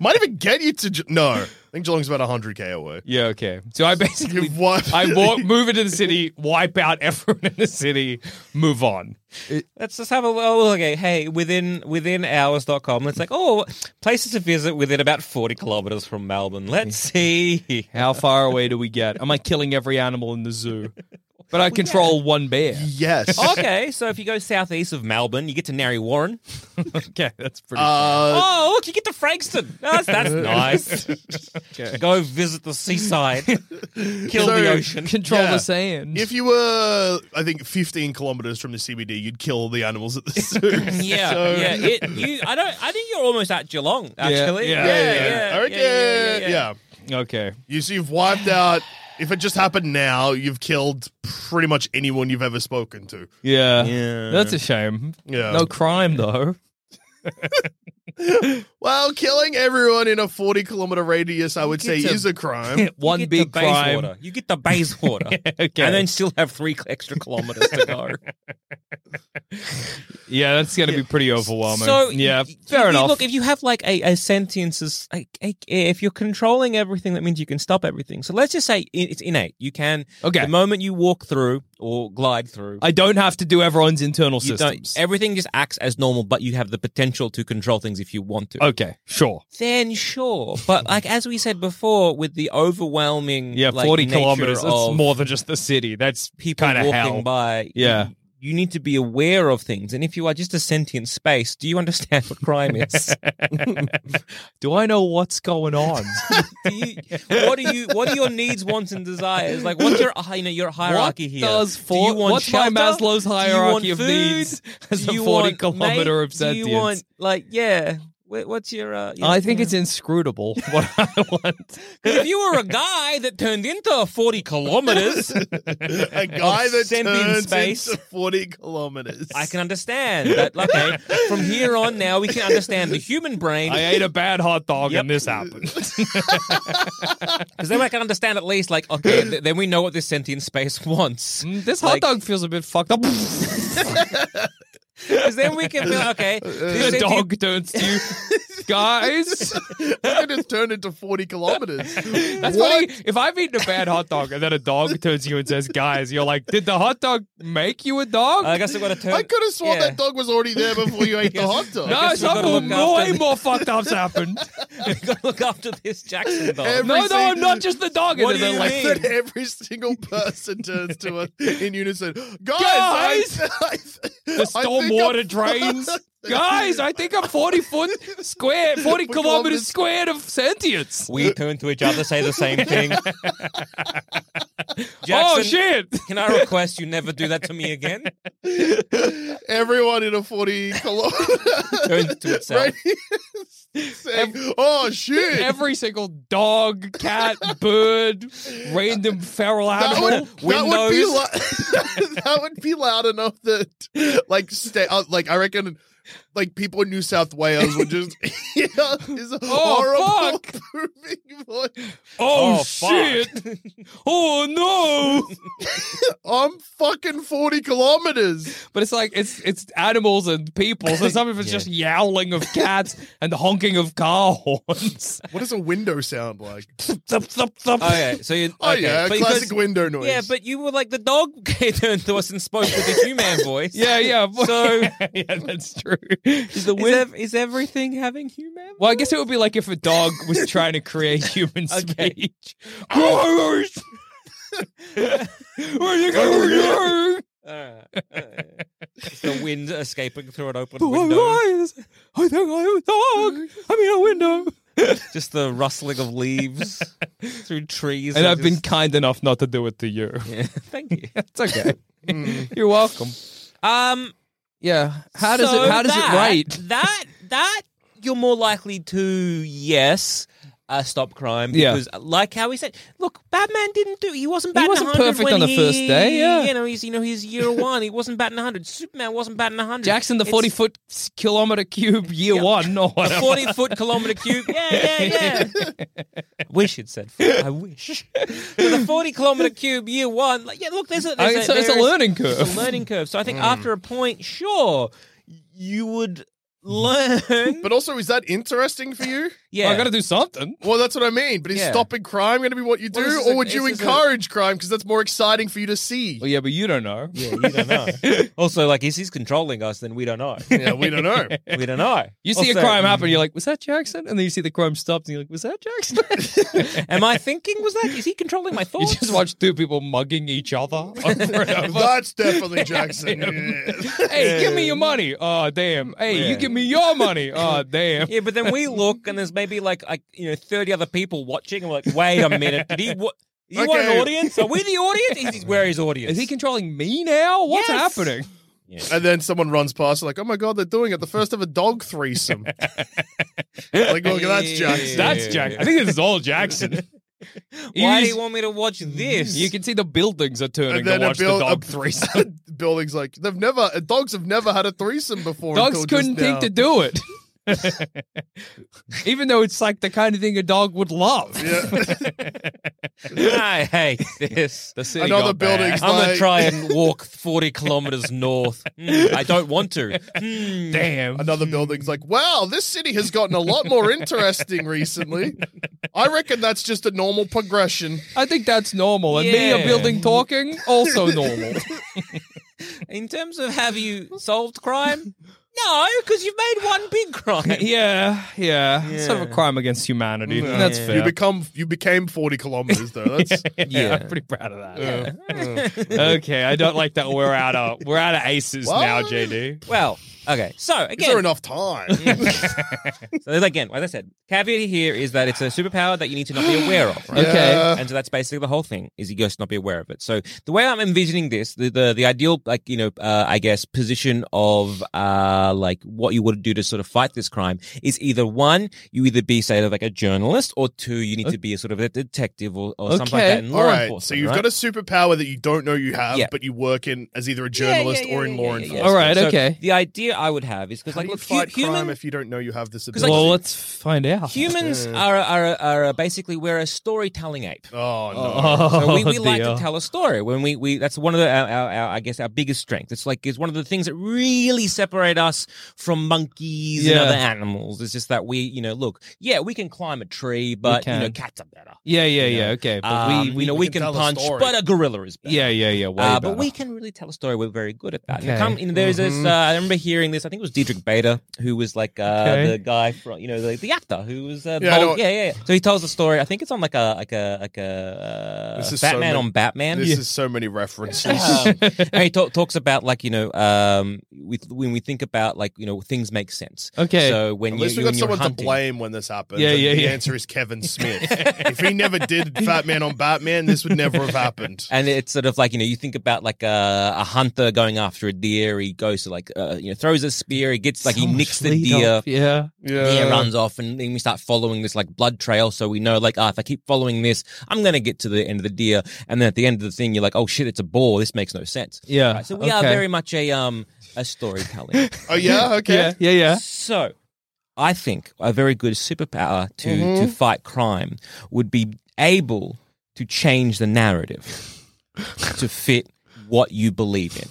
[SPEAKER 1] Might even get you to Ge- no. I think Geelong's about hundred k away.
[SPEAKER 2] Yeah, okay. So I basically
[SPEAKER 1] You've wiped-
[SPEAKER 2] I walk move into the city, wipe out everyone in the city, move on.
[SPEAKER 3] Let's just have a oh, okay. Hey, within within hours.com, it's like, oh, places to visit within about 40 kilometers from Melbourne. Let's see.
[SPEAKER 2] How far away do we get? Am I killing every animal in the zoo? But I control one bear.
[SPEAKER 1] Yes.
[SPEAKER 3] Oh, Okay, so if you go southeast of Melbourne, you get to Narry Warren.
[SPEAKER 2] Okay, that's pretty
[SPEAKER 1] Uh,
[SPEAKER 3] Oh, look, you get to Frankston. That's, that's nice. Go visit the seaside, kill
[SPEAKER 1] So-
[SPEAKER 3] the ocean.
[SPEAKER 2] control
[SPEAKER 1] yeah.
[SPEAKER 2] the sand.
[SPEAKER 1] If you were, I think, 15 kilometers from the CBD, you'd kill all the animals at the zoo.
[SPEAKER 3] Yeah,
[SPEAKER 1] So-
[SPEAKER 3] yeah. It, you, I don't. I think you're almost at Geelong. Actually,
[SPEAKER 2] yeah, yeah.
[SPEAKER 1] okay. yeah.
[SPEAKER 2] okay.
[SPEAKER 1] You see, you've wiped out. If it just happened now, you've killed pretty much anyone you've ever spoken to.
[SPEAKER 2] Yeah. That's a shame.
[SPEAKER 1] Yeah.
[SPEAKER 2] No crime though.
[SPEAKER 1] Well, killing everyone in a 40 kilometer radius, I would say,
[SPEAKER 3] It's a-
[SPEAKER 1] is a crime.
[SPEAKER 2] One
[SPEAKER 3] You get
[SPEAKER 2] big
[SPEAKER 3] to
[SPEAKER 2] crime.
[SPEAKER 3] Bayswater. You get the Bayswater,
[SPEAKER 2] okay.
[SPEAKER 3] and then still have three extra kilometers to go.
[SPEAKER 2] Yeah, that's going to be pretty overwhelming.
[SPEAKER 3] so
[SPEAKER 2] yeah,
[SPEAKER 3] y-
[SPEAKER 2] fair
[SPEAKER 3] y-
[SPEAKER 2] enough.
[SPEAKER 3] Look, if you have like a, a sentience, is like, a- if you're controlling everything, that means you can stop everything. So let's just say i- it's innate. You can.
[SPEAKER 2] Okay.
[SPEAKER 3] The moment you walk through or glide through.
[SPEAKER 2] I don't have to do everyone's internal
[SPEAKER 3] you don't-
[SPEAKER 2] systems.
[SPEAKER 3] everything just acts as normal, but you have the potential to control things if you want to.
[SPEAKER 2] okay, sure.
[SPEAKER 3] Then sure, but like as we said before, with the overwhelming
[SPEAKER 2] Yeah,
[SPEAKER 3] like,
[SPEAKER 2] forty
[SPEAKER 3] nature
[SPEAKER 2] kilometers. That's
[SPEAKER 3] of
[SPEAKER 2] more than just the city. That's
[SPEAKER 3] people
[SPEAKER 2] kind of
[SPEAKER 3] walking
[SPEAKER 2] hell.
[SPEAKER 3] by.
[SPEAKER 2] Yeah.
[SPEAKER 3] You, you need to be aware of things, and if you are just a sentient space, do you understand what crime is?
[SPEAKER 2] Do I know what's going on?
[SPEAKER 3] do you, what are you? What are your needs, wants, and desires? Like, what's your you know, your hierarchy
[SPEAKER 2] what
[SPEAKER 3] here?
[SPEAKER 2] Does for,
[SPEAKER 3] do you want
[SPEAKER 2] what's
[SPEAKER 3] shelter?
[SPEAKER 2] my Maslow's
[SPEAKER 3] Do you
[SPEAKER 2] hierarchy
[SPEAKER 3] want
[SPEAKER 2] of
[SPEAKER 3] food?
[SPEAKER 2] needs as
[SPEAKER 3] do
[SPEAKER 2] a
[SPEAKER 3] you
[SPEAKER 2] forty
[SPEAKER 3] want
[SPEAKER 2] kilometer
[SPEAKER 3] mate?
[SPEAKER 2] of sentience?
[SPEAKER 3] Do you want like yeah? wh- What's your? Uh, yeah,
[SPEAKER 2] I think
[SPEAKER 3] yeah.
[SPEAKER 2] it's inscrutable what I want.
[SPEAKER 3] if you were a guy that turned into forty kilometers,
[SPEAKER 1] a guy
[SPEAKER 3] Of
[SPEAKER 1] that
[SPEAKER 3] sentient
[SPEAKER 1] turns
[SPEAKER 3] space.
[SPEAKER 1] into 40 kilometers.
[SPEAKER 3] I can understand that. Okay, from here on now, we can understand the human brain.
[SPEAKER 2] I ate a bad hot dog
[SPEAKER 3] Yep.
[SPEAKER 2] and this happened.
[SPEAKER 3] Because then I can understand at least, like, okay, th- then we know what this sentient space wants.
[SPEAKER 2] Mm, this
[SPEAKER 3] Like-
[SPEAKER 2] hot dog feels a bit fucked up.
[SPEAKER 3] Because then we can be like, okay, this
[SPEAKER 2] the
[SPEAKER 3] interview-
[SPEAKER 2] dog turns to you, guys.
[SPEAKER 1] It just turned into 40 kilometers.
[SPEAKER 2] That's
[SPEAKER 1] what?
[SPEAKER 2] funny. If I've eaten a bad hot dog and then a dog turns to you and says, guys, you're like, did the hot dog make you a dog?
[SPEAKER 3] I guess I've got to turn.
[SPEAKER 1] I could have sworn
[SPEAKER 3] Yeah.
[SPEAKER 1] that dog was already there before you ate the hot dog.
[SPEAKER 3] guess
[SPEAKER 2] no,
[SPEAKER 3] we've gotta
[SPEAKER 2] something
[SPEAKER 3] look after
[SPEAKER 2] way
[SPEAKER 3] the-
[SPEAKER 2] more fucked up's happened.
[SPEAKER 3] We've got to look after this Jackson dog.
[SPEAKER 1] Every
[SPEAKER 2] no, no, I'm
[SPEAKER 1] single-
[SPEAKER 2] not just the dog.
[SPEAKER 3] What
[SPEAKER 2] and
[SPEAKER 3] do
[SPEAKER 2] then
[SPEAKER 3] you
[SPEAKER 2] like,
[SPEAKER 1] I
[SPEAKER 3] mean?
[SPEAKER 1] said every single person turns to us in unison. Guys,
[SPEAKER 2] Guys!
[SPEAKER 1] I, I, I
[SPEAKER 2] the storm
[SPEAKER 1] think
[SPEAKER 2] water
[SPEAKER 1] I'm-
[SPEAKER 2] drains. Guys, I think I'm 40 foot square, 40
[SPEAKER 1] We're
[SPEAKER 2] kilometers
[SPEAKER 1] kilometers.
[SPEAKER 2] squared of sentience.
[SPEAKER 3] We turn to each other, say the same thing.
[SPEAKER 2] Oh,
[SPEAKER 3] Jackson,
[SPEAKER 2] shit.
[SPEAKER 3] can I request you never do that to me again?
[SPEAKER 1] Everyone in a 40 kilometer
[SPEAKER 3] Turns to itself.
[SPEAKER 1] radius saying, oh, shit.
[SPEAKER 2] Every single dog, cat, bird, random feral
[SPEAKER 1] that would,
[SPEAKER 2] animal.
[SPEAKER 1] that would be
[SPEAKER 3] windows.
[SPEAKER 1] lou- that would be loud enough that like stay uh, like I reckon like people in New South Wales would just hear his
[SPEAKER 2] Oh,
[SPEAKER 1] horrible booming voice.
[SPEAKER 2] Oh,
[SPEAKER 3] Oh, fuck.
[SPEAKER 2] shit. oh, no.
[SPEAKER 1] I'm fucking forty kilometers.
[SPEAKER 2] But it's like it's it's animals and people. So some of it's just yowling of cats and the honking of car horns.
[SPEAKER 1] What does a window sound like?
[SPEAKER 2] Thup, thup, thup.
[SPEAKER 3] Okay, so you. Okay,
[SPEAKER 1] Oh yeah,
[SPEAKER 3] but
[SPEAKER 1] classic
[SPEAKER 3] because-
[SPEAKER 1] window noise.
[SPEAKER 3] Yeah, but you were like the dog turned to us and spoke with the human voice.
[SPEAKER 2] Yeah, yeah.
[SPEAKER 3] So-
[SPEAKER 2] yeah, that's true. Is the
[SPEAKER 3] Is, ev- is everything having human?
[SPEAKER 2] Well, I guess it would be like if a dog was trying to create human
[SPEAKER 3] Okay.
[SPEAKER 2] speech. Gross! What you gonna do?
[SPEAKER 3] Uh, uh, it's the wind escaping through an
[SPEAKER 2] Oh,
[SPEAKER 3] open window.
[SPEAKER 2] I think I'm a dog. I'm in a window.
[SPEAKER 3] Just the rustling of leaves through trees.
[SPEAKER 2] And I've been
[SPEAKER 3] just-
[SPEAKER 2] kind enough not to do it to you.
[SPEAKER 3] Thank you.
[SPEAKER 2] It's okay. You're welcome. Mm.
[SPEAKER 3] Um,
[SPEAKER 2] Yeah. How does
[SPEAKER 3] so
[SPEAKER 2] it? How does
[SPEAKER 3] that,
[SPEAKER 2] it rate?
[SPEAKER 3] That that you're more likely to yes. Uh, stop crime
[SPEAKER 2] Yeah.
[SPEAKER 3] because, uh, like how he said, look, Batman didn't do. He wasn't
[SPEAKER 2] He
[SPEAKER 3] batting.
[SPEAKER 2] wasn't
[SPEAKER 3] 100
[SPEAKER 2] perfect
[SPEAKER 3] when
[SPEAKER 2] on the
[SPEAKER 3] he-
[SPEAKER 2] first day, yeah.
[SPEAKER 3] you know he's you know he's year one. He wasn't batting hundred. Superman wasn't batting hundred.
[SPEAKER 2] Jackson, the forty foot kilometer cube, year one, or
[SPEAKER 3] a
[SPEAKER 2] whatever.
[SPEAKER 3] forty foot kilometer cube. Yeah, yeah, yeah. wish it said. I wish. So the forty kilometer cube, year one. Like, yeah, look, there's a
[SPEAKER 2] I-
[SPEAKER 3] there's
[SPEAKER 2] it's a- it's a
[SPEAKER 3] there is-
[SPEAKER 2] learning curve.
[SPEAKER 3] It's a learning curve. So I think after a point, sure, you would learn.
[SPEAKER 1] But also, is that interesting for you?
[SPEAKER 3] yeah,
[SPEAKER 2] I got to do something.
[SPEAKER 1] Well, that's what I mean. But is
[SPEAKER 3] Yeah.
[SPEAKER 1] stopping crime going to be what you do,
[SPEAKER 3] this is
[SPEAKER 1] or
[SPEAKER 3] a-
[SPEAKER 1] would you
[SPEAKER 3] this is a-
[SPEAKER 1] encourage crime because that's more exciting for you to see?
[SPEAKER 2] Well, yeah, but you don't know.
[SPEAKER 3] Yeah, you don't know. also, like, if he's controlling us, then we don't know.
[SPEAKER 1] Yeah, we don't know.
[SPEAKER 3] We don't know.
[SPEAKER 2] You
[SPEAKER 1] Oh,
[SPEAKER 2] see a
[SPEAKER 3] Also,
[SPEAKER 2] crime happen, you're like, was that Jackson? And then you see the crime stopped, and you're like, was that Jackson?
[SPEAKER 3] Am I thinking? Was that? Is he controlling my
[SPEAKER 2] you
[SPEAKER 3] thoughts?
[SPEAKER 2] just watch two people mugging each other. over and over.
[SPEAKER 1] that's definitely Jackson. Yeah.
[SPEAKER 2] hey, give me your money. Oh, damn. Hey, you give me your money. Oh, damn.
[SPEAKER 3] Yeah, but then we look, and there's maybe like, like you know, thirty other people watching, and we're like, wait a minute, did he? Wa- he want an
[SPEAKER 1] Okay.
[SPEAKER 3] audience? Are we the audience? He's, he's where his audience?
[SPEAKER 2] Is he controlling me now? What's
[SPEAKER 3] Yes.
[SPEAKER 2] happening?
[SPEAKER 1] And then someone runs past, like, oh my god, they're doing it. The first ever dog threesome. like, look, that's Jackson.
[SPEAKER 2] That's Jack. I think this is all Jackson.
[SPEAKER 3] Why do
[SPEAKER 2] He's-
[SPEAKER 3] you want me to watch this?
[SPEAKER 2] You can see the buildings are turning
[SPEAKER 1] And
[SPEAKER 2] to
[SPEAKER 1] then a
[SPEAKER 2] watch
[SPEAKER 1] build-
[SPEAKER 2] the dog
[SPEAKER 1] a-
[SPEAKER 2] threesome.
[SPEAKER 1] Buildings like they've never dogs have never had a threesome before.
[SPEAKER 2] Dogs
[SPEAKER 1] until just
[SPEAKER 2] couldn't think
[SPEAKER 1] now.
[SPEAKER 2] to do it. Even though it's like the kind of thing a dog would love.
[SPEAKER 1] Yeah.
[SPEAKER 3] I hate this.
[SPEAKER 2] The city
[SPEAKER 1] Another
[SPEAKER 2] got bad.
[SPEAKER 1] building's
[SPEAKER 3] I'm gonna
[SPEAKER 1] like-
[SPEAKER 3] try and walk 40 kilometers north. Hmm, I don't want to. Hmm.
[SPEAKER 2] Damn.
[SPEAKER 1] Another building's like, wow, this city has gotten a lot more interesting recently. I reckon that's just a normal progression.
[SPEAKER 2] I think that's normal. And me,
[SPEAKER 3] Yeah.
[SPEAKER 2] a building talking, also normal.
[SPEAKER 3] In terms of have you solved crime? No, because you've made one big crime.
[SPEAKER 2] yeah, yeah, It's Sort of a crime against humanity. That's fair.
[SPEAKER 1] You become you became forty kilometers though. That's
[SPEAKER 2] yeah, I'm pretty proud of that. okay, I don't like that we're out of we're out of aces now,
[SPEAKER 1] What?
[SPEAKER 2] JD.
[SPEAKER 3] Well, okay. So again,
[SPEAKER 1] is there enough time?
[SPEAKER 3] So there's again, like I said, caveat here is that it's a superpower that you need to not be aware of. Right?
[SPEAKER 2] Okay.
[SPEAKER 3] And so that's basically the whole thing is you just not be aware of it. So the way I'm envisioning this, the the, the ideal, like you know, uh, I guess position of uh, like what you would do to sort of fight this crime is either one, you either be say like a journalist, or two, you need to be a sort of a detective or, or something like
[SPEAKER 2] Okay.
[SPEAKER 3] that in law
[SPEAKER 1] All right.
[SPEAKER 3] enforcement.
[SPEAKER 1] So you've
[SPEAKER 3] right?
[SPEAKER 1] got a superpower that you don't know you have,
[SPEAKER 3] Yeah.
[SPEAKER 1] but you work in as either a journalist or in law enforcement.
[SPEAKER 2] All right, okay.
[SPEAKER 3] The idea idea I would have is because
[SPEAKER 1] How
[SPEAKER 3] like
[SPEAKER 1] do you
[SPEAKER 3] look, hu-
[SPEAKER 1] fight crime
[SPEAKER 3] human
[SPEAKER 1] if you don't know you have this
[SPEAKER 3] like,
[SPEAKER 1] ability?
[SPEAKER 2] well, let's find out.
[SPEAKER 3] humans are are are basically we're a storytelling ape.
[SPEAKER 1] oh no.
[SPEAKER 3] So we, we
[SPEAKER 2] Oh,
[SPEAKER 3] like to
[SPEAKER 2] dear.
[SPEAKER 3] tell a story when we, we that's one of the our, our, our I guess our biggest strength. It's like is one of the things that really separate us from monkeys and
[SPEAKER 2] Yeah.
[SPEAKER 3] other animals. It's just that we you know look yeah we can climb a tree but you know
[SPEAKER 2] can.
[SPEAKER 3] cats are better.
[SPEAKER 2] Yeah, yeah, yeah. Okay, but
[SPEAKER 3] Um,
[SPEAKER 2] we, we
[SPEAKER 3] you know we, can,
[SPEAKER 1] tell a
[SPEAKER 3] punch
[SPEAKER 1] story.
[SPEAKER 3] but a gorilla is better.
[SPEAKER 2] yeah, yeah, yeah. Way
[SPEAKER 3] Uh,
[SPEAKER 2] better.
[SPEAKER 3] but we can really tell a story. We're very good at that. And it
[SPEAKER 2] Okay.
[SPEAKER 3] come- you know, there's
[SPEAKER 1] Mm-hmm.
[SPEAKER 3] this. Uh, I remember hearing this. I think it was Diedrich Bader who was like uh,
[SPEAKER 2] Okay.
[SPEAKER 3] the guy from you know the, the actor who was uh,
[SPEAKER 1] Yeah, I
[SPEAKER 3] bald-
[SPEAKER 1] know-
[SPEAKER 3] yeah, yeah, yeah. So he tells a story. I think it's on like a like a like a
[SPEAKER 1] This
[SPEAKER 3] uh,
[SPEAKER 1] is so
[SPEAKER 3] Batman
[SPEAKER 1] many-
[SPEAKER 3] on Batman.
[SPEAKER 1] This is so many references.
[SPEAKER 3] Um, and he ta- talks about like you know um, we, when we think about like you know things make sense.
[SPEAKER 2] Okay.
[SPEAKER 3] So when
[SPEAKER 1] At
[SPEAKER 3] you,
[SPEAKER 1] least we
[SPEAKER 3] you-
[SPEAKER 1] got
[SPEAKER 3] when you're
[SPEAKER 1] someone to
[SPEAKER 3] hunting-
[SPEAKER 1] blame when this happens.
[SPEAKER 2] Yeah,
[SPEAKER 1] and
[SPEAKER 2] yeah,
[SPEAKER 1] The
[SPEAKER 2] yeah.
[SPEAKER 1] answer is Kevin Smith. if he never did Fat Man on Batman, this would never have happened.
[SPEAKER 3] And it's sort of like you know you think about like uh, a, a hunter going after a deer. He goes to like uh, you know throws a spear. He gets like
[SPEAKER 2] So
[SPEAKER 3] he
[SPEAKER 2] much
[SPEAKER 3] nicks the
[SPEAKER 2] lead
[SPEAKER 3] deer.
[SPEAKER 2] up, Yeah.
[SPEAKER 1] Yeah.
[SPEAKER 3] Deer runs off, and then we start following this like blood trail. So we know, like, ah, if I keep following this, I'm gonna get to the end of the deer. And then at the end of the thing, you're like, oh shit, it's a boar. This makes no sense.
[SPEAKER 2] Yeah,
[SPEAKER 3] Right, so we are
[SPEAKER 2] okay.
[SPEAKER 3] very much a um a storytelling.
[SPEAKER 1] Oh yeah, okay.
[SPEAKER 2] Yeah, yeah, yeah.
[SPEAKER 3] So, I think a very good superpower to to fight crime would be able to change the narrative to fit what you believe in.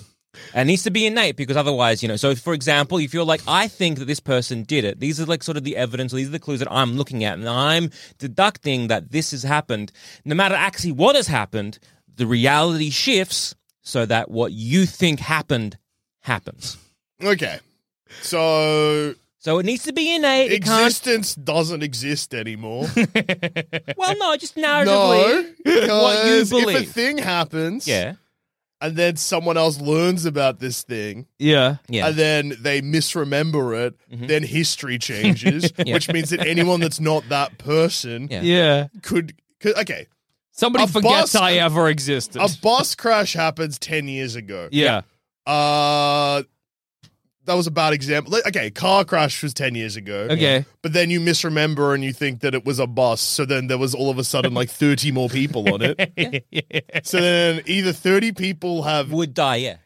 [SPEAKER 3] And it needs to be innate because otherwise, you know. So, for example, if you're like, I think that this person did it, these are like sort of the evidence, these are the clues that I'm looking at, and I'm deducting that this has happened. No matter actually what has happened, the reality shifts so that what you think happened happens.
[SPEAKER 1] Okay. So
[SPEAKER 3] So it needs to be innate. It can't
[SPEAKER 1] existence doesn't exist anymore.
[SPEAKER 3] Well, no, just
[SPEAKER 1] no.
[SPEAKER 3] narratively.
[SPEAKER 1] What If a
[SPEAKER 3] believe.
[SPEAKER 1] thing happens
[SPEAKER 3] Yeah.
[SPEAKER 1] and then someone else learns about this thing
[SPEAKER 2] Yeah.
[SPEAKER 3] Yeah. Mm-hmm.
[SPEAKER 1] and then they misremember it, then history changes,
[SPEAKER 3] Yeah.
[SPEAKER 1] which means that anyone that's not that person
[SPEAKER 3] Yeah.
[SPEAKER 2] Yeah.
[SPEAKER 1] could, could okay.
[SPEAKER 2] Somebody
[SPEAKER 1] A
[SPEAKER 2] forgets
[SPEAKER 1] bus-
[SPEAKER 2] I ever existed.
[SPEAKER 1] A bus crash happens 10 years ago.
[SPEAKER 2] yeah.
[SPEAKER 1] Uh, that was a bad example. Like, Okay, car crash was 10 years ago.
[SPEAKER 2] Okay.
[SPEAKER 1] But then you misremember and you think that it was a bus. So then there was all of a sudden like 30 more people on it. So then either 30 people have.
[SPEAKER 3] would die, yeah.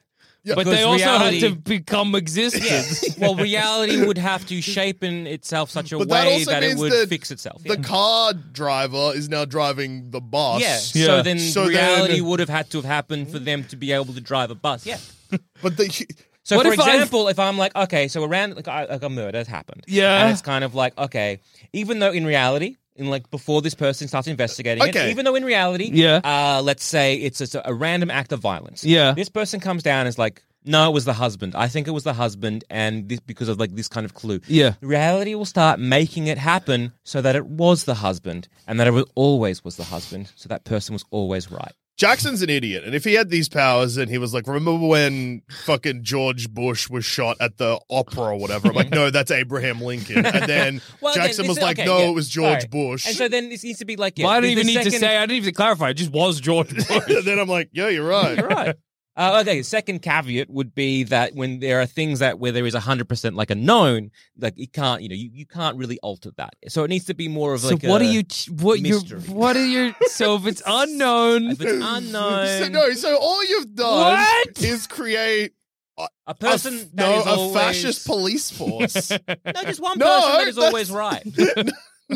[SPEAKER 2] But
[SPEAKER 3] Because
[SPEAKER 2] they also
[SPEAKER 3] reality-
[SPEAKER 2] had to become existent.
[SPEAKER 3] well, reality would have to shape in itself such a
[SPEAKER 1] But that
[SPEAKER 3] way
[SPEAKER 1] also
[SPEAKER 3] that, it
[SPEAKER 1] means
[SPEAKER 3] would
[SPEAKER 1] that
[SPEAKER 3] fix itself.
[SPEAKER 1] The car driver is now driving the bus.
[SPEAKER 3] yeah.
[SPEAKER 2] Yeah.
[SPEAKER 3] So then
[SPEAKER 1] So
[SPEAKER 3] reality
[SPEAKER 1] then-
[SPEAKER 3] would have had to have happened for them to be able to drive a bus. Yeah.
[SPEAKER 1] But the,
[SPEAKER 3] So
[SPEAKER 2] What
[SPEAKER 3] for
[SPEAKER 2] if I've-
[SPEAKER 3] example, if I'm like, okay, so around like, I- like a murder has happened.
[SPEAKER 2] Yeah.
[SPEAKER 3] And it's kind of like, okay, even though in reality, in like before this person starts investigating
[SPEAKER 1] Okay.
[SPEAKER 3] it, even though in reality,
[SPEAKER 2] Yeah.
[SPEAKER 3] uh, let's say it's just a, a random act of violence.
[SPEAKER 2] Yeah.
[SPEAKER 3] This person comes down and is like, no, it was the husband. I think it was the husband and this because of like this kind of clue.
[SPEAKER 2] Yeah.
[SPEAKER 3] Reality will start making it happen so that it was the husband and that it was always was the husband. So that person was always right.
[SPEAKER 1] Jackson's an idiot, and if he had these powers, and he was like, "Remember when fucking George Bush was shot at the opera or whatever?" I'm like, "No, that's Abraham Lincoln." And then
[SPEAKER 3] again,
[SPEAKER 1] Jackson
[SPEAKER 3] this
[SPEAKER 1] was
[SPEAKER 3] is-
[SPEAKER 1] like,
[SPEAKER 3] okay,
[SPEAKER 1] "No,
[SPEAKER 3] yeah,
[SPEAKER 1] it was George
[SPEAKER 3] sorry.
[SPEAKER 1] Bush."
[SPEAKER 3] And
[SPEAKER 1] And,
[SPEAKER 3] so then it needs to be like, yeah,
[SPEAKER 2] Well, I don't
[SPEAKER 3] the- the
[SPEAKER 2] even need to
[SPEAKER 3] second-
[SPEAKER 2] say. I didn't even clarify. It just was George Bush.
[SPEAKER 1] then I'm like, "Yeah, you're right."
[SPEAKER 3] You're right. Uh, okay, second caveat would be that when there are things that where there is 100% like a known, like you can't, you know, you, you can't really alter that. So it needs to be more of
[SPEAKER 2] so
[SPEAKER 3] like
[SPEAKER 2] what
[SPEAKER 3] a-
[SPEAKER 2] are you? ch- What you?
[SPEAKER 3] mystery.
[SPEAKER 2] What are your? So if it's unknown,
[SPEAKER 3] If it's unknown,
[SPEAKER 1] So, no, so all you've done
[SPEAKER 2] What?
[SPEAKER 1] is create
[SPEAKER 3] a
[SPEAKER 1] a, f-
[SPEAKER 3] person that is
[SPEAKER 1] no, a
[SPEAKER 3] always,
[SPEAKER 1] fascist police force.
[SPEAKER 3] No, just one
[SPEAKER 1] No,
[SPEAKER 3] person that is
[SPEAKER 1] that's-
[SPEAKER 3] always right.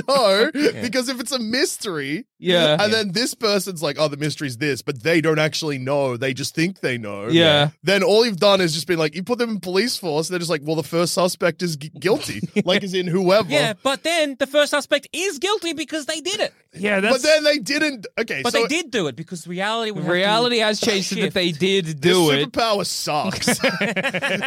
[SPEAKER 1] no, because if it's a mystery,
[SPEAKER 2] yeah,
[SPEAKER 1] and then this person's like, "Oh, the mystery's this," but they don't actually know; they just think they know.
[SPEAKER 2] Yeah.
[SPEAKER 1] Then all you've done is just been like, you put them in police force. They're just like, "Well, the first suspect is gu- guilty," like is in whoever.
[SPEAKER 3] Yeah, but then the first suspect is guilty because they did it.
[SPEAKER 2] yeah.
[SPEAKER 1] But then they didn't. Okay,
[SPEAKER 3] But
[SPEAKER 1] so
[SPEAKER 3] they did do it because reality would have to-
[SPEAKER 2] reality has changed so that they did
[SPEAKER 1] This
[SPEAKER 2] do it.
[SPEAKER 1] superpower sucks.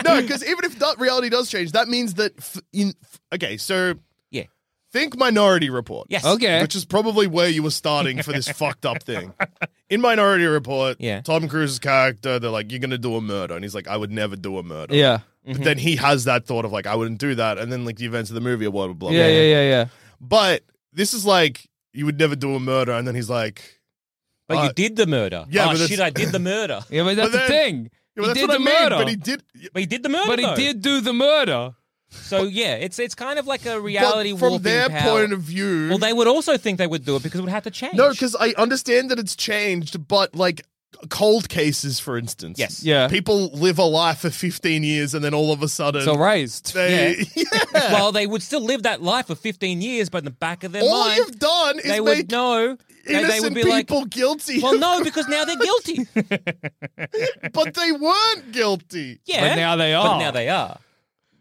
[SPEAKER 1] no, because even if that reality does change, that means that f- in f- okay, so
[SPEAKER 3] Yeah.
[SPEAKER 1] think Minority Report.
[SPEAKER 3] Yes.
[SPEAKER 2] Okay.
[SPEAKER 1] Which is probably where you were starting for this fucked up thing. In Minority Report,
[SPEAKER 3] Yeah.
[SPEAKER 1] Tom Cruise's character, they're like, "You're gonna do a murder," and he's like, "I would never do a murder."
[SPEAKER 2] Yeah,
[SPEAKER 1] But then he has that thought of like, "I wouldn't do that," and then like the events of the movie, are blah blah blah.
[SPEAKER 2] yeah, yeah, yeah, yeah.
[SPEAKER 1] But this is like, you would never do a murder, and then he's like,
[SPEAKER 3] But
[SPEAKER 1] Uh,
[SPEAKER 3] you did the murder.
[SPEAKER 1] yeah,
[SPEAKER 3] Oh,
[SPEAKER 1] but that's-
[SPEAKER 3] shit, I did the murder.
[SPEAKER 2] Yeah, but that's
[SPEAKER 1] then-
[SPEAKER 2] the thing.
[SPEAKER 1] "Yeah, well,
[SPEAKER 2] he
[SPEAKER 1] that's
[SPEAKER 2] did
[SPEAKER 1] what I
[SPEAKER 2] the
[SPEAKER 1] mean,"
[SPEAKER 2] murder,
[SPEAKER 1] But he did.
[SPEAKER 3] But he did the murder.
[SPEAKER 2] But he
[SPEAKER 3] though.
[SPEAKER 2] did do the murder.
[SPEAKER 3] So yeah, it's it's kind of like a
[SPEAKER 1] but
[SPEAKER 3] reality
[SPEAKER 1] from
[SPEAKER 3] warping
[SPEAKER 1] their
[SPEAKER 3] power.
[SPEAKER 1] point of view,
[SPEAKER 3] Well, they would also think they would do it because it would have to change.
[SPEAKER 1] No, because I understand that it's changed, but like cold cases, for instance.
[SPEAKER 3] Yes.
[SPEAKER 2] Yeah.
[SPEAKER 1] People live a life for 15 years and then all of a sudden.
[SPEAKER 2] So raised.
[SPEAKER 1] they, Yeah.
[SPEAKER 3] Well, they would still live that life for 15 years, but in the back of their
[SPEAKER 1] all
[SPEAKER 3] mind,
[SPEAKER 1] you've done is
[SPEAKER 3] they
[SPEAKER 1] make
[SPEAKER 3] would know. They,
[SPEAKER 1] innocent
[SPEAKER 3] they would be
[SPEAKER 1] people
[SPEAKER 3] like,
[SPEAKER 1] guilty.
[SPEAKER 3] well, no, because now they're guilty.
[SPEAKER 1] but they weren't guilty.
[SPEAKER 3] Yeah.
[SPEAKER 2] But now they
[SPEAKER 3] But
[SPEAKER 2] are.
[SPEAKER 3] now they are.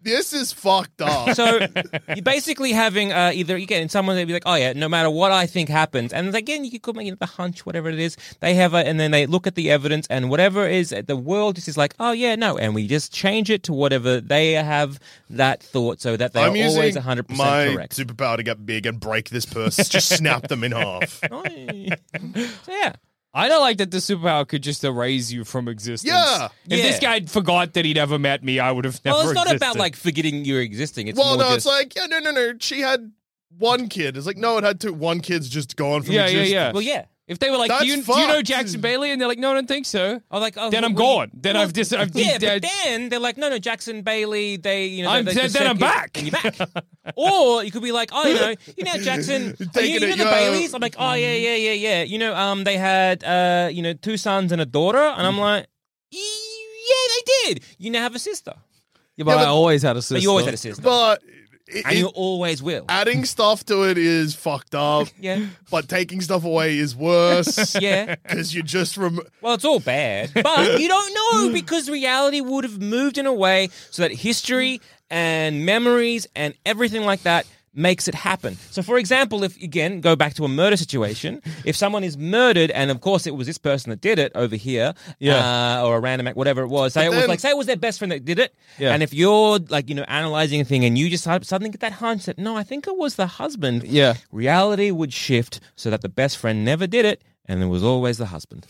[SPEAKER 1] This is fucked up.
[SPEAKER 3] So you're basically having uh, either again someone they'd be like, oh yeah, no matter what I think happens, and again you could make it the hunch, whatever it is. They have, a, and then they look at the evidence, and whatever is the world just is like, oh yeah, no, and we just change it to whatever they have that thought, so that they
[SPEAKER 1] I'm
[SPEAKER 3] are
[SPEAKER 1] using
[SPEAKER 3] always 100
[SPEAKER 1] my
[SPEAKER 3] percent correct.
[SPEAKER 1] superpower to get big and break this person. Just snap them in half.
[SPEAKER 3] So, yeah.
[SPEAKER 2] I don't like that the superpower could just erase you from existence.
[SPEAKER 1] Yeah.
[SPEAKER 2] If this
[SPEAKER 3] Yeah.
[SPEAKER 2] guy forgot that he'd ever met me, I would have never
[SPEAKER 3] Well, it's not about
[SPEAKER 2] existed.
[SPEAKER 3] like forgetting you're existing. It's
[SPEAKER 1] well,
[SPEAKER 3] more
[SPEAKER 1] no,
[SPEAKER 3] just,
[SPEAKER 1] it's like yeah, no, no, no. She had one kid. It's like no, it had two. One kid's just gone from
[SPEAKER 2] Yeah, yeah,
[SPEAKER 1] existence.
[SPEAKER 2] yeah.
[SPEAKER 3] well, yeah.
[SPEAKER 2] If they were like,
[SPEAKER 1] That's
[SPEAKER 2] do you, do you know
[SPEAKER 1] fucked.
[SPEAKER 2] Jackson Bailey? And they're like, no, I don't think so.
[SPEAKER 3] I'm like, oh,
[SPEAKER 2] Then I'm
[SPEAKER 3] well,
[SPEAKER 2] gone. Then I've dis- I've
[SPEAKER 3] yeah,
[SPEAKER 2] de-
[SPEAKER 3] but then they're like, no, no, Jackson Bailey. They, you know,
[SPEAKER 2] I'm
[SPEAKER 3] they-
[SPEAKER 2] dead,
[SPEAKER 3] they
[SPEAKER 2] then I'm
[SPEAKER 3] suck you-
[SPEAKER 2] back.
[SPEAKER 3] and you're back. or you could be like, oh, you know, you know, Jackson. oh, you,
[SPEAKER 1] Taking
[SPEAKER 3] you know
[SPEAKER 1] it,
[SPEAKER 3] the
[SPEAKER 1] yo.
[SPEAKER 3] Baileys. I'm like, oh yeah, yeah, yeah, yeah. You know, um, they had, uh, you know, two sons and a daughter, and
[SPEAKER 2] Mm.
[SPEAKER 3] I'm like, "E- yeah, they did. You now have a sister,
[SPEAKER 2] Yeah, but, I always had a sister.
[SPEAKER 3] but you always had a sister,
[SPEAKER 1] But it,
[SPEAKER 3] and
[SPEAKER 1] it-
[SPEAKER 3] you always will.
[SPEAKER 1] adding stuff to it is fucked up.
[SPEAKER 3] Yeah.
[SPEAKER 1] But taking stuff away is worse.
[SPEAKER 3] Yeah.
[SPEAKER 1] Because you just rem-
[SPEAKER 3] Well, it's all bad, but you don't know because reality would have moved in a way so that history and memories and everything like that makes it happen. So, for example, if again go back to a murder situation, if someone is murdered, and of course it was this person that did it over here,
[SPEAKER 2] Yeah.
[SPEAKER 3] uh, or a random act, whatever it was. Say it was
[SPEAKER 1] then-
[SPEAKER 3] like say it was their best friend that did it,
[SPEAKER 2] Yeah.
[SPEAKER 3] and if you're like you know analyzing a thing and you just suddenly get that hunch that no, I think it was the husband.
[SPEAKER 2] Yeah.
[SPEAKER 3] reality would shift so that the best friend never did it, and there was always the husband.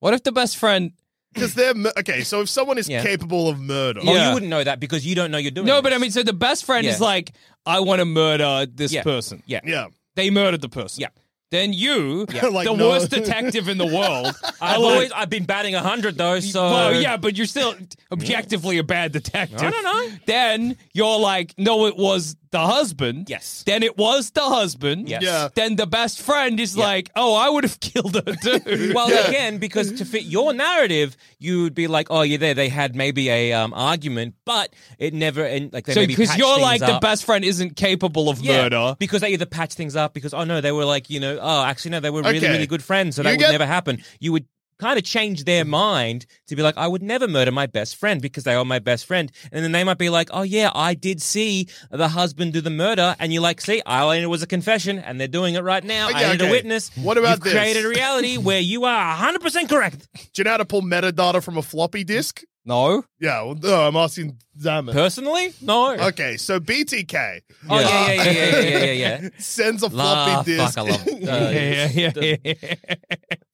[SPEAKER 2] What if the best friend?
[SPEAKER 1] because they're mur- okay. So if someone is
[SPEAKER 3] Yeah.
[SPEAKER 1] capable of murder,
[SPEAKER 3] Oh,
[SPEAKER 2] Yeah.
[SPEAKER 3] you wouldn't know that because you don't know you're doing.
[SPEAKER 2] No, but
[SPEAKER 3] this.
[SPEAKER 2] I mean, so the best friend is
[SPEAKER 3] Yeah.
[SPEAKER 2] like, I want to murder this
[SPEAKER 3] Yeah.
[SPEAKER 2] person.
[SPEAKER 3] Yeah.
[SPEAKER 1] yeah,
[SPEAKER 2] They murdered the person.
[SPEAKER 3] Yeah.
[SPEAKER 2] Then you,
[SPEAKER 1] Like,
[SPEAKER 2] the
[SPEAKER 1] no.
[SPEAKER 2] worst detective in the world.
[SPEAKER 3] I've
[SPEAKER 2] are like,
[SPEAKER 3] always I've been batting hundred though, so
[SPEAKER 2] well, yeah, but you're still objectively a bad detective.
[SPEAKER 3] I don't know.
[SPEAKER 2] Then you're like, no, it was the husband.
[SPEAKER 3] Yes.
[SPEAKER 2] Then it was the husband.
[SPEAKER 3] Yes.
[SPEAKER 1] Yeah.
[SPEAKER 2] Then the best friend is like, oh, I would have killed her too.
[SPEAKER 3] Well, again, because to fit your narrative, you would be like, oh, yeah, there they had maybe a um, argument, but it never and like they
[SPEAKER 2] so
[SPEAKER 3] maybe
[SPEAKER 2] because
[SPEAKER 3] patched
[SPEAKER 2] you're
[SPEAKER 3] things
[SPEAKER 2] like the
[SPEAKER 3] up.
[SPEAKER 2] best friend isn't capable of
[SPEAKER 3] Yeah,
[SPEAKER 2] murder.
[SPEAKER 3] because they either patch things up because oh no they were like you know oh actually no they were really
[SPEAKER 1] Okay.
[SPEAKER 3] really good friends so
[SPEAKER 1] You
[SPEAKER 3] that
[SPEAKER 1] get- Mm.
[SPEAKER 3] would never happen you would kind of change their mind to be like I would never murder my best friend because they are my best friend and then they might be like oh yeah I did see the husband do the murder and you're like see all I needed was a confession and they're doing it right now
[SPEAKER 1] Okay,
[SPEAKER 3] I need
[SPEAKER 1] Uh, okay.
[SPEAKER 3] a witness
[SPEAKER 1] What about
[SPEAKER 3] You've
[SPEAKER 1] this?
[SPEAKER 3] created a reality where you are 100% correct
[SPEAKER 1] do you know how to pull metadata from a floppy disk?
[SPEAKER 2] No.
[SPEAKER 1] Yeah, well, no, I'm asking Zaman.
[SPEAKER 3] personally no
[SPEAKER 1] Okay, so BTK
[SPEAKER 3] oh yeah yeah yeah yeah yeah yeah, yeah, yeah.
[SPEAKER 1] sends a floppy
[SPEAKER 3] La,
[SPEAKER 1] disk.
[SPEAKER 3] fuck, I love
[SPEAKER 2] Yeah,
[SPEAKER 3] uh,
[SPEAKER 2] yeah, yeah, yeah.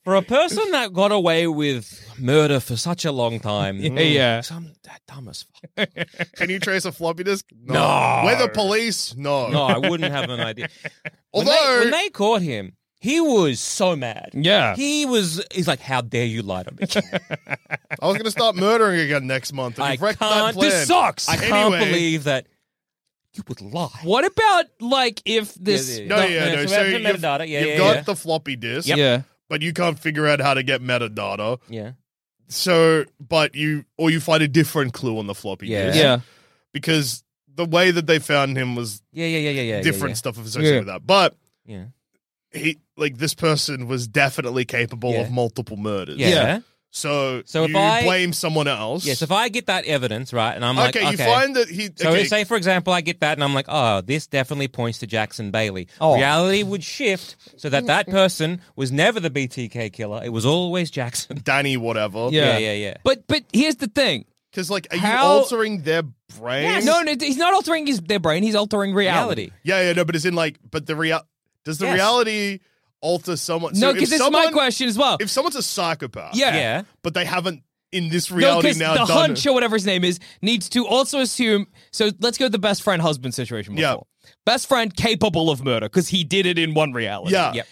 [SPEAKER 3] For a person that got away with murder for such a long time,
[SPEAKER 2] Yeah, yeah.
[SPEAKER 3] some that dumb as fuck.
[SPEAKER 1] Can you trace a floppy disk?
[SPEAKER 3] No.
[SPEAKER 1] Where the police? No.
[SPEAKER 3] No, I wouldn't have an idea. When they-
[SPEAKER 1] Although-
[SPEAKER 3] when they, caught him, he was so mad.
[SPEAKER 2] Yeah.
[SPEAKER 3] he was. He's like, "How dare you lie to me?
[SPEAKER 1] I was going to start murdering again next month. And
[SPEAKER 3] I
[SPEAKER 1] you've wrecked that
[SPEAKER 3] can't-
[SPEAKER 1] plan.
[SPEAKER 3] This
[SPEAKER 2] sucks.
[SPEAKER 3] I can't
[SPEAKER 1] Anyway.
[SPEAKER 3] believe that you would lie."
[SPEAKER 2] What about like if this?
[SPEAKER 3] Yeah, yeah,
[SPEAKER 1] No, yeah, no.
[SPEAKER 3] it's
[SPEAKER 1] So
[SPEAKER 3] about the
[SPEAKER 1] you've,
[SPEAKER 3] metadata. Yeah,
[SPEAKER 1] you've
[SPEAKER 3] yeah,
[SPEAKER 1] got
[SPEAKER 3] yeah.
[SPEAKER 1] the floppy disk,
[SPEAKER 2] Yeah.
[SPEAKER 1] but you can't figure out how to get metadata.
[SPEAKER 3] Yeah,
[SPEAKER 1] So, but you or you find a different clue on the floppy
[SPEAKER 3] Yeah.
[SPEAKER 1] disk
[SPEAKER 2] Yeah.
[SPEAKER 1] because the way that they found him was
[SPEAKER 3] yeah, yeah, yeah, yeah, yeah.
[SPEAKER 1] different stuff associated
[SPEAKER 2] Yeah.
[SPEAKER 1] with that. But
[SPEAKER 3] Yeah. Yeah.
[SPEAKER 1] he, like, this person was definitely capable
[SPEAKER 3] Yeah.
[SPEAKER 1] of multiple murders.
[SPEAKER 3] Yeah.
[SPEAKER 2] Yeah.
[SPEAKER 1] So,
[SPEAKER 3] So if
[SPEAKER 1] you
[SPEAKER 3] I-
[SPEAKER 1] blame someone else.
[SPEAKER 3] Yes, if I get that evidence right, and I'm like,
[SPEAKER 1] okay,
[SPEAKER 3] okay,
[SPEAKER 1] you find that he.
[SPEAKER 3] So
[SPEAKER 1] okay,
[SPEAKER 3] say for example I get that and I'm like, oh, this definitely points to Jackson Bailey.
[SPEAKER 2] Oh.
[SPEAKER 3] Reality would shift so that that
[SPEAKER 1] Mm-hmm.
[SPEAKER 3] person was never the BTK killer. It was always Jackson.
[SPEAKER 1] Danny, whatever.
[SPEAKER 3] Yeah, yeah, yeah.
[SPEAKER 2] But but here's the thing.
[SPEAKER 1] Because, like, are
[SPEAKER 2] How-
[SPEAKER 1] you altering their brain?
[SPEAKER 2] No, no, he's not altering his their brain. He's altering reality.
[SPEAKER 3] Reality.
[SPEAKER 1] Yeah, yeah, no, but it's in like, but the real does the
[SPEAKER 3] Yes.
[SPEAKER 1] reality alter someone?
[SPEAKER 2] No,
[SPEAKER 1] if
[SPEAKER 2] because this is my
[SPEAKER 1] someone-
[SPEAKER 2] question as well.
[SPEAKER 1] If someone's a psychopath,
[SPEAKER 2] Yeah.
[SPEAKER 3] Yeah.
[SPEAKER 1] but they haven't in this
[SPEAKER 2] No,
[SPEAKER 1] reality
[SPEAKER 2] because
[SPEAKER 1] now
[SPEAKER 2] the
[SPEAKER 1] done.
[SPEAKER 2] hunch or whatever his name is needs to also assume. So let's go to the best friend husband situation.
[SPEAKER 1] Yeah.
[SPEAKER 2] Before. Best friend capable of murder because he did it in one reality.
[SPEAKER 1] Yeah.
[SPEAKER 3] Yep.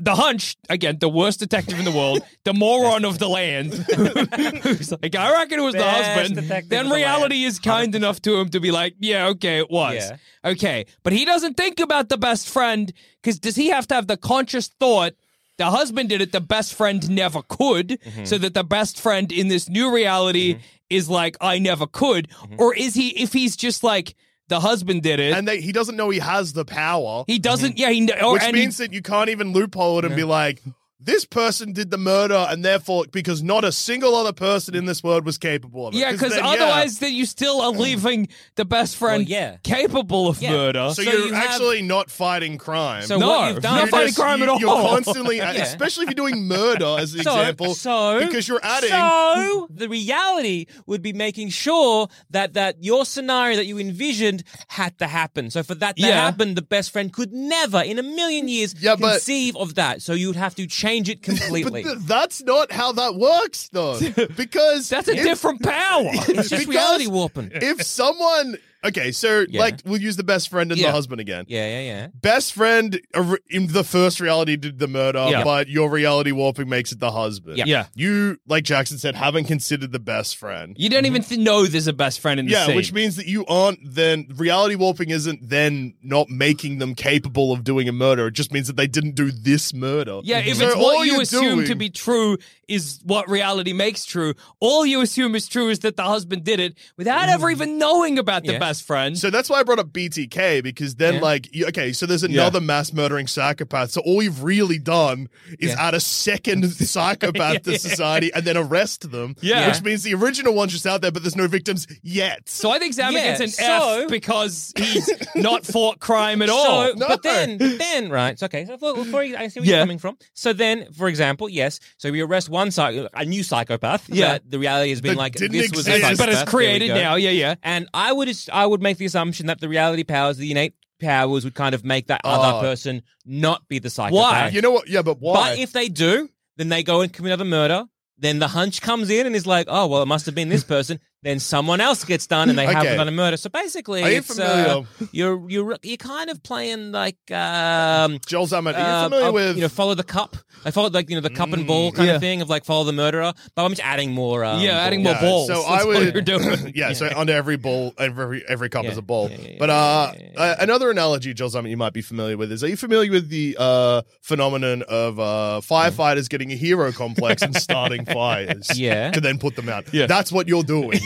[SPEAKER 2] The hunch again, the worst detective in the world, the moron of the land. who's like, I reckon it was
[SPEAKER 3] Best
[SPEAKER 2] the
[SPEAKER 3] detective
[SPEAKER 2] husband. Then
[SPEAKER 3] of the
[SPEAKER 2] reality is kind enough to him to be like, yeah, okay, it was.
[SPEAKER 3] Yeah.
[SPEAKER 2] Okay, but he doesn't think about the best friend because does he have to have the conscious thought The husband did it, the best friend never could.
[SPEAKER 3] Mm-hmm.
[SPEAKER 2] So that the best friend in this new reality is like, I never could.
[SPEAKER 3] Mm-hmm.
[SPEAKER 2] Or is he, if he's just like, the husband did it,
[SPEAKER 1] And they, he doesn't know he has the power,
[SPEAKER 2] he
[SPEAKER 3] Mm-hmm.
[SPEAKER 2] doesn't, yeah, he, kn- or,
[SPEAKER 1] which
[SPEAKER 2] and he-
[SPEAKER 1] means that you can't even loophole it and be like, this person did the murder, and therefore, because not a single other person in this world was capable of it.
[SPEAKER 2] yeah, because
[SPEAKER 1] then,
[SPEAKER 2] otherwise, then you still are leaving the best friend
[SPEAKER 3] Well, yeah.
[SPEAKER 2] capable of
[SPEAKER 3] Yeah.
[SPEAKER 2] murder.
[SPEAKER 1] So,
[SPEAKER 3] So
[SPEAKER 1] you're
[SPEAKER 3] you have-
[SPEAKER 1] actually not fighting crime.
[SPEAKER 3] So
[SPEAKER 2] No,
[SPEAKER 3] what you've
[SPEAKER 2] you're
[SPEAKER 3] done
[SPEAKER 2] not
[SPEAKER 1] You're
[SPEAKER 2] fighting crime at
[SPEAKER 1] You're
[SPEAKER 2] all.
[SPEAKER 1] constantly, especially if you're doing murder as an example,
[SPEAKER 3] So,
[SPEAKER 1] because you're adding.
[SPEAKER 3] So the reality would be making sure that that your scenario that you envisioned had to happen. So for that to
[SPEAKER 2] Yeah.
[SPEAKER 3] happen, the best friend could never, in a million years,
[SPEAKER 1] Yeah, but-
[SPEAKER 3] conceive of that. So you would have to change it
[SPEAKER 1] but
[SPEAKER 3] completely.
[SPEAKER 1] th- that's not how that works, though, because
[SPEAKER 2] That's a
[SPEAKER 1] if-
[SPEAKER 2] different power.
[SPEAKER 3] it's just
[SPEAKER 1] because-
[SPEAKER 3] reality warping.
[SPEAKER 1] If someone, okay, so
[SPEAKER 3] Yeah.
[SPEAKER 1] like we'll use the best friend and the
[SPEAKER 2] Yeah.
[SPEAKER 1] husband again.
[SPEAKER 3] Yeah, yeah, yeah.
[SPEAKER 1] Best friend or- in the first reality did the murder,
[SPEAKER 2] Yeah.
[SPEAKER 1] but your reality warping makes it the husband.
[SPEAKER 3] Yeah.
[SPEAKER 2] Yeah.
[SPEAKER 1] You, like Jackson said, haven't considered the best friend.
[SPEAKER 2] You don't even th- know there's a best friend in the
[SPEAKER 1] Yeah,
[SPEAKER 2] scene.
[SPEAKER 1] which means that you aren't then reality warping isn't then not making them capable of doing a murder. It just means that they didn't do this murder.
[SPEAKER 2] yeah, if
[SPEAKER 1] So
[SPEAKER 2] it's
[SPEAKER 1] all
[SPEAKER 2] what you
[SPEAKER 1] you're
[SPEAKER 2] assume to
[SPEAKER 1] doing-
[SPEAKER 2] be true is what reality makes true, all you assume is true is that the husband did it without ever even knowing about the
[SPEAKER 3] Yeah.
[SPEAKER 2] best friend.
[SPEAKER 1] So that's why I brought up BTK because then,
[SPEAKER 3] Yeah.
[SPEAKER 1] like, you, okay, so there's another mass murdering psychopath. So all you've really done is add a second psychopath to society and then arrest them.
[SPEAKER 2] Yeah.
[SPEAKER 1] Which means the original one's just out there, but there's no victims yet.
[SPEAKER 2] so I think Sam
[SPEAKER 3] Yeah,
[SPEAKER 2] gets an
[SPEAKER 3] so-
[SPEAKER 2] F because he's not fought crime at all.
[SPEAKER 3] So, But then, then, right? It's okay. So, for, for, I see where
[SPEAKER 2] Yeah.
[SPEAKER 3] you're coming from. So then, for example, yes. So we arrest one psych, a new psychopath.
[SPEAKER 2] Yeah.
[SPEAKER 3] that the reality has been
[SPEAKER 1] That
[SPEAKER 3] like
[SPEAKER 1] didn't
[SPEAKER 3] this was
[SPEAKER 1] exist.
[SPEAKER 3] a psychopath.
[SPEAKER 2] but it's
[SPEAKER 3] There we
[SPEAKER 2] created
[SPEAKER 3] go.
[SPEAKER 2] now. Yeah, yeah.
[SPEAKER 3] And I would as- I would make the assumption that the reality powers, the innate powers, would kind of make that
[SPEAKER 1] Oh.
[SPEAKER 3] other person not be the psychopath.
[SPEAKER 1] You know what? Yeah, but why?
[SPEAKER 3] But if they do, then they go and commit another murder. Then the hunch comes in and is like, oh well, it must have been this person. then someone else gets done, and they have
[SPEAKER 1] Okay.
[SPEAKER 3] another murder. So basically,
[SPEAKER 1] Are you
[SPEAKER 3] it's, uh,
[SPEAKER 1] familiar-
[SPEAKER 3] you're you're you're kind of playing like um,
[SPEAKER 1] Joel Zaman, are
[SPEAKER 3] uh,
[SPEAKER 1] you familiar
[SPEAKER 3] of,
[SPEAKER 1] with. Mm,
[SPEAKER 3] you know follow the cup. I followed like you know the cup and ball kind
[SPEAKER 2] yeah.
[SPEAKER 3] of thing of like follow the murderer. But I'm just adding more. Um,
[SPEAKER 2] yeah, adding more
[SPEAKER 1] Yeah,
[SPEAKER 2] balls.
[SPEAKER 1] So
[SPEAKER 2] That's
[SPEAKER 1] I
[SPEAKER 2] all
[SPEAKER 1] would.
[SPEAKER 2] you're doing.
[SPEAKER 1] yeah, So under every ball, every every cup
[SPEAKER 3] Yeah,
[SPEAKER 1] is a ball.
[SPEAKER 3] yeah, yeah,
[SPEAKER 1] but
[SPEAKER 3] yeah,
[SPEAKER 1] uh,
[SPEAKER 3] yeah,
[SPEAKER 1] uh, another analogy, Joel, something you might be familiar with is: Are you familiar with the uh, phenomenon of uh, firefighters getting a hero complex and starting fires?
[SPEAKER 3] Yeah.
[SPEAKER 1] To then put them out. Yeah. That's what you're doing.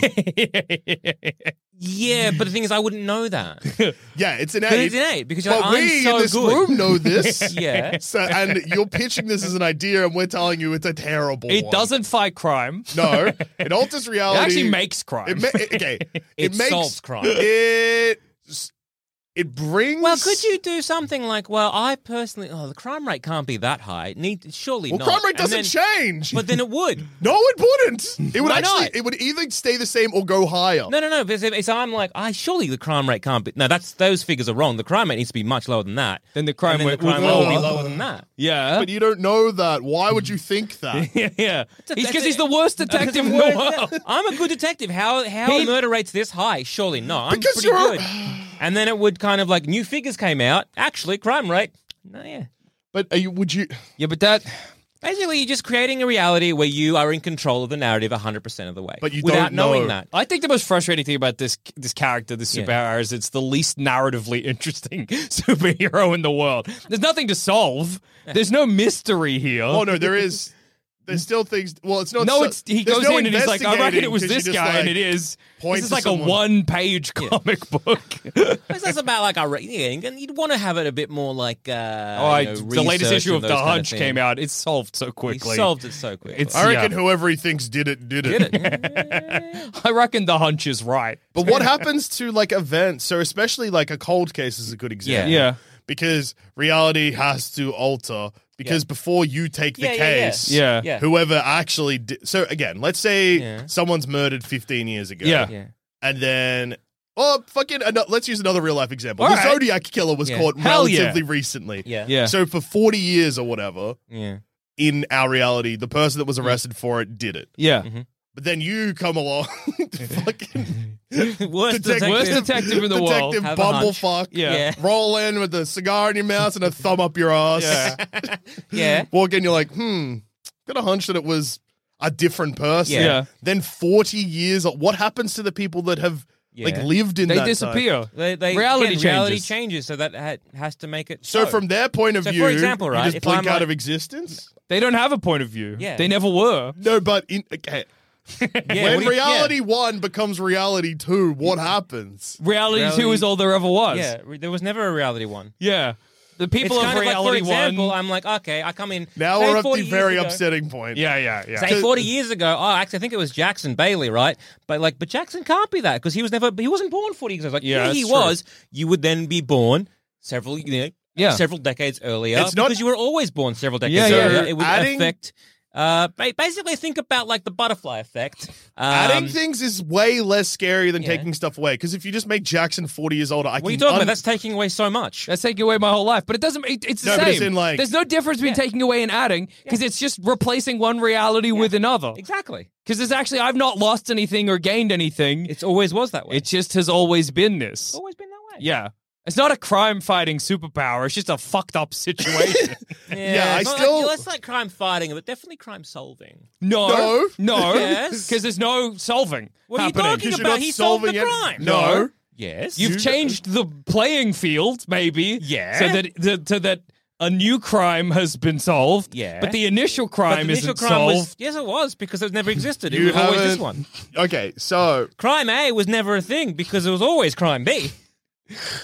[SPEAKER 3] Yeah, but the thing is, I wouldn't know that.
[SPEAKER 1] yeah, it's an
[SPEAKER 3] But it's
[SPEAKER 1] eight.
[SPEAKER 3] innate because you're
[SPEAKER 1] But
[SPEAKER 3] like, I'm
[SPEAKER 1] we
[SPEAKER 3] so
[SPEAKER 1] in this
[SPEAKER 3] good.
[SPEAKER 1] room know this.
[SPEAKER 3] Yeah.
[SPEAKER 1] So and you're pitching this as an idea, and we're telling you it's a terrible.
[SPEAKER 2] It
[SPEAKER 1] one.
[SPEAKER 2] doesn't fight crime.
[SPEAKER 1] No, it alters
[SPEAKER 2] It
[SPEAKER 1] reality.
[SPEAKER 2] actually makes crime.
[SPEAKER 1] It ma- it- okay. It,
[SPEAKER 3] It
[SPEAKER 1] makes
[SPEAKER 3] solves crime.
[SPEAKER 1] It it brings.
[SPEAKER 3] Well, could you do something like, well, I personally, oh, the crime rate can't be that high. It Need surely
[SPEAKER 1] Well,
[SPEAKER 3] not.
[SPEAKER 1] crime rate
[SPEAKER 3] And
[SPEAKER 1] doesn't
[SPEAKER 3] then-
[SPEAKER 1] change.
[SPEAKER 3] But then it would.
[SPEAKER 1] no, it wouldn't. It would
[SPEAKER 3] Why
[SPEAKER 1] actually.
[SPEAKER 3] not?
[SPEAKER 1] It would either stay the same or go higher.
[SPEAKER 3] No, no, no. Because if, if I'm like, I surely the crime rate can't be. No, that's those figures are wrong. The crime rate needs to be much lower than that.
[SPEAKER 2] Then the crime
[SPEAKER 3] And
[SPEAKER 2] rate
[SPEAKER 3] the crime
[SPEAKER 2] would
[SPEAKER 3] rate
[SPEAKER 2] be
[SPEAKER 3] will be
[SPEAKER 2] lower.
[SPEAKER 3] lower than that.
[SPEAKER 2] yeah.
[SPEAKER 1] But you don't know that. Why would you think that?
[SPEAKER 2] yeah, yeah. He's
[SPEAKER 3] that's
[SPEAKER 2] because
[SPEAKER 3] a-
[SPEAKER 2] he's the worst detective in the world.
[SPEAKER 3] I'm a good detective. How how
[SPEAKER 2] He-
[SPEAKER 3] are murder rates this high? Surely not. I'm
[SPEAKER 1] Because
[SPEAKER 3] pretty
[SPEAKER 1] you're-
[SPEAKER 3] good. And then it would kind of like new figures came out. Actually, crime rate. No, yeah.
[SPEAKER 1] But are you, would you?
[SPEAKER 2] Yeah, but that
[SPEAKER 3] Basically, you're just creating a reality where you are in control of the narrative 100% of the way.
[SPEAKER 1] But you
[SPEAKER 3] without
[SPEAKER 1] don't know.
[SPEAKER 3] knowing that.
[SPEAKER 2] I think the most frustrating thing about this this character, this
[SPEAKER 3] Yeah.
[SPEAKER 2] superhero, is it's the least narratively interesting superhero in the world. There's nothing to solve. There's no mystery here.
[SPEAKER 1] Oh no, there is. There's still things. Well, it's not.
[SPEAKER 2] No,
[SPEAKER 1] so-
[SPEAKER 2] it's he
[SPEAKER 1] there's
[SPEAKER 2] goes
[SPEAKER 1] no
[SPEAKER 2] in and he's like, I
[SPEAKER 1] investigating
[SPEAKER 2] reckon it was
[SPEAKER 1] 'cause you
[SPEAKER 2] this
[SPEAKER 1] just,
[SPEAKER 2] guy, and
[SPEAKER 1] like,
[SPEAKER 2] it is.
[SPEAKER 1] point
[SPEAKER 2] This is
[SPEAKER 1] to
[SPEAKER 2] like
[SPEAKER 1] someone.
[SPEAKER 2] a one page comic book.
[SPEAKER 3] Because that's about like our yeah, and you'd want to have it a bit more like uh,
[SPEAKER 2] Oh, I,
[SPEAKER 3] you know,
[SPEAKER 2] the latest
[SPEAKER 3] research
[SPEAKER 2] issue of
[SPEAKER 3] and those
[SPEAKER 2] The
[SPEAKER 3] kind
[SPEAKER 2] Hunch
[SPEAKER 3] things.
[SPEAKER 2] came out. It's solved so
[SPEAKER 3] He
[SPEAKER 2] quickly.
[SPEAKER 3] solved it so quickly.
[SPEAKER 2] It's-
[SPEAKER 1] I reckon
[SPEAKER 2] Yeah.
[SPEAKER 1] whoever he thinks did it did it.
[SPEAKER 3] did it.
[SPEAKER 2] I reckon The Hunch is right.
[SPEAKER 1] But what happens to like events? So especially like a cold case is a good example.
[SPEAKER 3] Yeah.
[SPEAKER 1] Because reality has to alter. Because before you take the
[SPEAKER 3] Yeah, yeah, yeah.
[SPEAKER 1] case,
[SPEAKER 2] Yeah.
[SPEAKER 3] Yeah.
[SPEAKER 1] whoever actually did. So again, let's say
[SPEAKER 3] Yeah.
[SPEAKER 1] someone's murdered 15 years ago.
[SPEAKER 2] Yeah.
[SPEAKER 3] yeah.
[SPEAKER 1] And then, oh, fucking, ano- let's use another real life example.
[SPEAKER 2] All
[SPEAKER 1] the
[SPEAKER 2] right.
[SPEAKER 1] Zodiac killer was
[SPEAKER 3] Yeah.
[SPEAKER 1] caught
[SPEAKER 2] Hell yeah.
[SPEAKER 1] relatively recently.
[SPEAKER 3] Yeah.
[SPEAKER 2] Yeah.
[SPEAKER 1] So for 40 years or whatever,
[SPEAKER 3] Yeah.
[SPEAKER 1] in our reality, the person that was
[SPEAKER 3] Mm.
[SPEAKER 1] arrested for it did it.
[SPEAKER 2] yeah.
[SPEAKER 1] But then you come along, fucking
[SPEAKER 3] Worst
[SPEAKER 1] detective,
[SPEAKER 3] detective.
[SPEAKER 2] Worst detective in the world.
[SPEAKER 1] detective
[SPEAKER 3] Have a hunch.
[SPEAKER 1] bumblefuck.
[SPEAKER 2] Yeah.
[SPEAKER 3] Yeah.
[SPEAKER 1] Roll in with a cigar in your mouth and a thumb up your ass.
[SPEAKER 2] Yeah.
[SPEAKER 3] Yeah.
[SPEAKER 1] Walk in, you're like, hmm, got a hunch that it was a different person.
[SPEAKER 3] Yeah.
[SPEAKER 2] Yeah.
[SPEAKER 1] Then 40 years, what happens to the people that have Like
[SPEAKER 3] Yeah.
[SPEAKER 1] lived in
[SPEAKER 2] They
[SPEAKER 1] that time.
[SPEAKER 2] disappear.
[SPEAKER 3] They, they,
[SPEAKER 2] Reality
[SPEAKER 3] again, reality
[SPEAKER 2] changes.
[SPEAKER 3] changes, so that ha- has to make it.
[SPEAKER 1] So
[SPEAKER 3] show.
[SPEAKER 1] from their point of
[SPEAKER 3] So for
[SPEAKER 1] view,
[SPEAKER 3] example, right,
[SPEAKER 1] you just
[SPEAKER 3] if
[SPEAKER 1] blink
[SPEAKER 3] I'm
[SPEAKER 1] out
[SPEAKER 3] like-
[SPEAKER 1] of existence.
[SPEAKER 2] They don't have a point of view.
[SPEAKER 3] Yeah.
[SPEAKER 2] They never were.
[SPEAKER 1] No, but in okay.
[SPEAKER 3] Yeah,
[SPEAKER 1] when
[SPEAKER 3] what do you- yeah.
[SPEAKER 1] reality one becomes reality two, what happens?
[SPEAKER 2] Reality, two
[SPEAKER 3] Reality-
[SPEAKER 2] is all there ever was.
[SPEAKER 3] Yeah, re- there was never a reality one.
[SPEAKER 2] Yeah. The people
[SPEAKER 3] it's
[SPEAKER 2] of
[SPEAKER 3] kind of
[SPEAKER 2] reality
[SPEAKER 3] like, for example,
[SPEAKER 2] one.
[SPEAKER 3] I'm like, okay, I come in.
[SPEAKER 1] Now
[SPEAKER 3] say
[SPEAKER 1] we're at
[SPEAKER 3] 40
[SPEAKER 1] the
[SPEAKER 3] years
[SPEAKER 1] very
[SPEAKER 3] ago-
[SPEAKER 1] upsetting point.
[SPEAKER 6] Yeah, yeah, yeah.
[SPEAKER 3] Say 40 years ago, oh, actually, I think it was Jackson Bailey, right? But like, but Jackson can't be that because he was never, he wasn't born 40 years ago. Like,
[SPEAKER 2] Yeah,
[SPEAKER 3] yeah,
[SPEAKER 2] that's
[SPEAKER 3] he
[SPEAKER 2] true.
[SPEAKER 3] was. You would then be born several, you know,
[SPEAKER 2] Yeah.
[SPEAKER 3] several decades earlier.
[SPEAKER 1] It's not-
[SPEAKER 3] because you were always born several decades
[SPEAKER 2] Yeah, yeah,
[SPEAKER 3] earlier.
[SPEAKER 1] yeah.
[SPEAKER 3] It would
[SPEAKER 1] Adding-
[SPEAKER 3] affect. Uh, ba- basically, think about like the butterfly effect. Um,
[SPEAKER 1] Adding things is way less scary than
[SPEAKER 3] yeah.
[SPEAKER 1] taking stuff away because if you just make Jackson forty years older, I
[SPEAKER 3] what are
[SPEAKER 1] can
[SPEAKER 3] you talking
[SPEAKER 1] un-
[SPEAKER 3] about? That's taking away so much.
[SPEAKER 2] That's taking away my whole life, but it doesn't. It, it's the
[SPEAKER 1] No,
[SPEAKER 2] same.
[SPEAKER 1] but it's in, like-
[SPEAKER 2] There's no difference between taking away and adding because it's just replacing one reality with another.
[SPEAKER 3] exactly.
[SPEAKER 2] Because there's actually, I've not lost anything or gained anything.
[SPEAKER 3] It's always was that way.
[SPEAKER 2] It just has always been this.
[SPEAKER 3] always been that way.
[SPEAKER 2] Yeah. It's not a crime fighting superpower. It's just a fucked up situation.
[SPEAKER 1] Yeah,
[SPEAKER 3] it's
[SPEAKER 1] I
[SPEAKER 3] not
[SPEAKER 1] still-
[SPEAKER 3] Like, that's like crime fighting, but definitely crime solving.
[SPEAKER 2] no. No.
[SPEAKER 3] Yes.
[SPEAKER 2] Because there's no solving.
[SPEAKER 3] What
[SPEAKER 2] happening.
[SPEAKER 3] are you talking
[SPEAKER 1] you're
[SPEAKER 3] about?
[SPEAKER 1] not
[SPEAKER 3] He solved the
[SPEAKER 1] solving it.
[SPEAKER 3] crime.
[SPEAKER 1] No.
[SPEAKER 3] Yes.
[SPEAKER 2] You've changed the playing field, maybe.
[SPEAKER 3] Yeah.
[SPEAKER 2] So that, that so that a new crime has been solved.
[SPEAKER 3] Yeah.
[SPEAKER 2] But the initial
[SPEAKER 3] But
[SPEAKER 2] crime
[SPEAKER 3] the initial
[SPEAKER 2] isn't
[SPEAKER 3] crime
[SPEAKER 2] solved.
[SPEAKER 3] was yes, it was because it never existed. It
[SPEAKER 1] You
[SPEAKER 3] was always this
[SPEAKER 1] haven't-
[SPEAKER 3] one.
[SPEAKER 1] Okay, so
[SPEAKER 3] Crime A was never a thing because it was always crime B.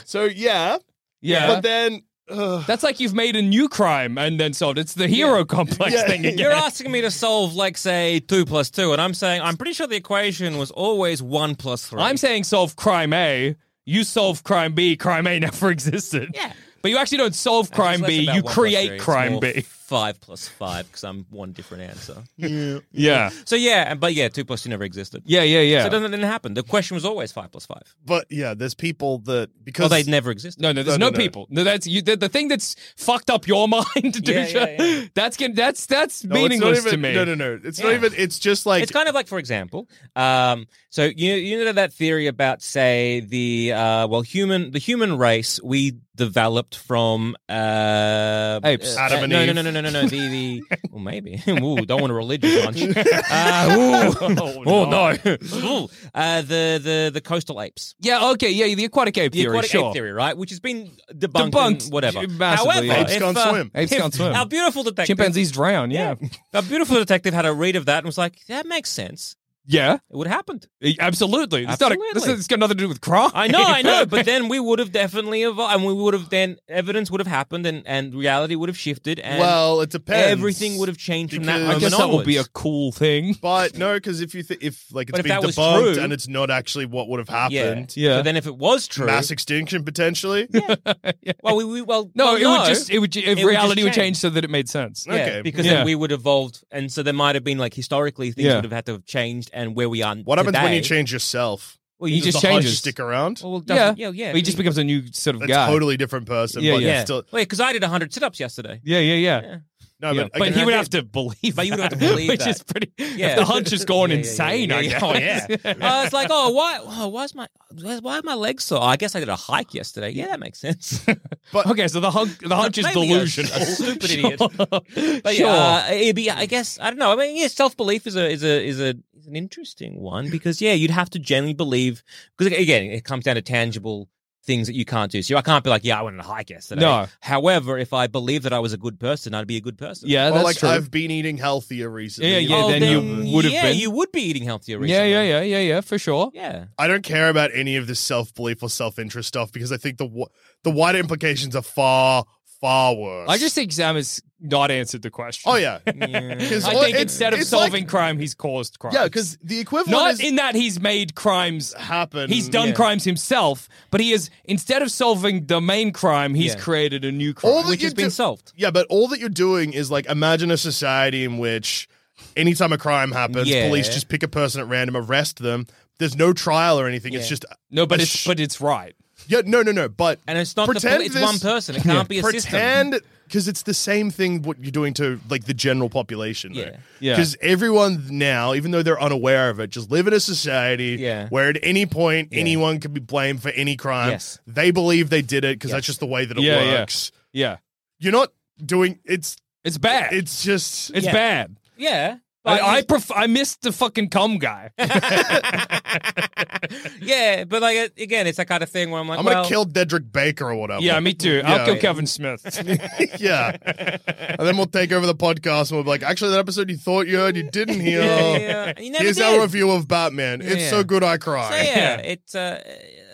[SPEAKER 1] so yeah,
[SPEAKER 2] yeah.
[SPEAKER 1] but then uh,
[SPEAKER 2] That's like you've made a new crime and then solved. It's the hero complex
[SPEAKER 1] Yeah.
[SPEAKER 2] thing again.
[SPEAKER 3] You're asking me to solve like say two plus two, and I'm saying I'm pretty sure the equation was always one plus three.
[SPEAKER 2] I'm saying solve crime A. You solve crime B. Crime A never existed.
[SPEAKER 3] Yeah.
[SPEAKER 2] But you actually don't solve
[SPEAKER 3] Actually,
[SPEAKER 2] crime
[SPEAKER 3] it's less
[SPEAKER 2] B.
[SPEAKER 3] about
[SPEAKER 2] You
[SPEAKER 3] one plus three,
[SPEAKER 2] create
[SPEAKER 3] it's
[SPEAKER 2] crime
[SPEAKER 3] more
[SPEAKER 2] B.
[SPEAKER 3] Five plus five because I'm one different answer.
[SPEAKER 2] Yeah.
[SPEAKER 3] So yeah, and- but yeah, two plus two never existed.
[SPEAKER 2] Yeah, yeah, yeah.
[SPEAKER 3] So then that didn't happen. The question was always five plus five.
[SPEAKER 1] but yeah, there's people that
[SPEAKER 3] Well,
[SPEAKER 1] because
[SPEAKER 3] they never existed.
[SPEAKER 2] Oh, no, no, there's
[SPEAKER 1] No,
[SPEAKER 2] no,
[SPEAKER 1] no, no.
[SPEAKER 2] people. No, that's you. The, the thing that's fucked up your mind,
[SPEAKER 3] Yeah,
[SPEAKER 2] Dusha.
[SPEAKER 3] yeah, yeah.
[SPEAKER 2] That's gonna- that's that's
[SPEAKER 1] No, it's not
[SPEAKER 2] meaningless
[SPEAKER 1] even-
[SPEAKER 2] to me.
[SPEAKER 1] No, no, no. It's not
[SPEAKER 3] Yeah.
[SPEAKER 1] even. It's just like
[SPEAKER 3] it's kind of like, for example, um, so you you know that theory about say the uh, well human the human race we developed from uh,
[SPEAKER 2] Apes.
[SPEAKER 3] uh,
[SPEAKER 1] Adam
[SPEAKER 3] uh,
[SPEAKER 1] and
[SPEAKER 3] no,
[SPEAKER 1] Eve.
[SPEAKER 3] no, no, no, no, no, no. The, the well, maybe. ooh, don't want a religious lunch. Uh, ooh. oh, no. Ooh. Uh, the the the coastal apes.
[SPEAKER 2] Yeah. Okay. Yeah. The aquatic ape
[SPEAKER 3] The
[SPEAKER 2] theory.
[SPEAKER 3] aquatic
[SPEAKER 2] sure.
[SPEAKER 3] ape theory, right? Which has been debunked,
[SPEAKER 2] Debunked
[SPEAKER 3] and whatever.
[SPEAKER 2] massively,
[SPEAKER 3] However,
[SPEAKER 2] yeah.
[SPEAKER 1] Apes
[SPEAKER 3] if,
[SPEAKER 1] can't
[SPEAKER 3] uh,
[SPEAKER 1] swim.
[SPEAKER 2] Apes
[SPEAKER 3] if
[SPEAKER 2] can't swim.
[SPEAKER 3] Our beautiful detective,
[SPEAKER 2] Chimpanzees drown. Yeah.
[SPEAKER 3] our beautiful detective had a read of that and was like, "That makes sense.
[SPEAKER 2] Yeah. E,
[SPEAKER 3] It would have happened."
[SPEAKER 2] Absolutely. It's not. A, this,
[SPEAKER 3] Absolutely.
[SPEAKER 2] it's got nothing to do with crime.
[SPEAKER 3] I know, I know, but then we would have definitely evolved, and we would have then evidence would have happened, and and reality would have shifted, and
[SPEAKER 1] well, it depends.
[SPEAKER 3] everything would have changed from that
[SPEAKER 1] Because-
[SPEAKER 3] moment
[SPEAKER 2] I guess that would be a
[SPEAKER 3] onwards.
[SPEAKER 2] cool thing.
[SPEAKER 1] But no, because if you think if like it's
[SPEAKER 3] But if
[SPEAKER 1] been
[SPEAKER 3] that was
[SPEAKER 1] debunked
[SPEAKER 3] true-
[SPEAKER 1] and it's not actually what would have
[SPEAKER 3] yeah.
[SPEAKER 1] happened,
[SPEAKER 2] Yeah.
[SPEAKER 3] So then, if it was true,
[SPEAKER 1] mass extinction potentially.
[SPEAKER 3] well, we, we well
[SPEAKER 2] No,
[SPEAKER 3] well,
[SPEAKER 2] it would just it would ju- if
[SPEAKER 3] It would
[SPEAKER 2] reality
[SPEAKER 3] just
[SPEAKER 2] would change
[SPEAKER 3] change.
[SPEAKER 2] so that it made sense.
[SPEAKER 3] yeah,
[SPEAKER 1] Okay.
[SPEAKER 3] because
[SPEAKER 2] Yeah.
[SPEAKER 3] then we would have evolved, and so there might have been like historically things
[SPEAKER 2] Yeah.
[SPEAKER 3] would have had to have changed, and where we are.
[SPEAKER 1] What happens when you
[SPEAKER 3] today-
[SPEAKER 1] change yourself?
[SPEAKER 3] Well,
[SPEAKER 2] He
[SPEAKER 3] you
[SPEAKER 2] just
[SPEAKER 1] the hunch
[SPEAKER 2] changes.
[SPEAKER 1] Stick around.
[SPEAKER 3] Well,
[SPEAKER 2] Yeah.
[SPEAKER 3] doesn't- yeah, yeah.
[SPEAKER 2] But he just becomes a new sort of
[SPEAKER 1] That's
[SPEAKER 2] guy.
[SPEAKER 1] totally different person.
[SPEAKER 2] Yeah,
[SPEAKER 1] but
[SPEAKER 3] yeah.
[SPEAKER 1] it's Still,
[SPEAKER 3] Wait, because I did hundred sit-ups yesterday.
[SPEAKER 2] Yeah, yeah, yeah.
[SPEAKER 1] no,
[SPEAKER 2] Yeah.
[SPEAKER 1] but,
[SPEAKER 2] But
[SPEAKER 1] again,
[SPEAKER 2] he
[SPEAKER 1] I
[SPEAKER 2] would
[SPEAKER 1] think-
[SPEAKER 2] have to believe.
[SPEAKER 3] But you would have to
[SPEAKER 2] that,
[SPEAKER 3] believe
[SPEAKER 2] which
[SPEAKER 3] that.
[SPEAKER 2] is pretty.
[SPEAKER 3] Yeah.
[SPEAKER 2] if the hunch has gone
[SPEAKER 3] Yeah, yeah, yeah,
[SPEAKER 2] insane.
[SPEAKER 3] yeah,
[SPEAKER 2] I
[SPEAKER 3] yeah.
[SPEAKER 2] guess.
[SPEAKER 3] Oh, uh, it's like, oh, why? Oh, why is my why are my legs sore? Oh, I guess I did a hike yesterday. Yeah, that makes sense.
[SPEAKER 2] okay, so the hunch, the hunch is
[SPEAKER 3] Maybe a-
[SPEAKER 2] delusional.
[SPEAKER 3] a stupid idiot. But
[SPEAKER 2] sure.
[SPEAKER 3] yeah, uh, it'd be, I guess I don't know. I mean, yeah, self belief is a is a is a is an interesting one because yeah, you'd have to generally believe because again, it comes down to tangible things that you can't do. So I can't be like, yeah, I went on a hike yesterday.
[SPEAKER 2] No.
[SPEAKER 3] However, if I believe that I was a good person, I'd be a good person.
[SPEAKER 2] yeah,
[SPEAKER 1] or
[SPEAKER 2] that's
[SPEAKER 1] like
[SPEAKER 2] true.
[SPEAKER 1] I've been eating healthier recently.
[SPEAKER 2] Yeah, yeah,
[SPEAKER 3] Oh,
[SPEAKER 2] then you would have
[SPEAKER 3] yeah,
[SPEAKER 2] been.
[SPEAKER 3] you would be eating healthier.
[SPEAKER 2] yeah,
[SPEAKER 3] recently.
[SPEAKER 2] yeah, yeah, yeah, yeah, for sure.
[SPEAKER 3] yeah.
[SPEAKER 1] I don't care about any of this self belief or self interest stuff because I think the wa- the wider implications are far far worse.
[SPEAKER 2] I just think Sam has not answered the question.
[SPEAKER 1] oh yeah,
[SPEAKER 3] yeah.
[SPEAKER 1] 'Cause
[SPEAKER 2] I
[SPEAKER 1] all-
[SPEAKER 2] think
[SPEAKER 1] it's-
[SPEAKER 2] instead of
[SPEAKER 1] it's like-
[SPEAKER 2] solving crime, he's caused crime.
[SPEAKER 1] yeah, because the equivalent
[SPEAKER 2] not
[SPEAKER 1] is
[SPEAKER 2] in that he's made crimes
[SPEAKER 1] happen.
[SPEAKER 2] He's done
[SPEAKER 3] Yeah.
[SPEAKER 2] crimes himself, but he is instead of solving the main crime, he's
[SPEAKER 3] Yeah.
[SPEAKER 2] created a new crime.
[SPEAKER 1] All that
[SPEAKER 3] Which
[SPEAKER 1] you
[SPEAKER 3] has been
[SPEAKER 1] do-
[SPEAKER 3] solved.
[SPEAKER 1] Yeah, but all that you're doing is like imagine a society in which anytime a crime happens,
[SPEAKER 3] Yeah.
[SPEAKER 1] police just pick a person at random, arrest them. There's no trial or anything. It's
[SPEAKER 3] Yeah.
[SPEAKER 1] just
[SPEAKER 2] no, but
[SPEAKER 1] a
[SPEAKER 2] it's
[SPEAKER 1] sh-
[SPEAKER 2] but it's right.
[SPEAKER 1] yeah, no, no, no. But
[SPEAKER 3] And it's not the
[SPEAKER 1] pretend
[SPEAKER 3] poli- it's
[SPEAKER 1] this-
[SPEAKER 3] one person. It can't be a system.
[SPEAKER 1] pretend because it's the same thing what you're doing to like the general population.
[SPEAKER 3] Yeah.
[SPEAKER 2] Yeah.
[SPEAKER 1] Because everyone now, even though they're unaware of it, just live in a society
[SPEAKER 3] Yeah.
[SPEAKER 1] where at any point anyone can be blamed for any crime.
[SPEAKER 3] Yes.
[SPEAKER 1] They believe they did it because that's
[SPEAKER 3] Yes.
[SPEAKER 1] just the way that it
[SPEAKER 2] Yeah, yeah.
[SPEAKER 1] works.
[SPEAKER 2] Yeah,
[SPEAKER 1] You're not doing it's
[SPEAKER 2] it's bad. It's,
[SPEAKER 1] it's just
[SPEAKER 3] Yeah.
[SPEAKER 2] bad.
[SPEAKER 3] Yeah.
[SPEAKER 2] I I, pref- I missed the fucking cum guy.
[SPEAKER 3] yeah, but like it- again, it's that kind of thing where I'm like,
[SPEAKER 1] I'm
[SPEAKER 3] well,
[SPEAKER 1] gonna kill Dedrick Baker or whatever.
[SPEAKER 2] yeah, me too. I'll
[SPEAKER 1] Oh, Yeah.
[SPEAKER 2] kill Kevin Smith.
[SPEAKER 1] yeah. And then we'll take over the podcast and we'll be like, actually, that episode you thought you heard, you didn't hear.
[SPEAKER 3] Yeah, yeah, yeah. You never
[SPEAKER 1] Here's
[SPEAKER 3] did.
[SPEAKER 1] our review of Batman. it's
[SPEAKER 3] Yeah.
[SPEAKER 1] so good I cry.
[SPEAKER 3] So yeah, it's uh,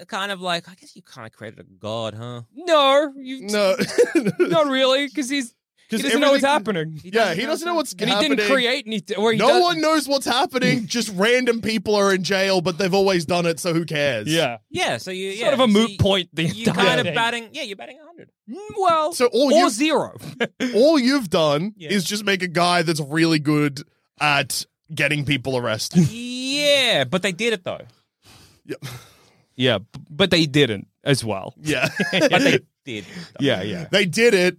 [SPEAKER 3] kind of like I guess you kind of created a god, huh?
[SPEAKER 2] no, you,
[SPEAKER 1] No.
[SPEAKER 2] not really, because he's he
[SPEAKER 1] 'Cause
[SPEAKER 2] doesn't know what's
[SPEAKER 1] everything-
[SPEAKER 2] happening.
[SPEAKER 1] Yeah, he doesn't know what's
[SPEAKER 2] and he
[SPEAKER 1] happening.
[SPEAKER 2] didn't create anything. Or he
[SPEAKER 1] No
[SPEAKER 2] does-
[SPEAKER 1] one knows what's happening. Just random people are in jail, but they've always done it, so who cares?
[SPEAKER 2] Yeah,
[SPEAKER 3] Yeah, so you
[SPEAKER 2] sort
[SPEAKER 3] yeah,
[SPEAKER 2] of a
[SPEAKER 3] so
[SPEAKER 2] moot
[SPEAKER 3] you-
[SPEAKER 2] point. The
[SPEAKER 3] You
[SPEAKER 2] entire
[SPEAKER 3] kind of
[SPEAKER 2] thing.
[SPEAKER 3] batting, yeah, you're batting 100.
[SPEAKER 2] Mm, Well,
[SPEAKER 1] So oh, all
[SPEAKER 2] or
[SPEAKER 1] you-
[SPEAKER 2] zero.
[SPEAKER 1] All you've done
[SPEAKER 3] Yeah.
[SPEAKER 1] is just make a guy that's really good at getting people arrested.
[SPEAKER 3] Yeah, but they did it though.
[SPEAKER 2] yeah, b- but they didn't as well.
[SPEAKER 1] yeah.
[SPEAKER 3] But they did.
[SPEAKER 2] Yeah, yeah.
[SPEAKER 1] they did it,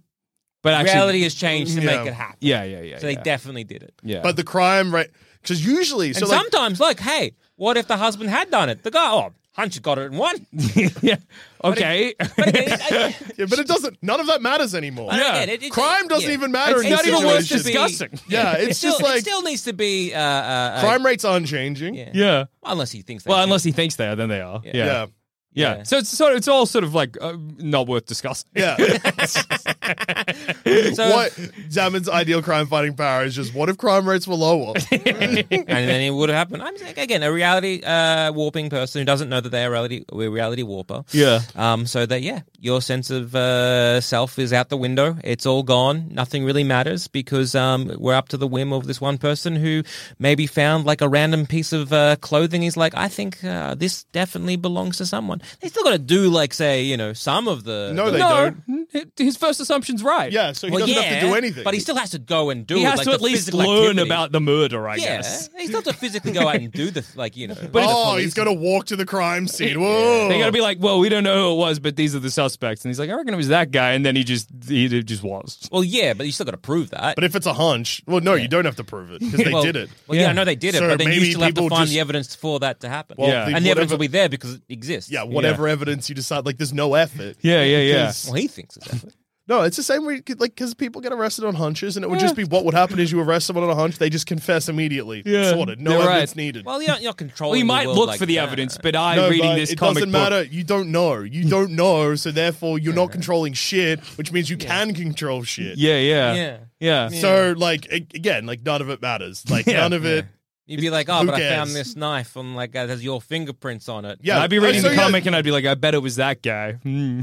[SPEAKER 2] But actually,
[SPEAKER 3] Reality has changed to
[SPEAKER 1] Yeah.
[SPEAKER 3] make it happen.
[SPEAKER 2] Yeah, yeah, yeah.
[SPEAKER 3] So they
[SPEAKER 2] yeah.
[SPEAKER 3] definitely did it.
[SPEAKER 2] yeah.
[SPEAKER 1] but the crime rate. Because usually, so
[SPEAKER 3] and
[SPEAKER 1] like,
[SPEAKER 3] sometimes, like, hey, what if the husband had done it? The guy, oh, Hunter got it and won.
[SPEAKER 2] yeah. Okay.
[SPEAKER 3] But again, I-
[SPEAKER 1] yeah, but it doesn't. None of that matters anymore.
[SPEAKER 3] I don't get it. It-
[SPEAKER 1] crime doesn't
[SPEAKER 3] yeah.
[SPEAKER 1] even matter.
[SPEAKER 2] It's
[SPEAKER 1] in
[SPEAKER 2] not
[SPEAKER 1] this
[SPEAKER 2] even worth
[SPEAKER 1] situation.
[SPEAKER 2] discussing.
[SPEAKER 1] Yeah,
[SPEAKER 3] It
[SPEAKER 1] it's
[SPEAKER 3] still,
[SPEAKER 1] just like
[SPEAKER 3] it still needs to be uh, uh, uh,
[SPEAKER 1] crime rates aren't changing.
[SPEAKER 3] Yeah.
[SPEAKER 2] yeah.
[SPEAKER 3] unless he thinks. They
[SPEAKER 2] Well,
[SPEAKER 3] should.
[SPEAKER 2] unless he thinks they are, then they are. Yeah. Yeah.
[SPEAKER 1] Yeah.
[SPEAKER 3] Yeah.
[SPEAKER 2] So it's sort of, it's all sort of like uh, not worth discussing.
[SPEAKER 1] Yeah.
[SPEAKER 3] So-
[SPEAKER 1] what Zaman's ideal crime fighting power is just what if crime rates were lower?
[SPEAKER 3] and then it would happen. I'm saying again, a reality uh, warping person who doesn't know that they are reality, we're reality warper.
[SPEAKER 1] yeah.
[SPEAKER 3] Um, so that yeah, your sense of uh, self is out the window. It's all gone. Nothing really matters because um, we're up to the whim of this one person who maybe found like a random piece of uh, clothing. He's like, I think uh, this definitely belongs to someone. They still got to do like say you know some of the
[SPEAKER 1] No, they
[SPEAKER 2] no,
[SPEAKER 1] don't.
[SPEAKER 2] h- his first assumption's right.
[SPEAKER 1] Yeah, so he
[SPEAKER 3] Well,
[SPEAKER 1] doesn't
[SPEAKER 3] yeah,
[SPEAKER 1] have to do anything.
[SPEAKER 3] but he still has to go and do.
[SPEAKER 2] He
[SPEAKER 3] it,
[SPEAKER 2] has
[SPEAKER 3] like
[SPEAKER 2] to
[SPEAKER 3] the
[SPEAKER 2] at least
[SPEAKER 3] physical
[SPEAKER 2] learn
[SPEAKER 3] activity.
[SPEAKER 2] about the murder, I
[SPEAKER 3] Yeah,
[SPEAKER 2] guess.
[SPEAKER 3] he still has to physically go out and do the like you know.
[SPEAKER 2] But it's-
[SPEAKER 1] oh, he's gonna walk to the crime scene. Whoa!
[SPEAKER 2] They gotta be like, well, we don't know who it was, but these are the suspects, and he's like, I reckon it was that guy, and then he just he just was.
[SPEAKER 3] well, yeah, but you still got to prove that.
[SPEAKER 1] but if it's a hunch, well, no, you don't have to prove it because they
[SPEAKER 3] well,
[SPEAKER 1] did it.
[SPEAKER 3] Well, yeah.
[SPEAKER 2] Yeah.
[SPEAKER 3] I know they did it,
[SPEAKER 1] So
[SPEAKER 3] but then you
[SPEAKER 1] maybe
[SPEAKER 3] still have to
[SPEAKER 1] people
[SPEAKER 3] find
[SPEAKER 1] just-
[SPEAKER 3] the evidence for that to happen.
[SPEAKER 1] Well,
[SPEAKER 2] Yeah.
[SPEAKER 3] and the evidence
[SPEAKER 1] whatever-
[SPEAKER 3] will be there because it exists.
[SPEAKER 1] Yeah, whatever evidence you decide, like there's no effort.
[SPEAKER 2] Yeah, yeah, yeah.
[SPEAKER 3] Well, he thinks it's effort.
[SPEAKER 1] No, it's the same way, like, because people get arrested on hunches, and it would just be what would happen is you arrest someone on a hunch, they just confess immediately.
[SPEAKER 2] Yeah.
[SPEAKER 1] Sorted. No
[SPEAKER 2] You're right.
[SPEAKER 1] evidence needed.
[SPEAKER 3] Well, you're not, you're not controlling.
[SPEAKER 2] Well, you
[SPEAKER 3] the
[SPEAKER 2] might
[SPEAKER 3] world
[SPEAKER 2] look
[SPEAKER 3] like
[SPEAKER 2] for the
[SPEAKER 3] that.
[SPEAKER 2] evidence, but I
[SPEAKER 1] no,
[SPEAKER 2] reading
[SPEAKER 1] but
[SPEAKER 2] this
[SPEAKER 1] it
[SPEAKER 2] comic
[SPEAKER 1] doesn't
[SPEAKER 2] book-
[SPEAKER 1] matter. You don't know. You don't know, so therefore you're not controlling shit, which means you can control shit.
[SPEAKER 2] Yeah, yeah,
[SPEAKER 3] Yeah.
[SPEAKER 2] yeah.
[SPEAKER 1] So, like, a- again, like none of it matters. Like none of it.
[SPEAKER 3] You'd be like, oh,
[SPEAKER 1] Who
[SPEAKER 3] but I
[SPEAKER 1] cares?
[SPEAKER 3] found this knife and like uh, it has your fingerprints on it.
[SPEAKER 1] Yeah, Oh,
[SPEAKER 2] I'd be reading
[SPEAKER 1] so
[SPEAKER 2] the
[SPEAKER 1] yeah,
[SPEAKER 2] comic and I'd be like, I bet it was that guy.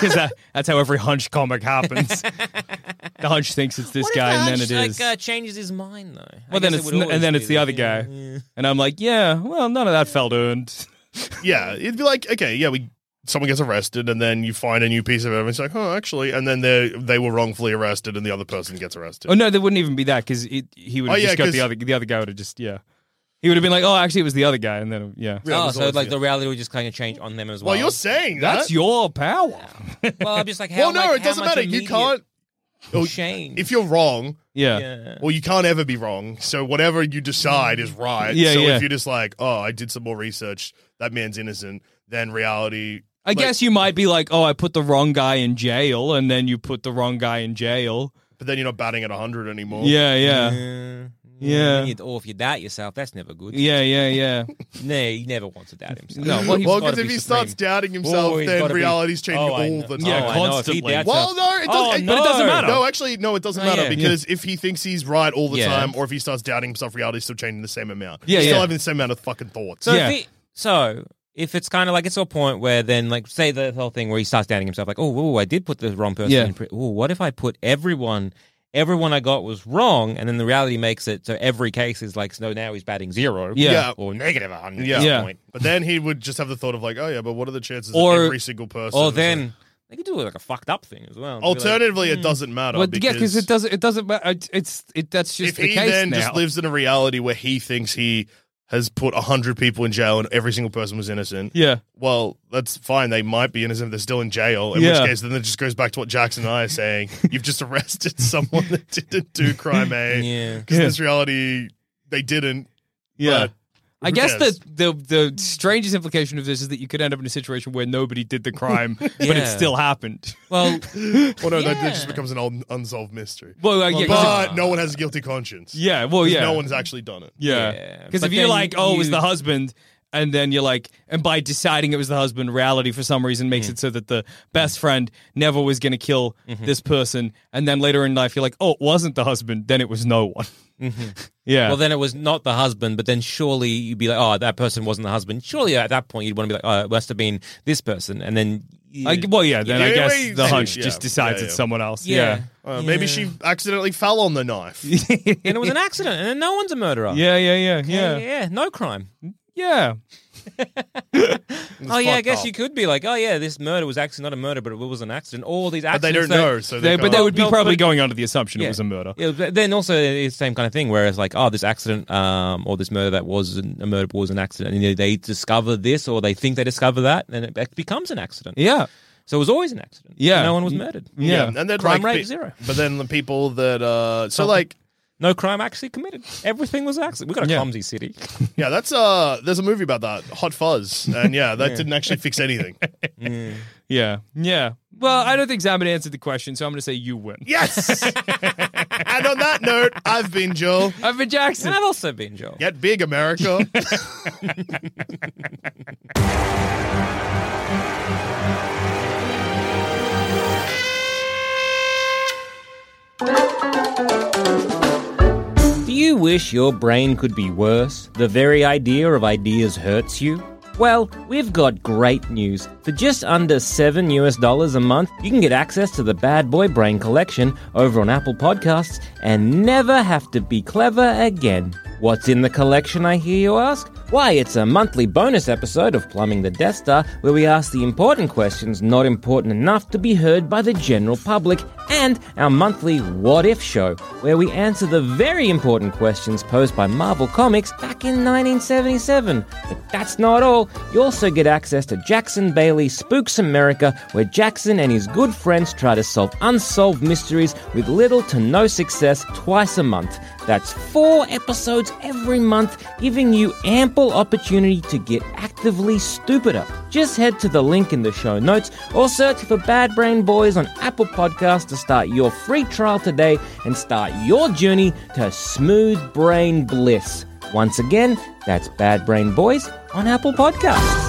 [SPEAKER 2] Because that, that's how every hunch comic happens. the hunch thinks it's this
[SPEAKER 3] What if
[SPEAKER 2] guy
[SPEAKER 3] the
[SPEAKER 2] and then
[SPEAKER 3] hunch,
[SPEAKER 2] it is.
[SPEAKER 3] Like, uh, changes his mind though. I
[SPEAKER 2] well, then
[SPEAKER 3] guess it
[SPEAKER 2] it's
[SPEAKER 3] would
[SPEAKER 2] n-
[SPEAKER 3] always
[SPEAKER 2] and then
[SPEAKER 3] be
[SPEAKER 2] it's the
[SPEAKER 3] that,
[SPEAKER 2] other
[SPEAKER 3] yeah.
[SPEAKER 2] guy. And I'm like, yeah, well, none of that felt earned.
[SPEAKER 1] Yeah, it'd be like, okay, yeah, we someone gets arrested, and then you find a new piece of evidence. Like, oh, actually, and then they they were wrongfully arrested, and the other person gets arrested.
[SPEAKER 2] Oh, no, there wouldn't even be that because he would have
[SPEAKER 1] Oh, yeah,
[SPEAKER 2] just got
[SPEAKER 1] 'cause-
[SPEAKER 2] the other, the other guy would have just, yeah. He would have been like, oh, actually, it was the other guy. And then, yeah.
[SPEAKER 1] Yeah, it
[SPEAKER 3] Oh,
[SPEAKER 1] was
[SPEAKER 3] so
[SPEAKER 1] always
[SPEAKER 3] like
[SPEAKER 1] the-
[SPEAKER 3] the reality would just kind of change on them as well.
[SPEAKER 1] Well, you're saying that.
[SPEAKER 2] That's your power.
[SPEAKER 3] Well, I'm just like,
[SPEAKER 1] Well,
[SPEAKER 3] how,
[SPEAKER 1] no,
[SPEAKER 3] like,
[SPEAKER 1] it
[SPEAKER 3] how
[SPEAKER 1] doesn't
[SPEAKER 3] much
[SPEAKER 1] matter. You
[SPEAKER 3] immediate
[SPEAKER 1] can't. Oh,
[SPEAKER 3] change.
[SPEAKER 1] If you're wrong,
[SPEAKER 2] Yeah.
[SPEAKER 3] yeah.
[SPEAKER 1] well, you can't ever be wrong. So whatever you decide is right.
[SPEAKER 2] Yeah,
[SPEAKER 1] so
[SPEAKER 2] yeah.
[SPEAKER 1] if you're just like, oh, I did some more research, that man's innocent, then reality.
[SPEAKER 2] I guess you might be like, oh, I put the wrong guy in jail. And then you put the wrong guy in jail.
[SPEAKER 1] But then you're not batting at 100 anymore.
[SPEAKER 2] Yeah, yeah.
[SPEAKER 3] Yeah.
[SPEAKER 2] Yeah.
[SPEAKER 3] You- Or if you doubt yourself, that's never good.
[SPEAKER 2] Yeah, yeah, yeah.
[SPEAKER 3] No, he never wants to doubt himself.
[SPEAKER 2] No, well, he's
[SPEAKER 1] well,
[SPEAKER 3] gotta
[SPEAKER 1] because if
[SPEAKER 3] be
[SPEAKER 1] he
[SPEAKER 3] supreme.
[SPEAKER 1] starts doubting himself,
[SPEAKER 3] Oh, he's
[SPEAKER 1] then
[SPEAKER 3] gotta be-
[SPEAKER 1] reality's changing
[SPEAKER 3] Oh, I
[SPEAKER 1] all
[SPEAKER 3] know.
[SPEAKER 1] the time.
[SPEAKER 2] Yeah,
[SPEAKER 3] I know. If he
[SPEAKER 2] constantly.
[SPEAKER 3] doubts
[SPEAKER 1] Well, no, it does,
[SPEAKER 3] Oh,
[SPEAKER 1] it-
[SPEAKER 2] but it doesn't
[SPEAKER 3] no.
[SPEAKER 2] matter.
[SPEAKER 1] No, actually, no, it doesn't
[SPEAKER 3] Oh,
[SPEAKER 1] matter
[SPEAKER 3] yeah.
[SPEAKER 1] because if he thinks he's right all the
[SPEAKER 3] Yeah.
[SPEAKER 1] time, or if he starts doubting himself, reality's still changing the same amount.
[SPEAKER 2] Yeah,
[SPEAKER 1] he's still
[SPEAKER 2] yeah.
[SPEAKER 1] having the same amount of fucking thoughts.
[SPEAKER 3] So,
[SPEAKER 2] Yeah.
[SPEAKER 3] if he, so if it's kind of like it's to a point where then, like, say the whole thing where he starts doubting himself, like, oh, whoa, I did put the wrong person
[SPEAKER 2] Yeah.
[SPEAKER 3] in. Pre- oh, what if I put everyone, everyone I got was wrong? And then the reality makes it so every case is like, no, now he's batting zero.
[SPEAKER 2] Yeah.
[SPEAKER 1] Yeah.
[SPEAKER 3] Or negative 100
[SPEAKER 1] Yeah.
[SPEAKER 3] at this
[SPEAKER 2] Yeah.
[SPEAKER 3] point.
[SPEAKER 1] But then he would just have the thought of like, oh yeah, but what are the chances
[SPEAKER 2] Or-
[SPEAKER 1] that every single person?
[SPEAKER 3] Or
[SPEAKER 1] is like-
[SPEAKER 3] then they could do like a fucked up thing as well. and be like, hmm.
[SPEAKER 1] alternatively, it doesn't matter.
[SPEAKER 2] Well, yeah,
[SPEAKER 1] because
[SPEAKER 2] because it doesn't. It doesn't matter. It's- It's it. That's just
[SPEAKER 1] if
[SPEAKER 2] the
[SPEAKER 1] he
[SPEAKER 2] case
[SPEAKER 1] then
[SPEAKER 2] now.
[SPEAKER 1] just lives in a reality where he thinks he has put hundred people in jail and every single person was innocent,
[SPEAKER 2] yeah,
[SPEAKER 1] well, that's fine. They might be innocent. They're still in jail. In
[SPEAKER 2] Yeah.
[SPEAKER 1] which case, then it just goes back to what Jackson and I are saying. You've just arrested someone that didn't do crime A.
[SPEAKER 3] Yeah.
[SPEAKER 1] Because in this reality, they didn't.
[SPEAKER 2] yeah.
[SPEAKER 1] but
[SPEAKER 2] I guess
[SPEAKER 1] Yes.
[SPEAKER 2] the, the the strangest implication of this is that you could end up in a situation where nobody did the crime, but it
[SPEAKER 3] Yeah.
[SPEAKER 2] still happened.
[SPEAKER 3] Well,
[SPEAKER 1] Well, no, that
[SPEAKER 2] Yeah.
[SPEAKER 1] that just becomes an un- unsolved mystery.
[SPEAKER 2] Well, uh, yeah, 'cause
[SPEAKER 1] but no one has a guilty conscience.
[SPEAKER 2] Yeah, well,
[SPEAKER 1] 'Cause
[SPEAKER 2] yeah.
[SPEAKER 1] no one's actually done it.
[SPEAKER 2] Yeah. Because
[SPEAKER 3] But
[SPEAKER 2] if you're
[SPEAKER 3] then
[SPEAKER 2] like, oh, it was
[SPEAKER 3] you-
[SPEAKER 2] the husband, and then you're like, and by deciding it was the husband, reality for some reason makes it so that the best friend never was going to kill this person. And then later in life, you're like, oh, it wasn't the husband, then it was no one. yeah.
[SPEAKER 3] well, then it was not the husband, but then surely you'd be like, oh, that person wasn't the husband. Surely at that point you'd want to be like, oh, it must have been this person, and then you-
[SPEAKER 2] I, well, yeah, then I
[SPEAKER 1] Yeah,
[SPEAKER 2] guess
[SPEAKER 1] wait,
[SPEAKER 2] the hunch
[SPEAKER 1] yeah,
[SPEAKER 2] just decides
[SPEAKER 1] yeah,
[SPEAKER 2] it's
[SPEAKER 1] yeah.
[SPEAKER 2] someone else.
[SPEAKER 3] yeah.
[SPEAKER 2] Yeah.
[SPEAKER 1] Uh, Maybe
[SPEAKER 3] Yeah.
[SPEAKER 1] she accidentally fell on the knife.
[SPEAKER 3] and it was an accident, and then no one's a murderer.
[SPEAKER 2] Yeah, yeah, yeah,
[SPEAKER 3] yeah,
[SPEAKER 2] yeah.
[SPEAKER 3] yeah, no crime.
[SPEAKER 2] Yeah.
[SPEAKER 3] oh yeah, I
[SPEAKER 1] fucked
[SPEAKER 3] guess
[SPEAKER 1] up.
[SPEAKER 3] you could be like, oh yeah, this murder was actually not a murder, but it was an accident. All these
[SPEAKER 1] But they
[SPEAKER 3] accidents,
[SPEAKER 1] don't know, so they,
[SPEAKER 2] They, but
[SPEAKER 1] can't-
[SPEAKER 2] they would be
[SPEAKER 3] No,
[SPEAKER 2] probably
[SPEAKER 3] but-
[SPEAKER 2] going under the assumption
[SPEAKER 3] Yeah.
[SPEAKER 2] it was a murder.
[SPEAKER 3] Yeah, but then also it's the same kind of thing where it's like, oh, this accident um, or this murder that was an, a murder was an accident, and they discover this or they think they discover that, and it bec- becomes an accident.
[SPEAKER 2] Yeah.
[SPEAKER 3] So it was always an accident.
[SPEAKER 2] Yeah.
[SPEAKER 3] no one was murdered.
[SPEAKER 2] Yeah.
[SPEAKER 1] and then like,
[SPEAKER 3] Crime rate
[SPEAKER 1] pe-
[SPEAKER 3] zero.
[SPEAKER 1] But then the people that uh, so like
[SPEAKER 3] no crime actually committed. Everything was an accident. We have got a
[SPEAKER 2] Yeah.
[SPEAKER 3] clumsy city.
[SPEAKER 1] yeah, that's uh, there's a movie about that, Hot Fuzz, and yeah, that didn't actually fix anything.
[SPEAKER 2] Yeah. Yeah. Well, I don't think Zaman answered the question, so I'm going to say you win.
[SPEAKER 1] Yes. and on that note, I've been Joel.
[SPEAKER 2] I've been Jackson.
[SPEAKER 3] and I've also been Joel.
[SPEAKER 1] Get big, America.
[SPEAKER 3] Do you wish your brain could be worse? The very idea of ideas hurts you? Well, we've got great news. For just under 7 US dollars a month, you can get access to the Bad Boy Brain collection over on Apple Podcasts and never have to be clever again. What's in the collection, I hear you ask? Why, it's a monthly bonus episode of Plumbing the Death Star where we ask the important questions not important enough to be heard by the general public and our monthly What If show, where we answer the very important questions posed by Marvel Comics back in 1977. But that's not all. You also get access to Jackson Bailey Spooks America, where Jackson and his good friends try to solve unsolved mysteries with little to no success twice a month. That's four episodes every month, giving you ample opportunity to get actively stupider. Just head to the link in the show notes or search for Bad Brain Boys on Apple Podcasts to start your free trial today and start your journey to smooth brain bliss. Once again, that's Bad Brain Boys on Apple Podcasts.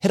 [SPEAKER 7] Hit